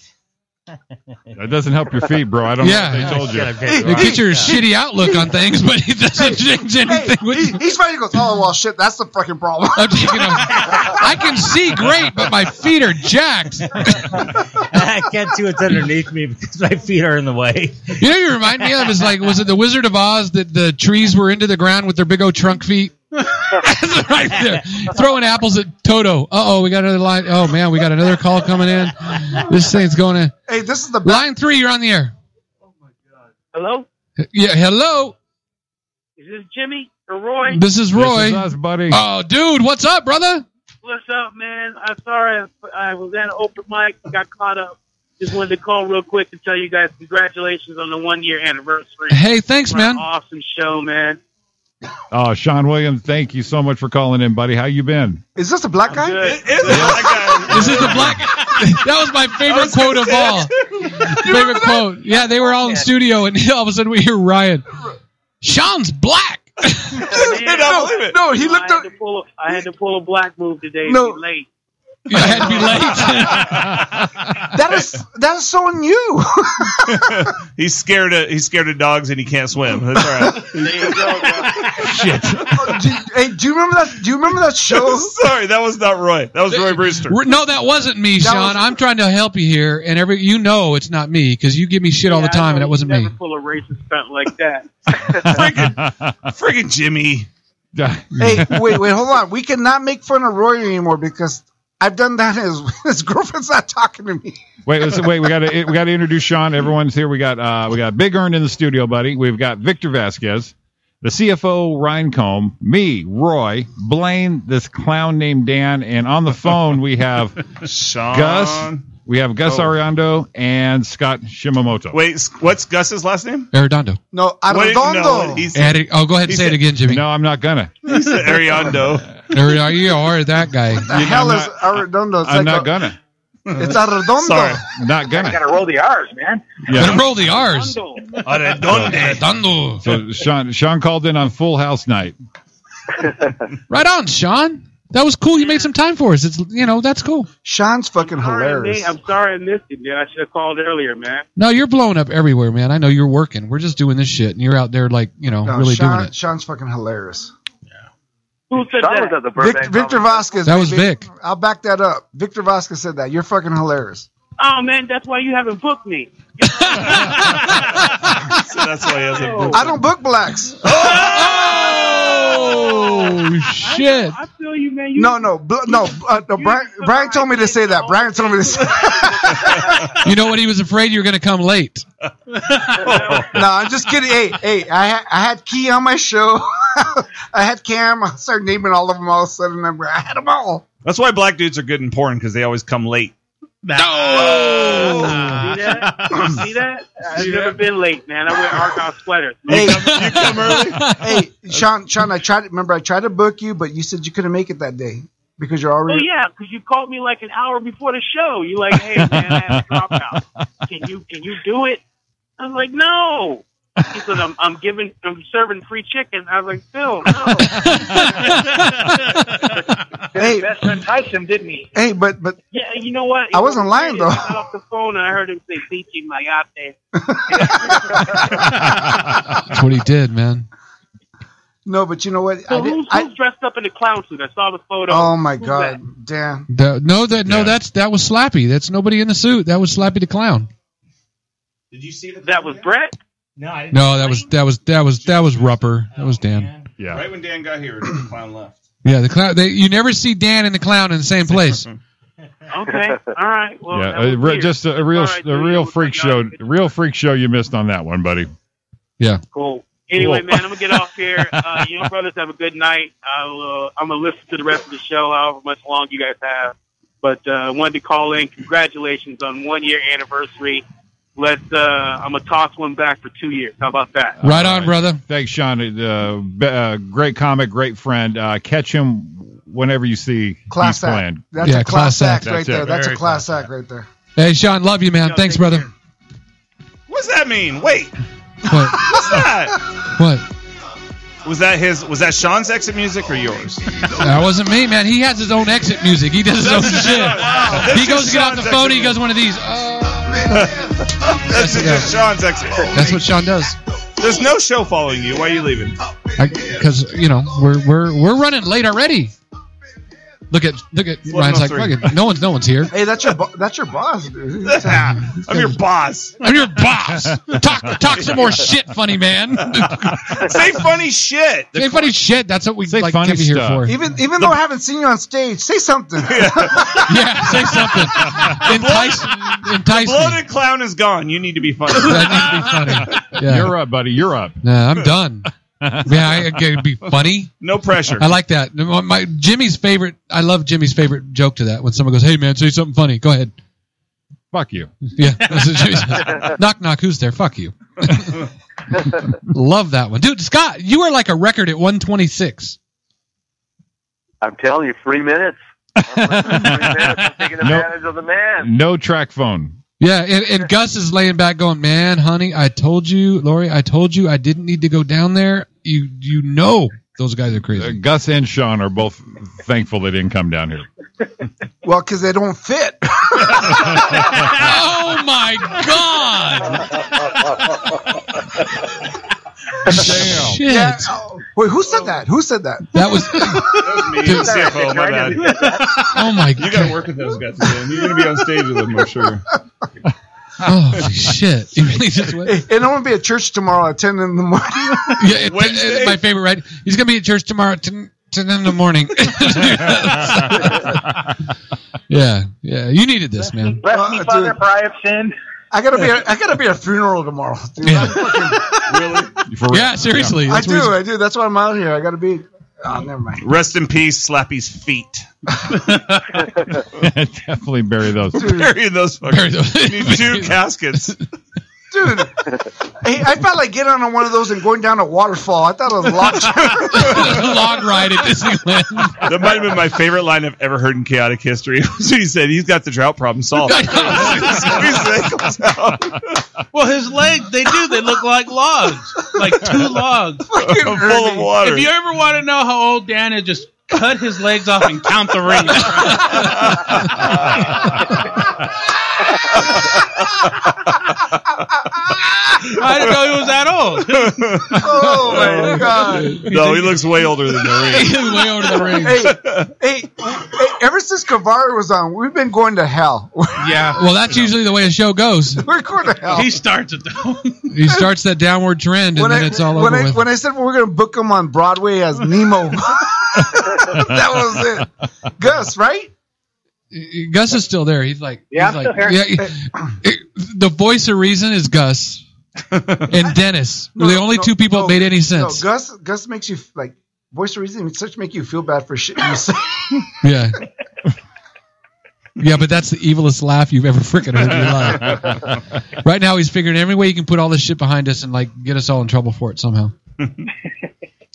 S3: That doesn't help your feet, bro. I don't
S2: Yeah.
S3: know what they told you.
S2: It gets your shitty outlook on things, but it doesn't change anything.
S5: He, he's probably goes, oh well, shit. That's the fucking problem.
S2: I'm taking a, I can see great, but my feet are jacked.
S12: I can't see what's underneath me because my feet are in the way.
S2: You know, what you remind me of is like, was it the Wizard of Oz that the trees were into the ground with their big old trunk feet? That's right there, throwing apples at Toto. Uh oh, we got another line. Oh man, we got another call coming in. This thing's going to
S5: Hey, this is the
S2: line three. You're on the air.
S17: Hello?
S2: Yeah, hello.
S17: Is this Jimmy or Roy?
S2: This is Roy.
S3: buddy.
S2: Oh, dude, what's up, brother?
S17: What's up, man? I'm sorry I I was at an open mic, got caught up. Just wanted to call real quick to tell you guys congratulations on the one year anniversary.
S2: Hey, thanks,
S17: What an
S2: man.
S17: Awesome show, man.
S3: Oh, Sean Williams, thank you so much for calling in, buddy. How you been?
S5: Is this a black guy?
S17: It
S16: is a black guy.
S2: This is the black. that was my
S16: I
S2: favorite
S16: was
S2: quote
S16: gonna
S2: of
S16: say
S2: all. favorite quote. Yeah, they were all in studio, and all of a sudden we hear Ryan. Sean's black.
S17: Man,
S5: no, no, he looked
S17: I had, to pull a, I had to pull a black move today.
S5: No.
S17: No. Late.
S2: You had to be late.
S5: that is that is so on you.
S15: He's scared of he's scared of dogs and he can't swim. That's all right. Shit.
S5: hey, do you remember that? Do you remember that show?
S15: Sorry, that was not Roy. That was Roy Brewster.
S2: No, that wasn't me,
S15: That
S2: Sean.
S15: was-
S2: I'm trying to help you here, and every you know it's not me because you give me shit all the
S17: Yeah, I
S2: time, and
S17: know
S2: it
S17: you
S2: wasn't me.
S17: never pull a racist stunt like that.
S15: Friggin' Jimmy.
S5: hey, wait, wait, hold on. We cannot make fun of Roy anymore because I've done that. And his his girlfriend's not talking to me.
S3: Wait, listen, wait. We got to we got to introduce Sean. Everyone's here. We got uh, we got Big Earn in the studio, buddy. We've got Victor Vasquez, the CFO Reincomb, me, Roy, Blaine, this clown named Dan, and on the phone we have
S15: Sean.
S3: Gus. We have Gus
S15: Oh.
S3: Ariando and Scott Shimamoto.
S15: Wait, s- what's Gus's last name?
S2: Arredondo.
S5: No,
S15: Wait, no, he said-
S2: Ari- oh, go ahead and
S15: he
S2: say it
S15: said-
S2: again, Jimmy.
S3: No, I'm not gonna.
S15: He said Ariondo.
S2: Are you or that guy?
S5: The hell is Arredondo? It's
S3: I'm
S5: like
S3: not
S5: a-
S3: gonna.
S5: It's Arredondo.
S3: Sorry, not gonna.
S5: gotta roll the R's, man.
S2: Gotta roll the R's. Arredondo.
S3: So Sean Sean called in on Full House night.
S2: Right on, Sean. That was cool. You made some time for us. It's you know that's cool.
S5: Sean's fucking
S17: Sorry, man. I'm sorry I missed it, dude. I should have called earlier, man.
S2: No, you're blowing up everywhere, man. I know you're working. We're just doing this shit, and you're out there like you know
S5: No,
S2: really
S5: Sean,
S2: doing it.
S5: Sean's fucking hilarious.
S17: Who said
S7: Sean
S17: that?
S7: was at the
S5: Vic,
S7: Burbank.
S5: Victor Vasquez.
S2: That was
S5: baby. I'll back that up. Victor Vasquez said that. You're fucking hilarious.
S17: Oh, man, that's why you haven't booked me.
S15: that's why he has
S7: Oh.
S15: a
S5: I don't book blacks.
S2: Oh shit!
S17: I feel you, man.
S5: no, no, bl- no, uh, no. Brian, Brian told me to say that. Brian told me to say.
S2: You know what? He was afraid you were going to come late.
S5: no, I'm just kidding. Hey, hey, I had I had Key on my show. I had Cam. I started naming all of them all of a sudden. I'm- I had them all.
S15: That's why black dudes are good in porn because they always come late.
S5: No.
S17: See that? that? You see that? I've
S5: See
S17: never been late, man. I wear Argyle sweaters.
S5: Hey, hey, Sean, Sean, I tried. Remember, I tried to book you, but you said you couldn't make it that day because you're
S17: Oh
S5: already.
S17: yeah, because you called me like an hour before the show. You're like, "Hey man, I had a dropout. Can you can you do it?" I was like, "No." He said, "I'm I'm giving I'm serving free chicken." I was like, "Phil, no."
S5: Hey.
S17: best friend touched him, didn't he?
S5: Hey, but but
S17: Yeah, you know what?
S5: I wasn't lying, though.
S17: I got off the phone and I heard him say "Beachy Mayate."
S2: That's what he did, man.
S5: no, but you know what?
S17: So
S5: I did,
S17: who's,
S5: I,
S17: who's dressed up in a clown suit? I saw the photo.
S5: oh my
S17: Who's
S5: god,
S17: that?
S5: Dan!
S2: The- no, that no, that's that was Slappy. That's nobody in the suit. That was Slappy the clown.
S17: Did you see that? That was Brett.
S12: No, I
S2: No, that was that was that was that was Rupper. That was Dan.
S15: Yeah.
S16: Right when Dan got here, the clown left.
S2: Yeah, the clown. They, you never see Dan and the clown in the same place.
S17: Okay. All right. Well,
S15: yeah,
S17: that was
S15: a re-
S17: weird.
S15: just a, a real,
S17: All right,
S15: a
S17: dude,
S15: real
S17: it was
S15: freak
S17: like,
S15: show, a real freak show you missed on that one, buddy.
S2: Yeah.
S17: Cool. Anyway,
S15: Cool.
S17: man, I'm gonna get off here. Uh, you know, brothers, have a good night. I'll, uh, I'm gonna listen to the rest of the show, however much long you guys have. But uh, I wanted to call in. Congratulations on one year anniversary. Let's. Uh, I'm gonna toss one back for two years. How about that?
S2: Right on, brother.
S3: Thanks, Sean. Uh, be- uh, great comic, great friend. Uh, catch him whenever you see
S5: Class
S3: he's
S5: act.
S3: playing.
S5: That's a class, act right
S3: That's it.
S5: there. That's a
S3: Very
S5: class act right there.
S2: Hey, Sean, love you, man. Thanks, brother.
S15: What's that mean? Wait,
S2: What?
S15: what's that?
S2: What?
S15: Was that his? Was that Sean's exit music or yours?
S2: That wasn't me, man. He has his own exit music. He does his own shit.
S15: That's
S2: He goes to
S15: just
S2: get off the
S15: Sean's
S2: phone.
S15: exit
S2: He goes one of these.
S15: That's
S2: Yeah.
S15: just Sean's exit.
S2: That's what Sean does.
S15: There's no show following you. Why are you leaving?
S2: Because you know we're we're we're running late already. Look at look at
S15: It's
S2: Ryan's like
S15: 103.
S2: "Fuck it, no one's no one's here.
S5: Hey, that's your bo- that's your boss. Dude.
S15: I'm your boss.
S2: I'm your boss. Talk talk some more shit, funny man.
S15: Say funny shit.
S2: Say funny shit. That's what we
S3: Say
S2: like
S3: funny
S2: kept you here
S3: stuff.
S2: for.
S5: Even even though I haven't seen you on stage, say something.
S2: yeah, say something. Entice, entice me.
S15: Bloated clown is gone. You need to be funny.
S2: That needs to be funny. Yeah.
S3: You're up, buddy. You're up.
S2: Nah, I'm done. Yeah, I, it'd be funny.
S15: No pressure.
S2: I like that. My, my- Jimmy's favorite. I love Jimmy's favorite joke to that when someone goes, "Hey man, say something funny." Go ahead.
S3: Fuck you.
S2: Yeah. that's what Jimmy says. knock knock. Who's there? Fuck you. love that one, dude. Scott, you are like a record at 126.
S7: I'm telling you, three minutes. Three minutes. I'm taking
S3: No.
S7: advantage of the man.
S3: No track phone.
S2: Yeah, and, and Gus is laying back, going, "Man, honey, I told you, Lori, I told you, I didn't need to go down there. You, you know, those guys are
S3: Uh,
S2: crazy.
S3: Gus and Sean are both thankful they didn't come down here.
S5: Well, because they don't fit.
S2: oh my god!
S3: Damn.
S2: Shit.
S5: Yeah, oh, Wait, who said that? Who said that?
S2: That was.
S15: Me,
S2: Dude.
S15: CFO, my bad.
S2: Oh my
S15: You got
S2: god!
S15: to work with those guys again. You're going to be on stage with them, I'm sure.
S2: Holy shit! You really just went-
S5: Hey, and I'm gonna be at church tomorrow at ten in the morning.
S2: Yeah, it-
S15: Wednesday?
S2: it's my favorite. Right? He's gonna be at church tomorrow, ten, 10 in the morning. yeah, yeah. You needed this, man.
S5: Bless me, Father, for
S14: I have sinned.
S5: Uh, I gotta be at, I gotta be at a funeral tomorrow. Dude.
S2: Yeah.
S15: Really?
S3: For real.
S2: Yeah, seriously.
S5: I
S2: That's
S5: do,
S2: what he's-
S5: I do. That's why I'm out here. I gotta be. Oh, never mind.
S15: Rest in peace, Slappy's feet.
S3: Definitely bury those.
S15: Burying those
S2: Bury
S15: fuckers.
S2: those-
S15: You need two caskets.
S5: dude. hey, I felt like getting on one of those and going down a waterfall. I thought it was locked.
S2: log ride at Disneyland.
S15: That might have been my favorite line I've ever heard in chaotic history. So he said he's got the drought problem solved. His ankles out.
S6: Well, his legs, they do. They look like logs, like two logs.
S15: full of water.
S6: If you ever want to know how old Dan is, just cut his legs off and count the rings. I didn't know he was that old.
S5: oh my god.
S15: no, he looks way older than the ring.
S2: Way over the ring.
S5: Hey, hey, hey, ever since Kavari was on, we've been going to hell.
S6: Yeah.
S2: Well, that's usually the way a show goes.
S5: We're going to hell.
S6: He starts it though.
S2: He starts that downward trend, and
S5: when
S2: then
S5: I,
S2: it's all
S5: when
S2: over
S5: I,
S2: with.
S5: when I said we're going to book him on Broadway as Nemo, that was it. Gus, right?
S2: Gus is still there. He's like,
S14: Yeah,
S2: he's
S14: I'm
S2: like,
S14: still
S2: yeah. he- the voice of reason is Gus and Dennis.
S5: No,
S2: the only
S5: no,
S2: two people
S5: no,
S2: that made any
S5: No,
S2: sense.
S5: Gus. Gus makes you like voice of reason. Such make you feel bad for shit you say.
S2: yeah. Yeah, but that's the evilest laugh you've ever freaking heard in your life. right now, he's figuring every way he can put all this shit behind us and like get us all in trouble for it somehow.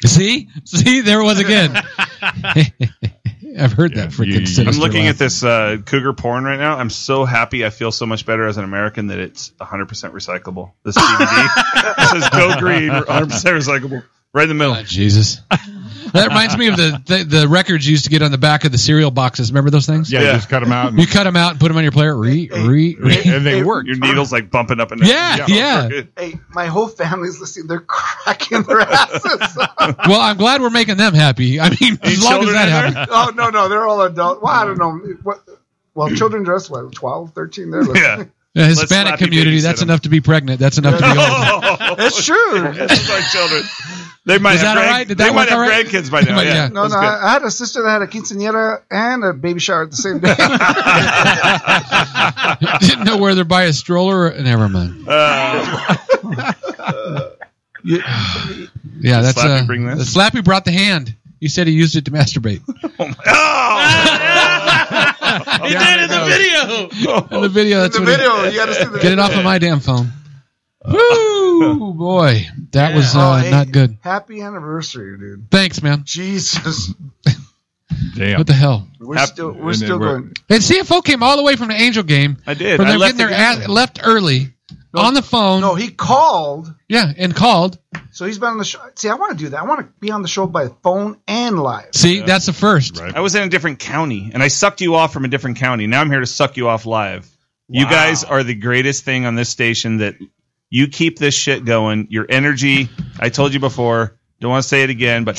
S2: See, see, there it was again. I've heard that freaking.
S15: I'm
S2: sinister
S15: looking
S2: laugh.
S15: at this uh, cougar porn right now. I'm so happy. I feel so much better as an American that it's 100% recyclable. This DVD it says go green, 100% recyclable. Right in the middle.
S2: Ah, Jesus. That reminds me of the, the the records you used to get on the back of the cereal boxes. Remember those things?
S3: Yeah, you Yeah. just cut 'em out and-
S2: you cut them out and put them on your player. Re, re, re.
S15: and they work. Your needle's like bumping up and down.
S2: Yeah, yeah.
S5: Hey, my whole family's listening. They're cracking their asses. up.
S2: Well, I'm glad we're making them happy. I mean, as long as that happens.
S5: Oh no, no, they're all adult. Well, I don't know. What, well, children dress what 12, 13? They're listening.
S15: Yeah.
S2: The Hispanic community, that's enough to be pregnant. That's enough to be old.
S5: it's true.
S15: It's like children. They might
S2: Is
S15: have,
S2: that all
S15: grand-
S2: right? Did
S15: they
S2: that
S15: might
S2: work
S15: have
S2: all right?
S15: grandkids by now.
S2: Might-
S15: Yeah.
S2: yeah.
S5: No,
S15: That's
S5: no,
S15: good.
S5: I I had a sister that had a quinceanera and a baby shower at the same day.
S2: Didn't know whether to buy a stroller or never mind.
S15: Uh,
S2: Yeah, that's
S15: Slappy
S2: uh,
S15: bring this?
S2: Slappy brought the hand. He said he used it to masturbate.
S6: He did in the video.
S2: In the video, that's
S6: In the
S2: what he-
S6: video, you gotta see the
S2: Get it
S6: video.
S2: off of my damn phone. Woo, boy, that was
S5: Uh, Yeah.
S2: uh,
S5: Oh, hey.
S2: not good.
S5: Happy anniversary, dude.
S2: Thanks, man.
S5: Jesus,
S3: Damn.
S2: What the hell?
S5: we're still we're still going.
S2: And CFO came all the way from the Angel game.
S15: I did.
S2: For
S15: I
S2: them
S15: left
S2: getting their
S15: the game.
S2: ass left early on the phone.
S5: No, he called.
S2: Yeah, and called.
S5: So he's been on the show. See, I want to do that. I want to be on the show by phone and live.
S2: See, that's the first.
S15: I was in a different county, and I sucked you off from a different county. Now I'm here to suck you off live. You guys are the greatest thing on this station. That you keep this shit going. Your energy. I told you before. Don't want to say it again, but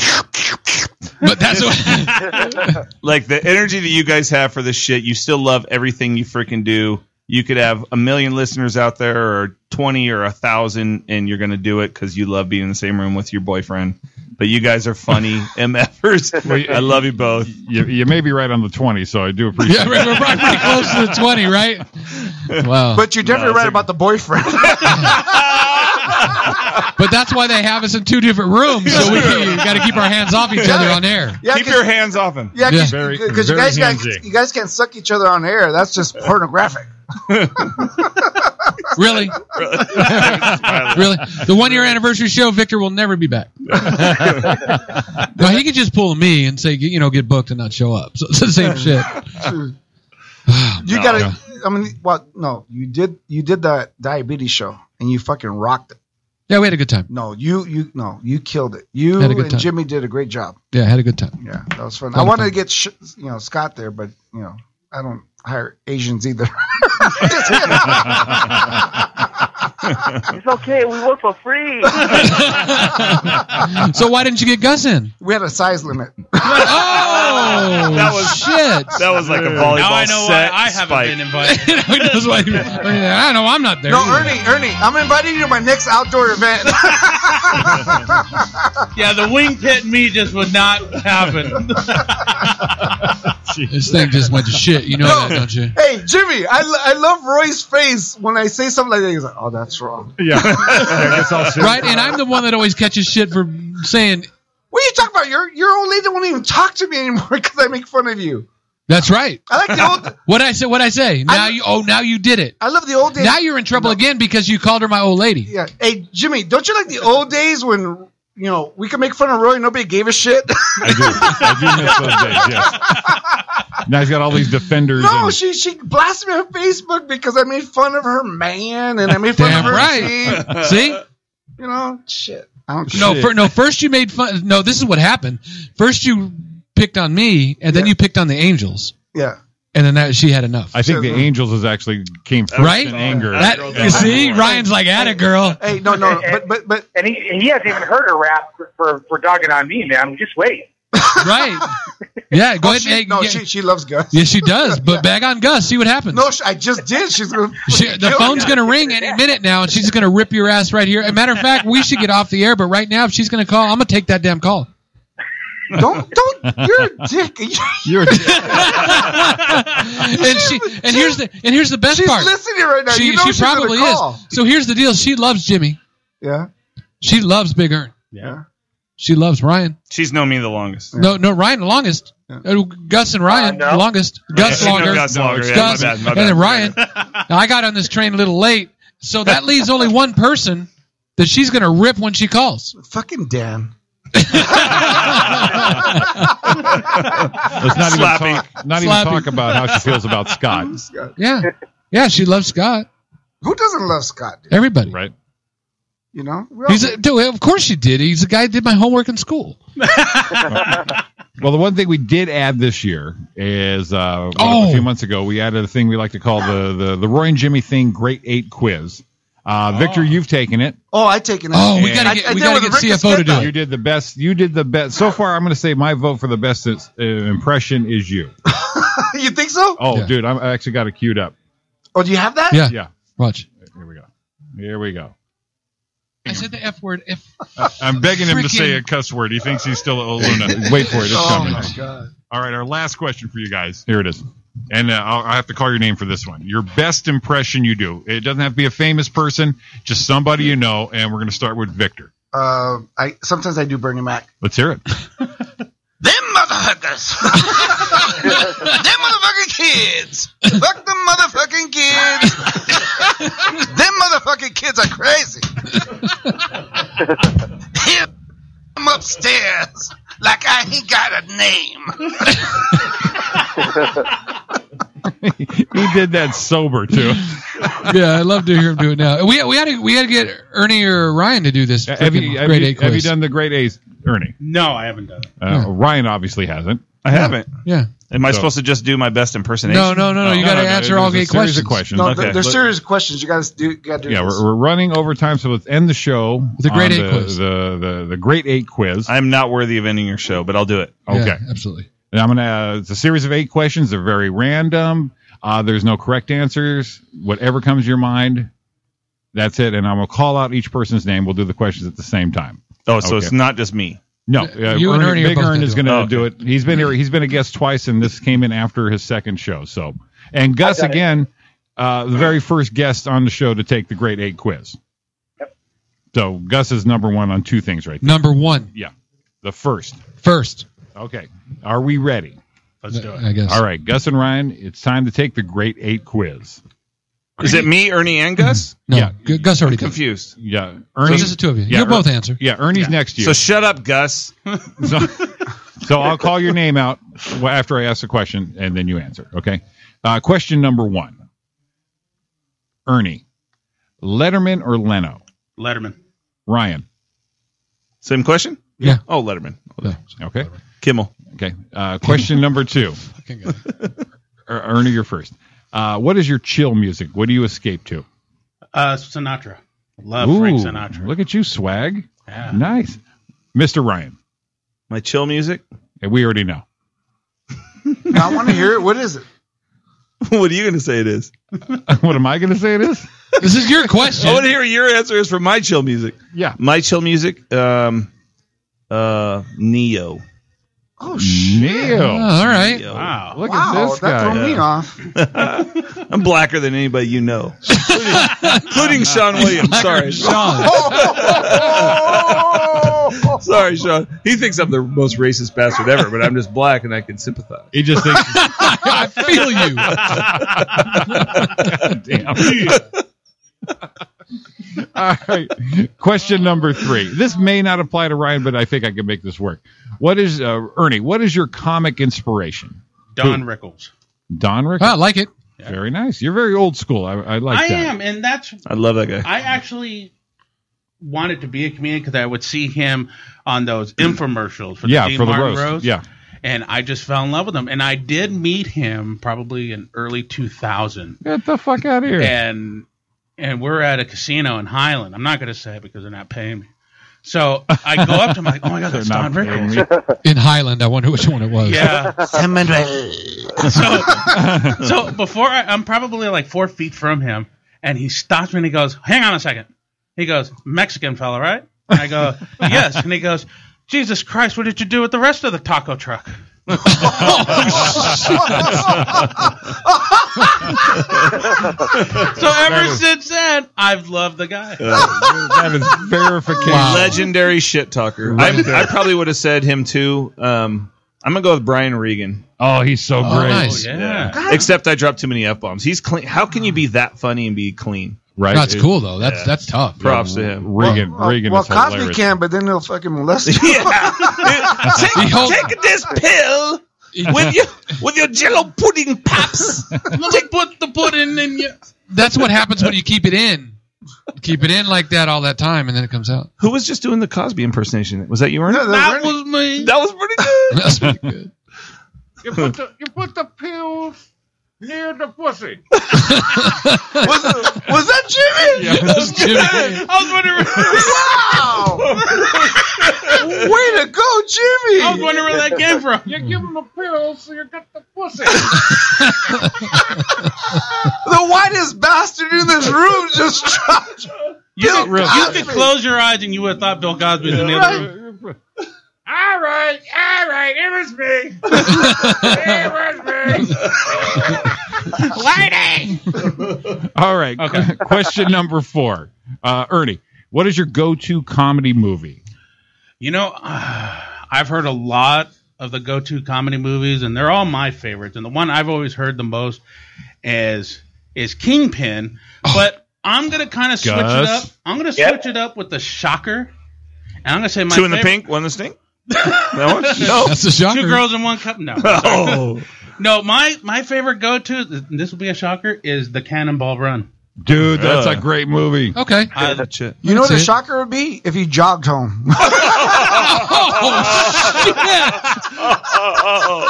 S2: but that's
S15: like the energy that you guys have for this shit. You still love everything you freaking do. You could have a million listeners out there, or twenty, or a thousand, and you're gonna do it because you love being in the same room with your boyfriend. But you guys are funny mfers. I love you both.
S3: You, you may be right on the 20, so I do appreciate
S2: Yeah, we're probably pretty close to the 20, right? Wow.
S5: But you're definitely right about the boyfriend.
S2: But that's why they have us in two different rooms. So we, got to keep our hands off each other on air.
S5: Yeah,
S15: Keep your hands off him.
S5: Yeah, because
S2: Yeah. Very-
S5: you
S2: very
S5: guys can't,
S2: handsy.
S5: you guys can't suck each other on air. That's just pornographic.
S2: Really? really? The one year anniversary show, Victor will never be back. well, he could just pull me and say, you know, get booked and not show up. So it's the same shit. Oh,
S5: True. You gotta. I mean, well, no, you did. You did that diabetes show, and you fucking rocked it.
S2: Yeah, we had a good time.
S5: No, you, you, no, you killed it. You
S2: Had a good
S5: and
S2: time.
S5: Jimmy did a great job.
S2: Yeah, had a good time.
S5: Yeah, that was fun.
S2: Fun
S5: I wanted
S2: time.
S5: to get sh- you know Scott there, but you know I don't hire Asians either.
S7: it's okay. We work for free.
S2: so why didn't you get Gus in?
S5: we had a size limit.
S2: Oh,
S15: That was-
S2: shit.
S15: That was like a volleyball
S6: Now I know
S15: set.
S6: why I haven't
S15: spike.
S6: been invited.
S2: Who knows why- Oh, I know I'm not there.
S5: no,
S2: either.
S5: Ernie, Ernie, I'm inviting you to my next outdoor event.
S6: Yeah, the wingtip me just would not happen.
S2: This thing just went to shit. You know
S5: No.
S2: that, don't you?
S5: hey, Jimmy, I, lo- I love Roy's face when I say something like that. He's like, "Oh, that's wrong."
S3: Yeah.
S2: Right? And I'm the one that always catches shit for saying,
S5: What are you talking about? Your your old lady won't even talk to me anymore because I make fun of you.
S2: that's right.
S5: I like the old.
S2: What I said, what I say. Now you, oh, now you did it.
S5: I love the old days.
S2: Now you're in trouble again because you called her my old lady.
S5: yeah. Hey, Jimmy, don't you like the old days when you know we could make fun of Roy? and Nobody gave a shit.
S3: I do. I do miss those days, yes. Now he's got all these defenders.
S5: no,
S3: and-
S5: she she blasted me on Facebook because I made fun of her man and I made fun
S2: Damn
S5: of her.
S2: right.
S5: team.
S2: See?
S5: You know, shit. I don't
S2: No,
S5: shit.
S2: fir- no. First you made fun. No, this is what happened. First you picked on me, and then you picked on the angels,
S5: yeah.
S2: and then that she had enough.
S3: I think the Angels is actually came first
S2: Right?
S3: in anger.
S2: That- you see, Ryan's like, "Atta girl."
S5: Hey, no, no, but but but
S14: And he, and he hasn't even heard her rap for, for, for dogging on me, man. Just wait.
S2: Right? Yeah. Go
S5: Oh,
S2: ahead.
S5: she-
S2: hey,
S5: no,
S2: yeah,
S5: she she loves Gus.
S2: yeah, she does. But bag on Gus. See what happens.
S5: No, sh I just did. She's gonna.
S2: She, the
S5: kill
S2: phone's
S5: you.
S2: going to ring any minute now, and she's going to rip your ass right here. As a matter of fact, we should get off the air, but right now, if she's going to call, I'm going to take that damn call.
S5: Don't don't. You're a dick.
S3: You're
S2: And she, and here's the, and here's the best
S5: she's
S2: part.
S5: listening right now.
S2: She,
S5: you know
S2: she
S5: she's gonna
S2: probably
S5: call.
S2: is. So here's the deal. She loves Jimmy.
S5: Yeah.
S2: She loves Big Earn.
S5: Yeah.
S2: She loves Ryan.
S15: She's known me the longest.
S2: No, no, Ryan the longest. Uh, Gus and Ryan,
S11: Uh, no.
S2: longest.
S11: Yeah,
S2: Gus
S11: no,
S2: longer.
S11: Gus longer. Yeah, my
S2: Gus,
S11: bad, my
S2: and
S11: bad.
S2: then Ryan. Now, I got on this train a little late, so that leaves only one person that she's going to rip when she calls.
S5: Fucking Dan.
S3: Let's not
S2: Slappy.
S3: even talk, not
S2: Slappy.
S3: even talk about how she feels about Scott.
S2: Yeah. Yeah, she loves Scott.
S5: Who doesn't love Scott? dude?
S2: Everybody.
S3: Right.
S5: You know, We all
S2: He's a, dude, of course you did. He's the guy that did my homework in school.
S3: Well, the one thing we did add this year is uh,
S2: Oh.
S3: a few months ago we added a thing we like to call the the, the Roy and Jimmy thing Great Eight Quiz. Uh, Victor, you've taken it.
S5: Oh, I taken it.
S2: Oh, we gotta get- we gotta get CFO to do it.
S3: You did the best. You did the best. So far, I'm going to say my vote for the best is- uh, impression is you.
S5: you think so?
S3: Oh, dude, I'm, I actually got it queued up.
S5: Oh, do you have that?
S2: Yeah.
S3: Yeah.
S2: Watch.
S3: Here we go. Here we go.
S2: I said the F word. F.
S18: I'm begging him to say
S2: Freaking-
S18: a cuss word. He thinks he's still at Oluna.
S3: Wait for it. It's Oh, coming. my
S5: God.
S18: All right, our last question for you guys.
S3: Here it is.
S18: And uh, I'll, I have to call your name for this one. Your best impression you do. It doesn't have to be a famous person, just somebody you know. And we're going to start with Victor.
S5: Uh, I sometimes I do Bernie Mac.
S18: Let's hear it.
S11: Them motherfuckers. them motherfucking kids. Fuck them motherfucking kids. them motherfucking kids are crazy. Here I'm upstairs like I ain't got a name.
S3: He did that sober too.
S2: yeah, I love to hear him do it now. We we had to we had to get Ernie or Ryan to do this.
S3: Have
S2: freaking
S3: you, have,
S2: grade
S3: you,
S2: eight
S3: have you
S2: quiz.
S3: done the Great A's, Ernie?
S6: No, I haven't done it.
S3: Uh, Ryan obviously hasn't.
S15: I haven't.
S2: Yeah.
S15: Am I
S3: So-
S15: supposed to just do my best impersonation?
S2: No, no, no, no, you gotta answer all
S3: there's a
S2: eight
S3: series of questions.
S5: No,
S3: Okay.
S5: there, there's
S3: Let-
S5: serious questions. You guys do. You gotta do
S3: Yeah,
S5: this.
S3: we're, we're running over time, so let's end the show.
S2: The Great
S3: on
S2: Eight
S3: the,
S2: Quiz.
S3: The, the the Great Eight Quiz.
S15: I'm not worthy of ending your show, but I'll do it.
S3: Okay.
S2: Yeah, absolutely.
S3: And I'm gonna. Uh, it's a series of eight questions. They're very random. Uh, there's no correct answers. Whatever comes to your mind, that's it. And I'm gonna call out each person's name. We'll do the questions at the same time.
S15: Oh, so
S3: Okay.
S15: it's not just me.
S3: No, uh,
S2: you and Ernie are
S3: Big
S2: both
S3: Ern
S2: gonna
S3: is
S2: do it.
S3: going to
S2: Oh, okay.
S3: do it. He's been here. He's been a guest twice, and this came in after his second show. So, and Gus
S10: got it.
S3: again, uh, the very first guest on the show to take the Great Eight quiz. So Gus is number one on two things right there.
S2: Number one
S3: Yeah, the first.
S2: first.
S3: Okay, are we ready?
S6: Let's do
S2: I guess.
S3: All right, Gus and Ryan, it's time to take the Great Eight quiz.
S15: Is it me, Ernie, and Gus?
S2: No, G- Gus already did.
S15: Confused.
S3: Yeah,
S2: So
S3: Ernie.
S2: it's just the two of you.
S3: yeah,
S2: You'll both
S3: Er-
S2: answer.
S3: Yeah, Ernie's next year.
S15: So shut up, Gus.
S3: So, so I'll call your name out wa- after I ask the question, and then you answer. Okay. Uh, question number one: Ernie, Letterman or Leno?
S6: Letterman.
S3: Ryan.
S15: Same question?
S2: Yeah.
S15: Oh, Letterman.
S3: Okay.
S15: Kimmel.
S3: Okay. Uh, question number two:
S2: Fucking guy.
S3: Er- Ernie, you're first. Uh, what is your chill music? What do you escape to?
S6: Uh, Sinatra. Love Frank Sinatra.
S3: Look at you, swag.
S6: Yeah.
S3: Nice, Mr. Ryan.
S15: My chill music?
S3: and We already know.
S5: I want to hear it. What is it?
S15: what are you going to say it is?
S3: what am I going to say? It is.
S2: This is your question.
S15: I want to hear what your answer is for my chill music.
S3: Yeah.
S15: My chill music, um, uh, Neo.
S5: Oh shit!
S3: Neil.
S2: Oh, all right.
S15: Neo.
S6: Wow.
S3: Look at
S5: wow,
S3: this
S5: that
S3: guy.
S5: threw me off.
S15: I'm blacker than anybody you know, including Sean Williams. Sorry, Oh,
S2: Sean.
S15: sorry, Sean. He thinks I'm the most racist bastard ever, but I'm just black and I can sympathize.
S3: He just thinks.
S2: I feel you.
S3: All right. Question number three. This may not apply to Ryan, but I think I can make this work. What is uh, Ernie? What is your comic inspiration?
S6: Don Rickles.
S3: Don Rickles.
S2: I like it.
S3: Very nice. You're very old school. I, I like
S6: I
S3: that.
S6: am, and that's
S15: I love that guy.
S6: I actually wanted to be a comedian because I would see him on those infomercials for the
S3: yeah,
S6: Dean
S3: for the
S6: Martin
S3: roast. Yeah.
S6: and I just fell in love with him. And I did meet him probably in early 2000,
S3: Get the fuck out of here.
S6: and and we're at a casino in Highland. I'm not going to say it because they're not paying me. So I go up to him like, oh my god,
S3: They're
S6: that's
S3: not
S6: Don
S3: paying
S6: Rickles.
S3: me.
S2: In Highland, I wonder which one it was.
S6: Yeah.
S11: Someone
S6: So, so before I, I'm probably like four feet from him, and he stops me and he goes, "Hang on a second. He goes, "Mexican fella, right?" And I go, "Yes." And he goes, "Jesus Christ, what did you do with the rest of the taco truck?" So ever since then, I've loved the guy.
S3: that is verification.
S15: Legendary shit talker. I, I probably would have said him too. Um, I'm gonna go with Brian Regan.
S3: Oh, he's so
S15: Oh,
S3: great.
S15: nice.
S3: Yeah.
S15: Except I dropped too many f bombs. He's clean. How can you be that funny and be clean?
S3: Right.
S2: That's cool, though. That's- that's tough.
S15: Props
S2: Yeah,
S15: to him.
S3: Regan- Well, Regan
S5: well, Cosby can, but then he'll fucking molest you.
S15: Take, take this pill with your with your Jello pudding, paps.
S6: Take, put the pudding in your.
S2: That's what happens when you keep it in. Keep it in like that all that time, and then it comes out.
S15: Who was just doing the Cosby impersonation? Was that you, Ernest?
S6: That was me.
S15: That was pretty good.
S2: That's pretty good.
S11: You put the you put the pills near the pussy.
S15: was, was that Jimmy?
S11: Yeah, that was Jimmy.
S5: wow! Way to go, Jimmy!
S6: I was wondering where that came from.
S11: You give him a pill, so you got the pussy.
S5: the whitest bastard in this room just dropped.
S6: You,
S5: Bill
S6: could, you could
S5: Cosby.
S6: close your eyes and you would have thought Bill Cosby was in the other room.
S11: all right, all right, it was me. it was me. Lady.
S3: All right. Question number four. Uh, Ernie, what is your go to comedy movie?
S6: You know, I've heard a lot of the go-to comedy movies, and they're all my favorites. And the one I've always heard the most is is Kingpin. But I'm gonna kind of switch it up.
S15: Oh. Gus?
S6: I'm gonna
S15: Yep.
S6: switch it up with the shocker, and I'm gonna say my
S15: Two in the
S6: favorite-
S15: pink, one in the stink. That one? No. That's a shocker.
S6: Two girls in one cup. No.
S15: Oh.
S6: no, my my favorite go-to. This will be a shocker. Is the Cannonball Run.
S3: Dude, that's
S6: Uh.
S3: a great movie.
S2: Okay.
S6: I-
S5: You know what the shocker would be if you jogged home.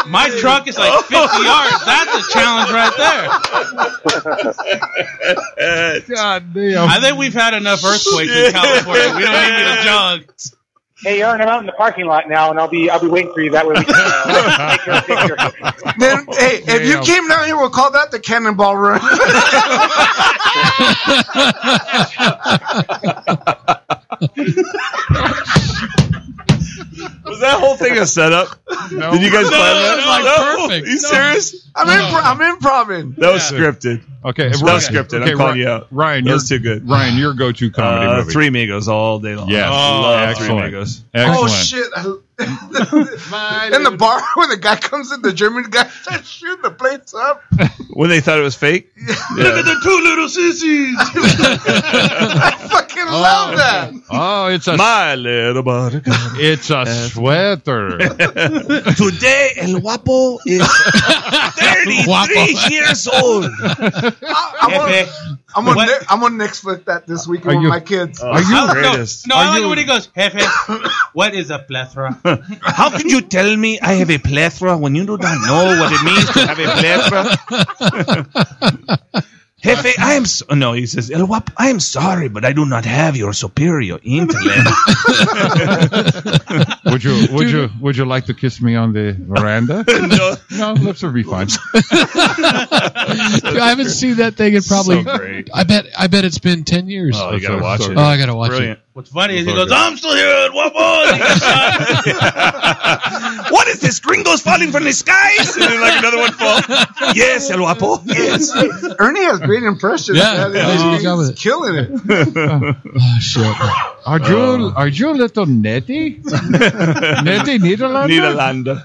S6: My truck is like 50 yards. That's a challenge right there.
S3: God damn.
S6: I think we've had enough earthquakes in California. We don't need to jog.
S14: Hey, Aaron, I'm out in the parking lot now, and I'll be I'll be waiting for you. That way we can uh, take your picture.
S5: then, hey, if you
S14: Damn.
S5: came down here, we'll call that the cannonball run.
S15: Was that whole thing a setup? Did you guys
S5: No,
S15: plan that?
S5: it was like
S15: No.
S5: perfect.
S15: You
S5: No.
S15: serious?
S5: I'm, impro- I'm improving.
S15: That was scripted.
S3: Okay,
S15: that was
S3: Ryan-
S15: scripted.
S3: okay,
S15: I'm calling
S3: Ri-
S15: you out.
S3: Ryan,
S15: that
S3: your-
S15: was too good.
S3: Ryan, your go-to comedy
S15: uh,
S3: movie.
S15: Three Migos all day long.
S3: Yes. Oh,
S15: I love
S3: Excellent.
S15: Three Migos.
S5: Oh shit! in the bar when the guy comes in, the German guy starts shooting the plates up.
S15: When they thought it was fake.
S5: Look at
S15: the
S6: two little sissies.
S5: I fucking love that.
S3: Oh, it's a
S15: my little buttercup.
S3: It's a sweater.
S15: Today, El Guapo is 33
S5: Guapo.
S15: years old.
S5: I'm on, I'm on, ne- I'm on Netflix that this week
S6: Are
S5: with
S6: you-
S5: my kids.
S6: I like- No, no I like it when he goes, Hefe, what is a plethora?
S15: How could you tell me I have a plethora when you do not know what it means to have a plethora? Jefe, I am so- no. He says, El Wap, I am sorry, but I do not have your superior intellect.
S3: would you would you would you like to kiss me on the veranda?
S15: no,
S3: no, lips would be fine.
S2: Dude, I haven't seen that thing in probably. I bet. I bet it's been ten years.
S15: Oh, you gotta watch it.
S2: Oh, I gotta watch
S15: Brilliant.
S2: it.
S6: What's funny is he
S2: So
S6: goes,
S2: good.
S6: I'm still here at
S15: Wapo. what is this? Gringos falling from the skies? And then like another one falls. Yes, El Wapo. Yes.
S5: Ernie has great impressions.
S15: Yeah,
S5: man.
S15: yeah,
S5: He's-
S15: he's
S5: he's
S15: got
S5: killing it. Uh,
S3: oh
S2: shit!
S3: Are you are you little Nettie? Nettie Niederlander.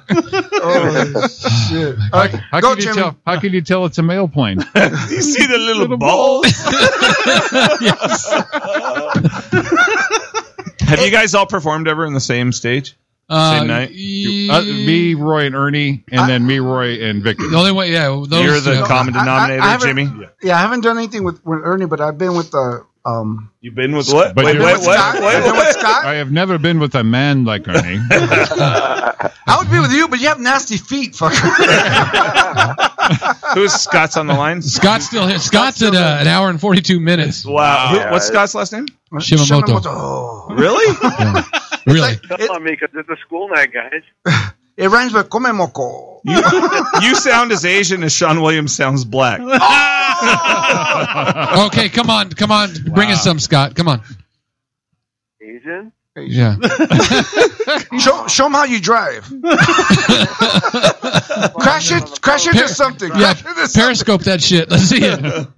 S15: Niederlander.
S5: Oh, shit. Uh,
S3: How, Ah, how
S5: Go,
S3: can you
S5: Jimmy.
S3: tell? How can you tell it's a mail plane?
S15: You see the little, balls? Have you guys all performed ever in the same stage?
S2: Uh,
S15: same night?
S3: Uh, me, Roy, and Ernie, and then me, Roy, and Victor.
S2: The only way, yeah. Those,
S15: You're the
S2: yeah.
S15: common denominator,
S5: haven't-
S15: Jimmy.
S5: Yeah, I haven't done anything with, with Ernie, but I've been with the um.
S15: You've been with what?
S3: But
S15: Wait,
S3: you're-
S15: what? What?
S5: I've been with Scott.
S3: I have never been with a man like Ernie.
S5: I would be with you, but you have nasty feet, fucker.
S15: Who's Scott's on the line?
S2: Scott's still here. Scott's at uh, an hour and forty-two minutes.
S15: Wow. Who- what's Scott's last name?
S2: Shimamoto.
S15: Oh. Really?
S2: Really?
S7: Come on, me, 'cause it's a school night, guys.
S5: It rhymes with komemoko.
S15: You, you sound as Asian as Sean Williams sounds black.
S2: okay, come on, come on, bring us some, Scott. Come on.
S7: Asian?
S2: Yeah.
S5: show, show 'em how you drive. crash it, crash into something.
S2: Yeah.
S5: Crash into something.
S2: Periscope that shit. Let's see it.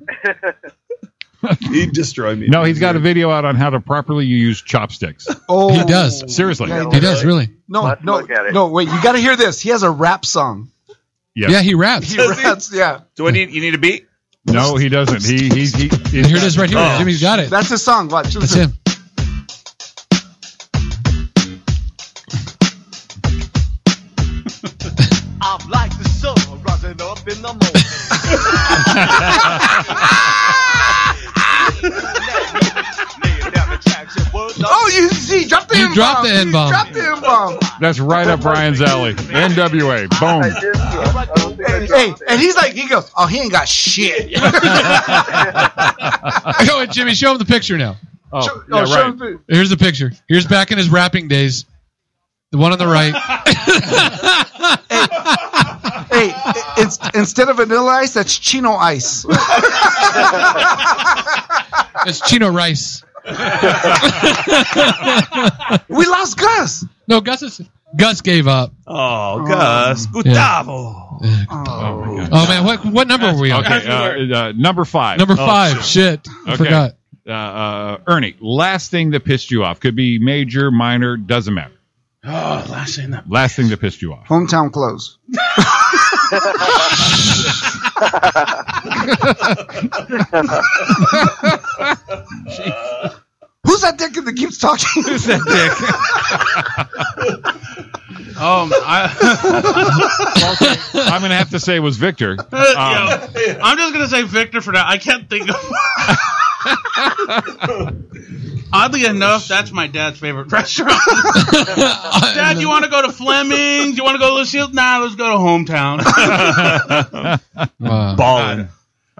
S15: He'd destroy me.
S3: No, he's got a video out on how to properly use chopsticks.
S5: Oh,
S3: he does seriously.
S5: Yeah, No, no, no. Wait, you got to hear this. He has a rap song.
S3: Yeah. Yeah, he
S5: raps. He raps. Yeah.
S15: Do I need? You need a beat? Oh.
S3: No, he doesn't. He he he. Oh.
S2: Here it is right here. Jimmy's got it.
S5: That's his song. Watch.
S2: That's him.
S11: I'm like the sun rising up in the morning.
S5: oh, you see, drop the
S3: You
S5: N bomb.
S3: dropped the N-bomb.
S5: Drop the N bomb.
S3: That's right up Brian's alley. NWA. Boom.
S5: Hey, hey, and he's like, he goes, oh, he ain't got shit.
S2: Go ahead, Jimmy. Show him the picture now.
S3: Oh,
S5: oh, yeah, show right. him the-
S2: Here's the picture. Here's back in his rapping days. The one on the right.
S5: hey, it's instead of vanilla ice, that's Chino ice.
S2: That's Chino Rice.
S5: we lost Gus.
S2: No, Gus is Gus gave up.
S15: Oh, Gus. Gustavo.
S2: Oh, man, what what number were we on?
S3: Okay, uh, uh, number five.
S2: Number
S3: five.
S2: five. Shit, I forgot.
S3: Uh, uh, Ernie, last thing that pissed you off could be major, minor, doesn't matter.
S6: Oh, last thing that.
S3: Last thing that pissed you off.
S5: Hometown clothes. Who's that dick that keeps talking? Who's
S15: that dick?
S6: Um, I,
S3: I'm gonna have to say it was Victor. Um,
S6: Yo, Uh, I'm just gonna say Victor for now. I can't think of. Oddly enough, that's my dad's favorite restaurant. Dad, you want to go to Fleming's? You want to go to Lucille? Nah, let's go to hometown.
S2: Wow.
S15: Ballin'.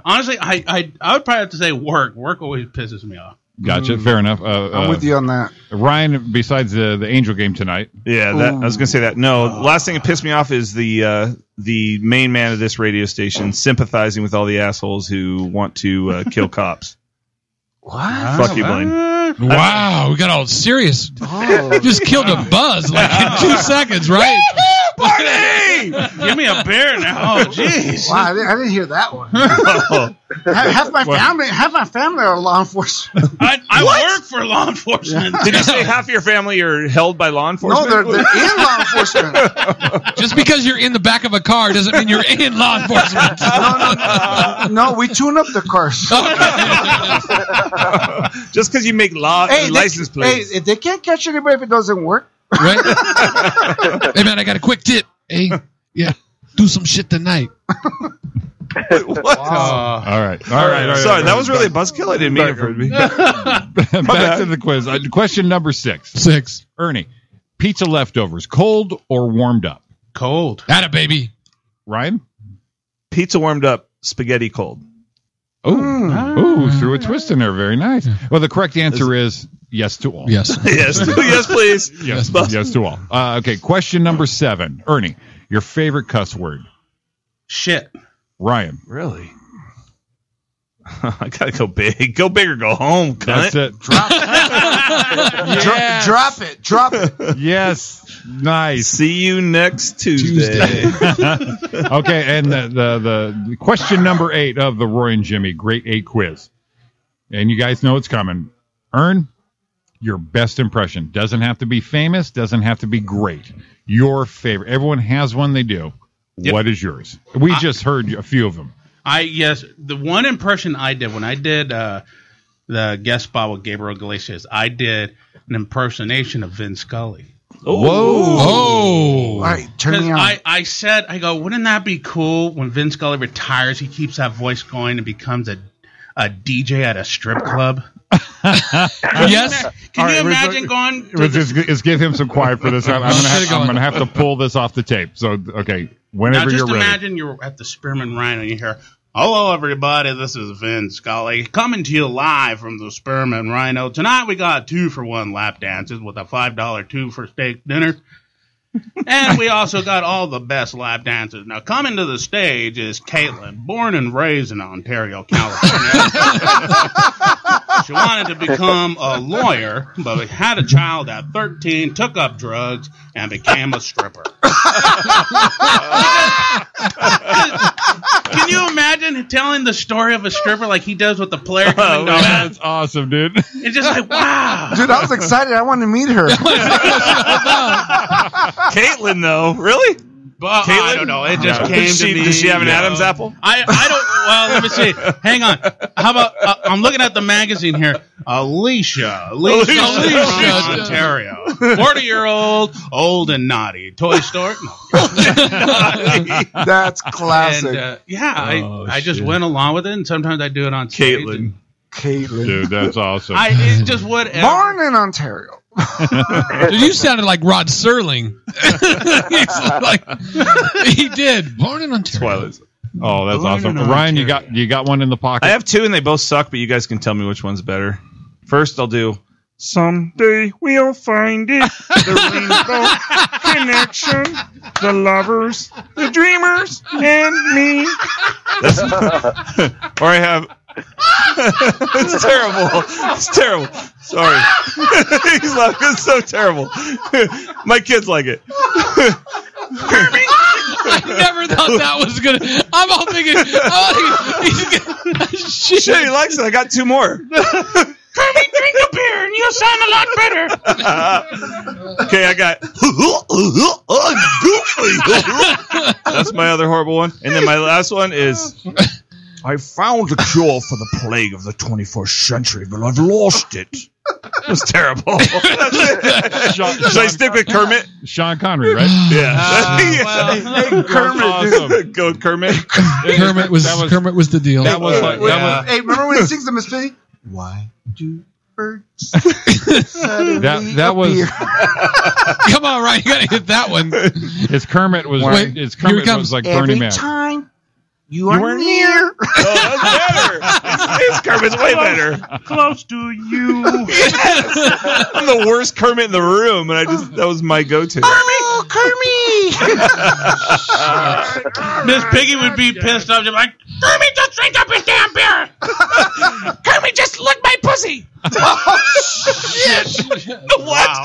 S6: Honestly, I, I I would probably have to say work. Work always pisses me off.
S3: Gotcha. Fair enough. Uh,
S5: I'm with you on that.
S3: Ryan, besides the the Angel game tonight.
S15: Yeah, that, I was gonna say that. No, the last thing that pissed me off is the uh, the main man of this radio station sympathizing with all the assholes who want to uh, kill cops.
S5: Ah, What? Oh.
S15: Fuck you, Blaine.
S2: Wow, we got all serious. Just killed a buzz like in two seconds, right?
S6: Give me a beer now. Oh, jeez.
S5: Wow, I didn't, I didn't hear that one.
S15: Oh.
S5: Half, half my
S15: Well-
S5: family, half my family are law enforcement.
S6: I, I work for law enforcement.
S15: Did you say half of your family are held by law
S5: no,
S15: enforcement?
S5: they're, they're in law enforcement.
S2: Just because you're in the back of a car doesn't mean you're in law enforcement.
S5: No, we tune up the cars.
S15: Just because you make law
S5: Hey, they-
S15: license plates.
S5: Hey, they can't catch anybody if it doesn't work.
S2: Right? hey man, I got a quick tip. Hey, yeah, do some shit tonight.
S15: what?
S5: Uh,
S3: All right.
S15: All right, sorry, that was really a buzzkill. I didn't mean it for me.
S3: Back to the quiz. Uh, question number six.
S2: Six.
S3: Ernie, pizza leftovers, cold or warmed up?
S6: Cold.
S2: That a baby.
S3: Ryan?
S15: Pizza warmed up, spaghetti cold. Mm.
S3: Oh, oh, threw a twist in there. Very nice. Well, the correct answer is yes to all.
S2: Yes.
S15: yes, yes, please.
S3: Yes, yes to all. Uh, okay, question number seven. Ernie, your favorite cuss word?
S6: Shit.
S3: Ryan.
S15: Really? I gotta go big. Go big or go home. Cunt.
S3: That's it.
S5: Dro- drop it. Drop it.
S3: Yes. Nice.
S15: See you next Tuesday.
S3: okay, and the, the the question number eight of the Roy and Jimmy Great Eight Quiz, and you guys know it's coming. Earn your best impression. Doesn't have to be famous. Doesn't have to be great. Your favorite. Everyone has one. They do. What is yours? We just heard a few of them.
S6: I yes, the one impression I did when I did uh, the guest spot with Gabriel Iglesias, I did an impersonation of Vin Scully.
S2: Oh.
S5: All right, turn
S6: 'Cause
S5: me on.
S6: I, I said, I go, wouldn't that be cool when Vin Scully retires? He keeps that voice going and becomes a a DJ at a strip club.
S2: Yes.
S6: Can
S3: All
S6: you
S3: right, we're
S6: imagine
S3: go-
S6: going? To
S3: Let's,
S6: the,
S3: just, let's give him some quiet for this. I'm, I'm gonna have, I'm gonna have to pull this off the tape. So okay,
S6: now
S3: whenever
S6: just
S3: you're ready.
S6: imagine you're at the Spearman Rhino and you hear, "Hello, everybody. This is Vin Scully coming to you live from the Spearman Rhino. Tonight we got two for one lap dances with a five dollar two for steak dinner." and we also got all the best lap dancers. Now, coming to the stage is Caitlin, born and raised in Ontario, California. She wanted to become a lawyer, but had a child at 13, took up drugs, and became a stripper. Can you imagine telling the story of a stripper like he does with the player
S15: Oh,
S6: coming down?
S3: That's awesome, dude.
S6: It's just like, wow.
S5: Dude, I was excited. I wanted to meet her.
S15: Caitlin, though, really?
S6: But I don't know. It just
S15: No.
S6: came
S15: Does she-
S6: to me.
S15: does she have an
S6: you know.
S15: Adam's apple?
S6: I, I don't. Well, let me see. Hang on. How about uh, I'm looking at the magazine here. Alicia, Alicia,
S15: Alicia.
S6: from Ontario, forty year old, old and naughty, toy store.
S5: That's classic.
S6: And, uh, yeah,
S3: Oh,
S6: I, I just went along with it, and sometimes I do it on stage. Caitlin.
S5: Caitlin,
S3: dude, that's awesome.
S6: I it just whatever.
S5: Born in Ontario.
S2: Dude, you sounded like Rod Serling. He's like, he did. Born in Ontario.
S3: Oh, that's
S15: Born
S3: awesome.
S15: in
S3: Ryan, you got you got one in the pocket.
S15: I have two, and they both suck. But you guys can tell me which one's better. First, I'll do someday we'll find it. The rainbow connection, the lovers, the dreamers, and me. That's- or I have. it's terrible. It's terrible. Sorry. He's like, it's so terrible. My kids like it.
S2: I never thought that was gonna. I'm all thinking. I'm all thinking he's gonna,
S15: Shit, he likes it. I got two more.
S11: Kirby, drink a beer and you'll sound a lot better.
S15: okay, I got. That's my other horrible one. And then my last one is. I found a cure for the plague of the 21st century, but I've lost it. It's terrible. Should I stick with Kermit?
S3: Sean Connery, right?
S15: Yeah.
S2: Uh,
S5: hey, Kermit, dude.
S15: Go Kermit.
S2: Kermit was,
S3: That was-
S2: Kermit was the deal.
S3: That was like that was
S5: Hey, remember when he sings the mistake?
S12: Why?
S3: that, that was
S2: Come on, Ryan, you gotta hit that one.
S3: his Kermit was
S2: Wait,
S3: his
S2: here
S3: Kermit
S2: comes-
S3: was like
S5: Every
S3: Bernie Mac.
S5: time you are near.
S15: Oh, that's better. His, his Kermit's way better.
S11: Close to you.
S15: I'm the worst Kermit in the room, and I just that was my go-to.
S5: Oh,
S6: Miss Piggy would be pissed off. She'd be like,
S11: Kirby, just drink up his damn beer. Kirby, just lick my pussy. Oh, shit.
S15: What? Why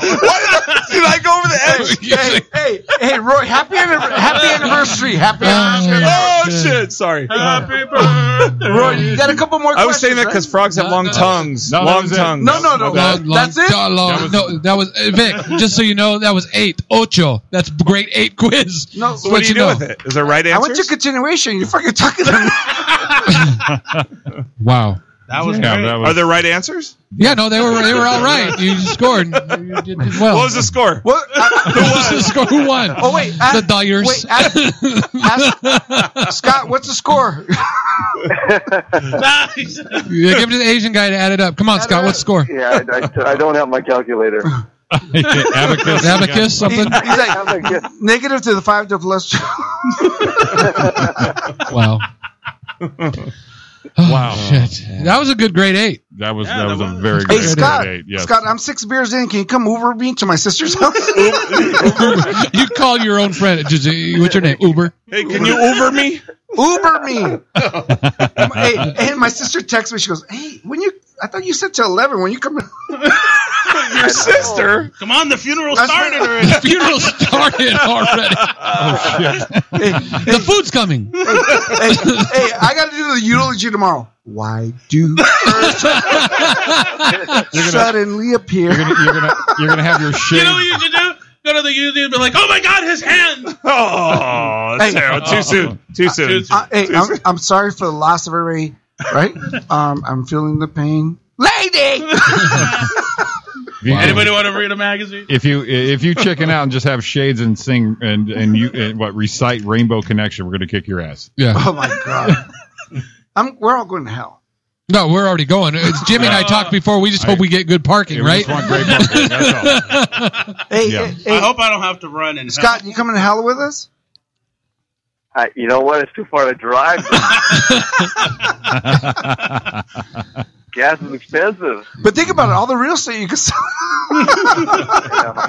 S15: did I go over the edge?
S5: hey, hey, hey, Roy! Happy anniver- happy anniversary! Happy anniversary!
S15: Oh shit! Sorry.
S6: Happy birthday.
S5: Roy, you got a couple more.
S15: I was saying that because
S5: questions,
S15: frogs have long tongues.
S3: No, that
S15: long
S3: was it.
S15: tongues.
S5: No, no, no.
S15: My bad.
S2: Long, long,
S5: That's it?
S2: da- long-
S3: That was-
S2: no, that was uh, Vic. Just so you know, that was eight. Ocho. That's great. Eight quiz.
S5: No,
S2: Just
S15: So
S2: let
S15: what do you do
S2: know.
S15: with it? Is there right
S5: right? I
S15: answer?
S5: went to continuation. You're fucking talking to me.
S2: Wow.
S6: That was
S3: Yeah,
S6: great.
S3: that
S15: Are
S3: was
S15: there right answers?
S2: Yeah, no, they were they were all right. You scored. You did well.
S15: What was the score?
S5: What? I-
S2: What's the score? Who won?
S5: oh wait, ask,
S2: the Dyers.
S5: wait, ask, ask- Scott, what's the score?
S6: Nice.
S2: Yeah, give it to the Asian guy to add it up. Come on, Scott. What's the score?
S7: Yeah, I, I, I don't have my calculator.
S3: abacus.
S2: Abacus, something.
S5: He's
S7: I'm
S5: like
S7: like, yeah,
S5: negative to the five to plus.
S2: Wow.
S3: Wow.
S2: Shit. That was a good grade eight.
S3: Oh, That was
S6: Yeah,
S3: that
S6: that
S3: was a
S6: was-
S3: very
S5: Hey
S3: good
S5: Scott,
S3: date. Yes.
S5: Scott, I'm six beers in. Can you come over me to my sister's house?
S2: you call your own friend. Just, uh, What's your name? Uber.
S15: Hey, can you over me?
S5: Uber me. hey, and my sister texts me. She goes, "Hey, when you? I thought you said till eleven. When you come?"
S15: Your sister?
S6: Come on, the funeral
S5: That's
S6: started
S5: right.
S6: already.
S2: Funeral started already.
S15: Oh,
S5: hey,
S2: The food's coming.
S5: hey, hey, I got to do the eulogy tomorrow. Why do birds suddenly appear?
S3: You're gonna, you're gonna you're gonna have your shit.
S6: You know what you should do? Go to the YouTube and be like, oh my god, his hands.
S15: Oh, that's
S5: Hey.
S15: terrible. Too soon.
S3: oh.
S15: Too soon.
S5: Uh, hey, I'm, I'm sorry for the loss of everybody. Right? Um, I'm feeling the pain, lady.
S3: if you-
S6: Anybody want to read a magazine?
S3: If you if you chicken out and just have shades and sing and and you and what recite Rainbow Connection, we're gonna kick your ass.
S2: Yeah.
S5: Oh my god. I'm, we're all going to hell.
S2: No, we're already going. It's Jimmy and I
S3: Uh,
S2: talked before. We just hope we get good parking,
S3: Yeah, we
S2: right?
S3: just want great parking, that's all.
S5: Hey,
S3: Yeah.
S6: I
S5: hey, hey,
S6: hope I don't have to run. And
S5: Scott, you coming to hell with us?
S7: I, you know what? It's too far to drive. Gas is expensive.
S5: But think about it. All the real estate you could sell.
S7: You know,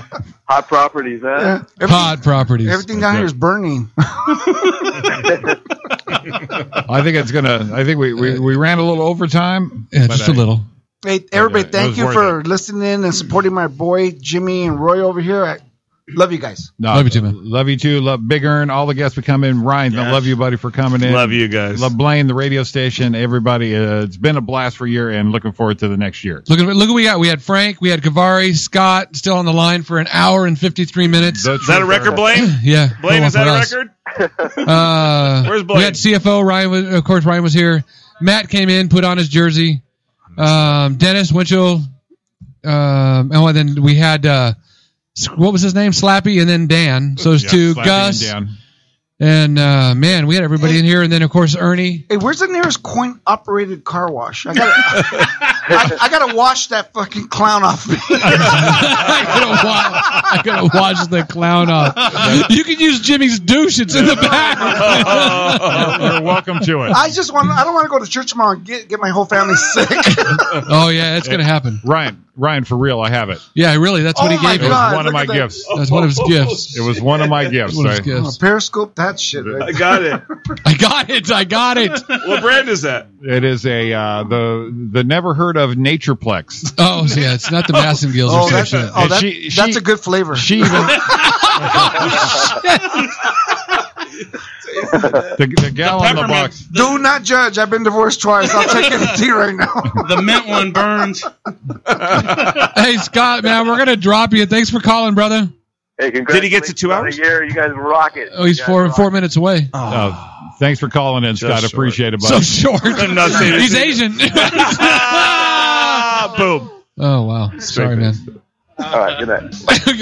S7: hot properties, huh?
S5: everything,
S2: Pod properties.
S5: everything down here is burning.
S3: I think it's gonna. I think we we, we ran a little overtime.
S2: Yeah,
S3: but
S2: just
S3: I-
S2: a little.
S5: Hey, everybody,
S3: it
S5: thank
S3: was
S5: you
S3: worth
S5: for listening and supporting my boy Jimmy and Roy over here. I love you guys.
S3: love you too, man. Love you too. Love Big Earn, all the guests we come in. Ryan, I love you, buddy, for coming in.
S15: Love you guys.
S3: Love Blaine, the radio station, everybody. Uh, it's been a blast for a year and looking forward to the next year.
S2: Look at look what we got. We had Frank, we had Kavari, Scott still on the line for an hour and fifty three minutes.
S15: Is that a record, Blaine?
S2: yeah.
S15: Blaine,
S2: Hold
S15: is
S2: on
S15: that a
S2: for us.
S15: record?
S2: Uh,
S15: Where's
S2: We had CFO Ryan. Was, of course, Ryan was here. Matt came in, put on his jersey. Um, Dennis Winchell. Um, oh, and then we had uh, s- what was his name? Slappy, and then Dan. So there's
S3: Yeah,
S2: two
S3: Slappy and
S2: Gus.
S3: Dan.
S2: And uh, man, we had everybody in here, and then of course Ernie.
S5: Hey, where's the nearest coin operated car wash? I gotta, I, I gotta wash that fucking clown off me.
S2: I gotta wash. I gotta wash the clown off. You can use Jimmy's douche. It's in the back.
S3: You're welcome to it.
S5: I just want. I don't want to go to church tomorrow and get, get my whole family sick.
S2: oh yeah, it's gonna happen.
S3: Ryan, Ryan, for real, I have it.
S2: Yeah, really, that's what
S5: Oh
S2: he
S5: my
S2: gave
S3: It
S2: me.
S5: God,
S3: was one
S5: look
S3: of my
S5: at that.
S3: gifts.
S2: That's one of his gifts.
S3: It was one of my gifts.
S2: One of his
S3: I-
S2: gifts.
S5: Oh, Periscope that shit. Right I
S15: got it.
S2: I got it. I got it.
S15: What brand is that?
S3: It is a uh, the the never heard of Natureplex.
S2: Oh, so yeah, it's not the Massim Gills
S5: Oh,
S2: or some
S5: that's,
S2: shit.
S5: oh, that, that's a good flavor.
S3: She even the, the gal on the box.
S5: Do not judge. I've been divorced twice. I'll take anything right now.
S6: The mint one burns.
S2: hey Scott, man, we're gonna drop you. Thanks for calling, brother.
S7: Hey, congratulations.
S15: Did he get to two hours?
S7: Yeah, you guys rock it.
S2: Oh, he's four four minutes away.
S5: Ah.
S3: Uh, thanks for calling in, Scott. Appreciate it, buddy.
S2: so short.
S15: I'm not saying
S2: He's
S15: anything.
S2: Asian.
S15: Ah, boom.
S2: oh wow. Sorry, man.
S7: All right, good night.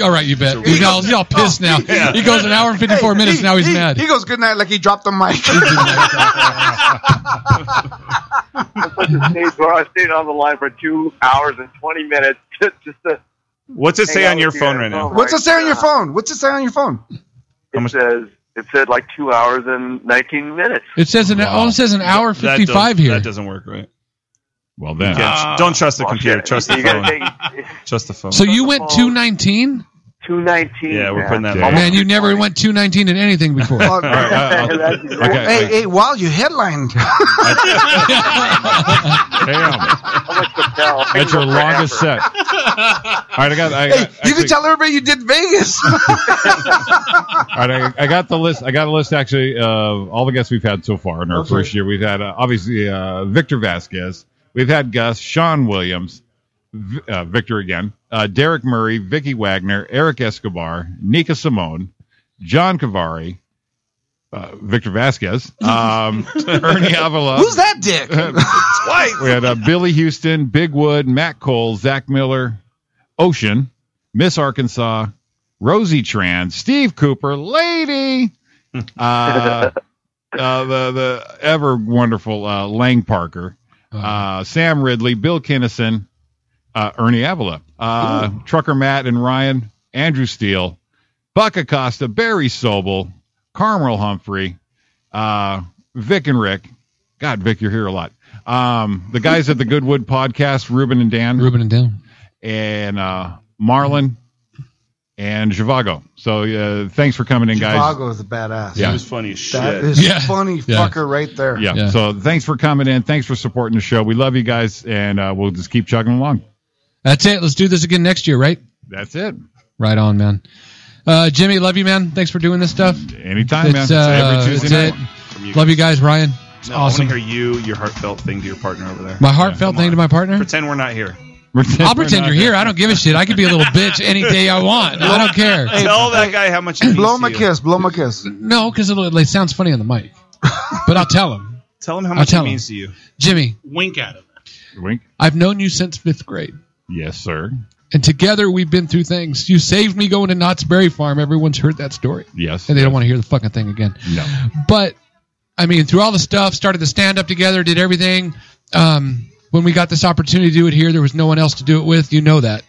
S2: all right, you bet. He's all, he's all
S15: Oh,
S2: pissed now. He goes an hour and fifty four
S5: Hey,
S2: minutes.
S5: he-
S2: Now he's
S5: he-
S2: mad.
S5: He goes good night like he dropped the mic.
S7: Stage where I stayed on the line for two hours and twenty minutes just to.
S15: What's it say
S7: hang out
S15: on your
S7: with you
S15: phone
S7: guys.
S15: right now?
S7: Oh,
S5: What's
S7: my
S5: it say on your
S7: God.
S5: phone? What's it say on your phone?
S7: It says it said like two hours and nineteen minutes.
S2: It says an oh, it says an hour
S15: That
S2: fifty five
S15: does-
S2: here.
S15: That doesn't work right.
S3: Well then,
S15: Can't- don't trust the
S5: Oh,
S7: Well,
S15: computer.
S7: shit,
S15: Trust the
S7: you
S15: phone.
S7: gotta take
S15: Trust the phone.
S2: so you went two nineteen?
S7: two nineteen.
S15: Oh. yeah, we're putting that.
S3: Yeah.
S2: Man, you never went two nineteen in anything before.
S5: Oh,
S3: okay.
S5: hey, hey, while you headlined.
S3: Damn, that's your longest set. All right, I got. I,
S5: hey,
S3: I-
S5: you can
S3: actually-
S5: tell everybody you did Vegas.
S3: All right, I, I got the list. I got a list actually of all the guests we've had so far in our
S5: Okay.
S3: first year. We've had uh, obviously uh, Victor Vasquez. We've had Gus, Sean Williams, v- uh, Victor again, uh, Derek Murray, Vicky Wagner, Eric Escobar, Nika Simone, John Cavari, uh, Victor Vasquez, um, Ernie Avila.
S5: Who's that dick?
S3: We had uh, Billy Houston, Big Wood, Matt Cole, Zach Miller, Ocean, Miss Arkansas, Rosie Tran, Steve Cooper, Lady, uh, uh, the the ever wonderful uh, Lang Parker, uh, Sam Ridley, Bill Kinnison, uh, Ernie Avila, uh, Trucker Matt and Ryan, Andrew Steele, Buck Acosta, Barry Sobel, Carmel Humphrey, uh, Vic and Rick. God, Vic, you're here a lot. Um, the guys at the Goodwood podcast, Ruben and Dan,
S2: Ruben and Dan.
S3: and uh, Marlon and Zhivago. So uh, thanks for coming in, guys.
S5: Chicago is a badass.
S3: Yeah.
S15: It was funny as shit.
S5: That is
S2: Yeah.
S5: funny
S2: Yeah.
S5: fucker right there.
S3: Yeah.
S2: Yeah.
S3: So thanks for coming in. Thanks for supporting the show. We love you guys, and uh, we'll just keep chugging along.
S2: That's it. Let's do this again next year, right?
S3: That's it.
S2: Right on, man. Uh, Jimmy, love you, man. Thanks for doing this stuff.
S3: Anytime, man.
S2: It's, uh,
S3: Every
S2: it's
S3: Tuesday
S2: it.
S3: night.
S15: From
S2: Love you guys, Ryan. It's
S15: No,
S2: awesome.
S15: I want to hear you, your heartfelt thing to your partner over there.
S2: My heartfelt thing to my partner.
S15: Pretend we're not here.
S3: Pretend
S2: I'll
S3: we're
S2: pretend
S3: not
S2: you're here. I don't give a shit. I could be a little bitch any day I want. I don't care.
S15: Tell that guy how much you
S5: Blow him
S15: my
S5: a kiss. Blow him a kiss.
S2: No, because it, it sounds funny on the mic. But I'll tell him.
S15: Tell him how
S2: I'll
S15: much
S2: tell
S15: it
S2: him.
S15: means to you.
S2: Jimmy,
S6: Wink at him.
S3: Wink.
S2: I've known you since fifth grade.
S3: Yes, sir.
S2: And together we've been through things. You saved me going to Knott's Berry Farm. Everyone's heard that story.
S3: Yes.
S2: And they don't want to hear the fucking thing again.
S3: No.
S2: but I mean, through all the stuff, started the stand up together, did everything. Um, when we got this opportunity to do it here, there was no one else to do it with. You know that,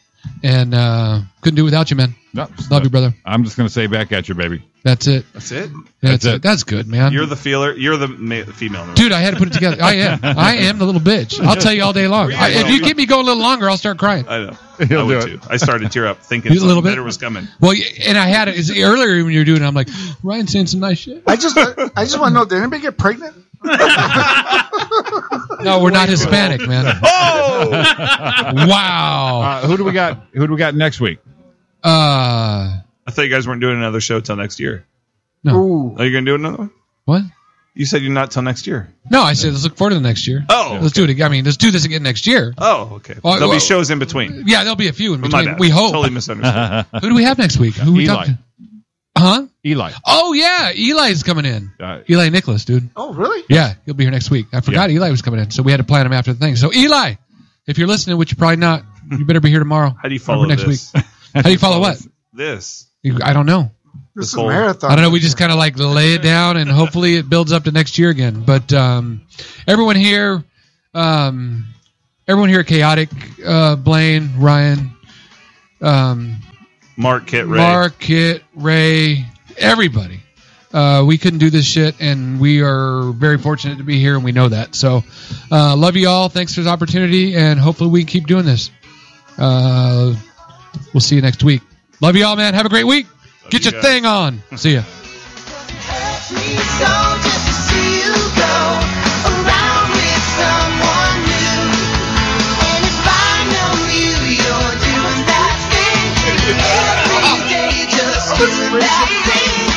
S2: and uh, couldn't do it without you, man.
S3: No.
S2: Love you, brother.
S3: I'm just gonna say back at you, baby.
S2: That's it.
S15: That's it.
S2: That's,
S3: That's
S2: it.
S3: it.
S2: That's good, man.
S15: You're the feeler. You're the ma- female. in the room.
S2: Dude, I had to put it together. I am. I am the little bitch. I'll tell you all day long. I, if you keep me going a little longer, I'll start crying.
S15: I know.
S3: He'll
S15: I would
S3: do it.
S15: too. I started to tear up thinking
S2: You a
S15: something
S2: little bit?
S15: better was coming.
S2: Well, y- and I had it it's earlier when you were doing it. I'm like, Ryan's saying some nice shit.
S5: I just I just want to know did anybody get pregnant?
S2: No, we're not Hispanic, man.
S15: Oh!
S2: wow.
S3: Uh, who do we got? Who do we got next week?
S2: Uh,
S15: I thought you guys weren't doing another show till next year.
S2: No.
S15: Are you going to do another one?
S2: What?
S15: You said you're not till next year.
S2: No, I said let's look forward to the next year.
S15: Oh,
S2: let's do it. Again. I mean, let's do this again next year.
S15: Oh, okay.
S2: Well,
S15: There'll
S2: well-
S15: be shows in between. Oh,
S2: Yeah, there'll be a few in
S15: My
S2: between.
S15: bad.
S2: We hope.
S15: Totally misunderstood.
S2: Who do we have next week? Who we
S15: Eli.
S2: talking? Huh?
S3: Eli.
S2: Oh yeah, Eli's coming in.
S3: Uh,
S2: Eli Nicholas, dude.
S5: Oh, really?
S2: Yeah, he'll be here next week. I forgot Eli was coming in, so we had to plan him after the thing. So Eli, if you're listening, which you're probably not, you better be here tomorrow.
S15: How do you
S2: or
S15: follow
S2: next
S15: this?
S2: week? How do you follow what?
S15: This.
S2: You- I don't know.
S5: This is
S15: whole-
S5: marathon.
S2: I don't know. We just kind of like lay it down, and hopefully it builds up to next year again. But um, everyone here, um, everyone here, at chaotic. Uh, Blaine, Ryan, um,
S15: Mark Kit Ray.
S2: Mark, Kit, Ray, everybody. Uh, we couldn't do this shit, and we are very fortunate to be here, and we know that. So, uh, love you all. Thanks for the opportunity, and hopefully we can keep doing this. Uh, we'll see you next week. Love you all, man. Have a great week. Get
S8: you
S2: your
S8: guys.
S2: thing on. See ya.
S8: Just doing that thing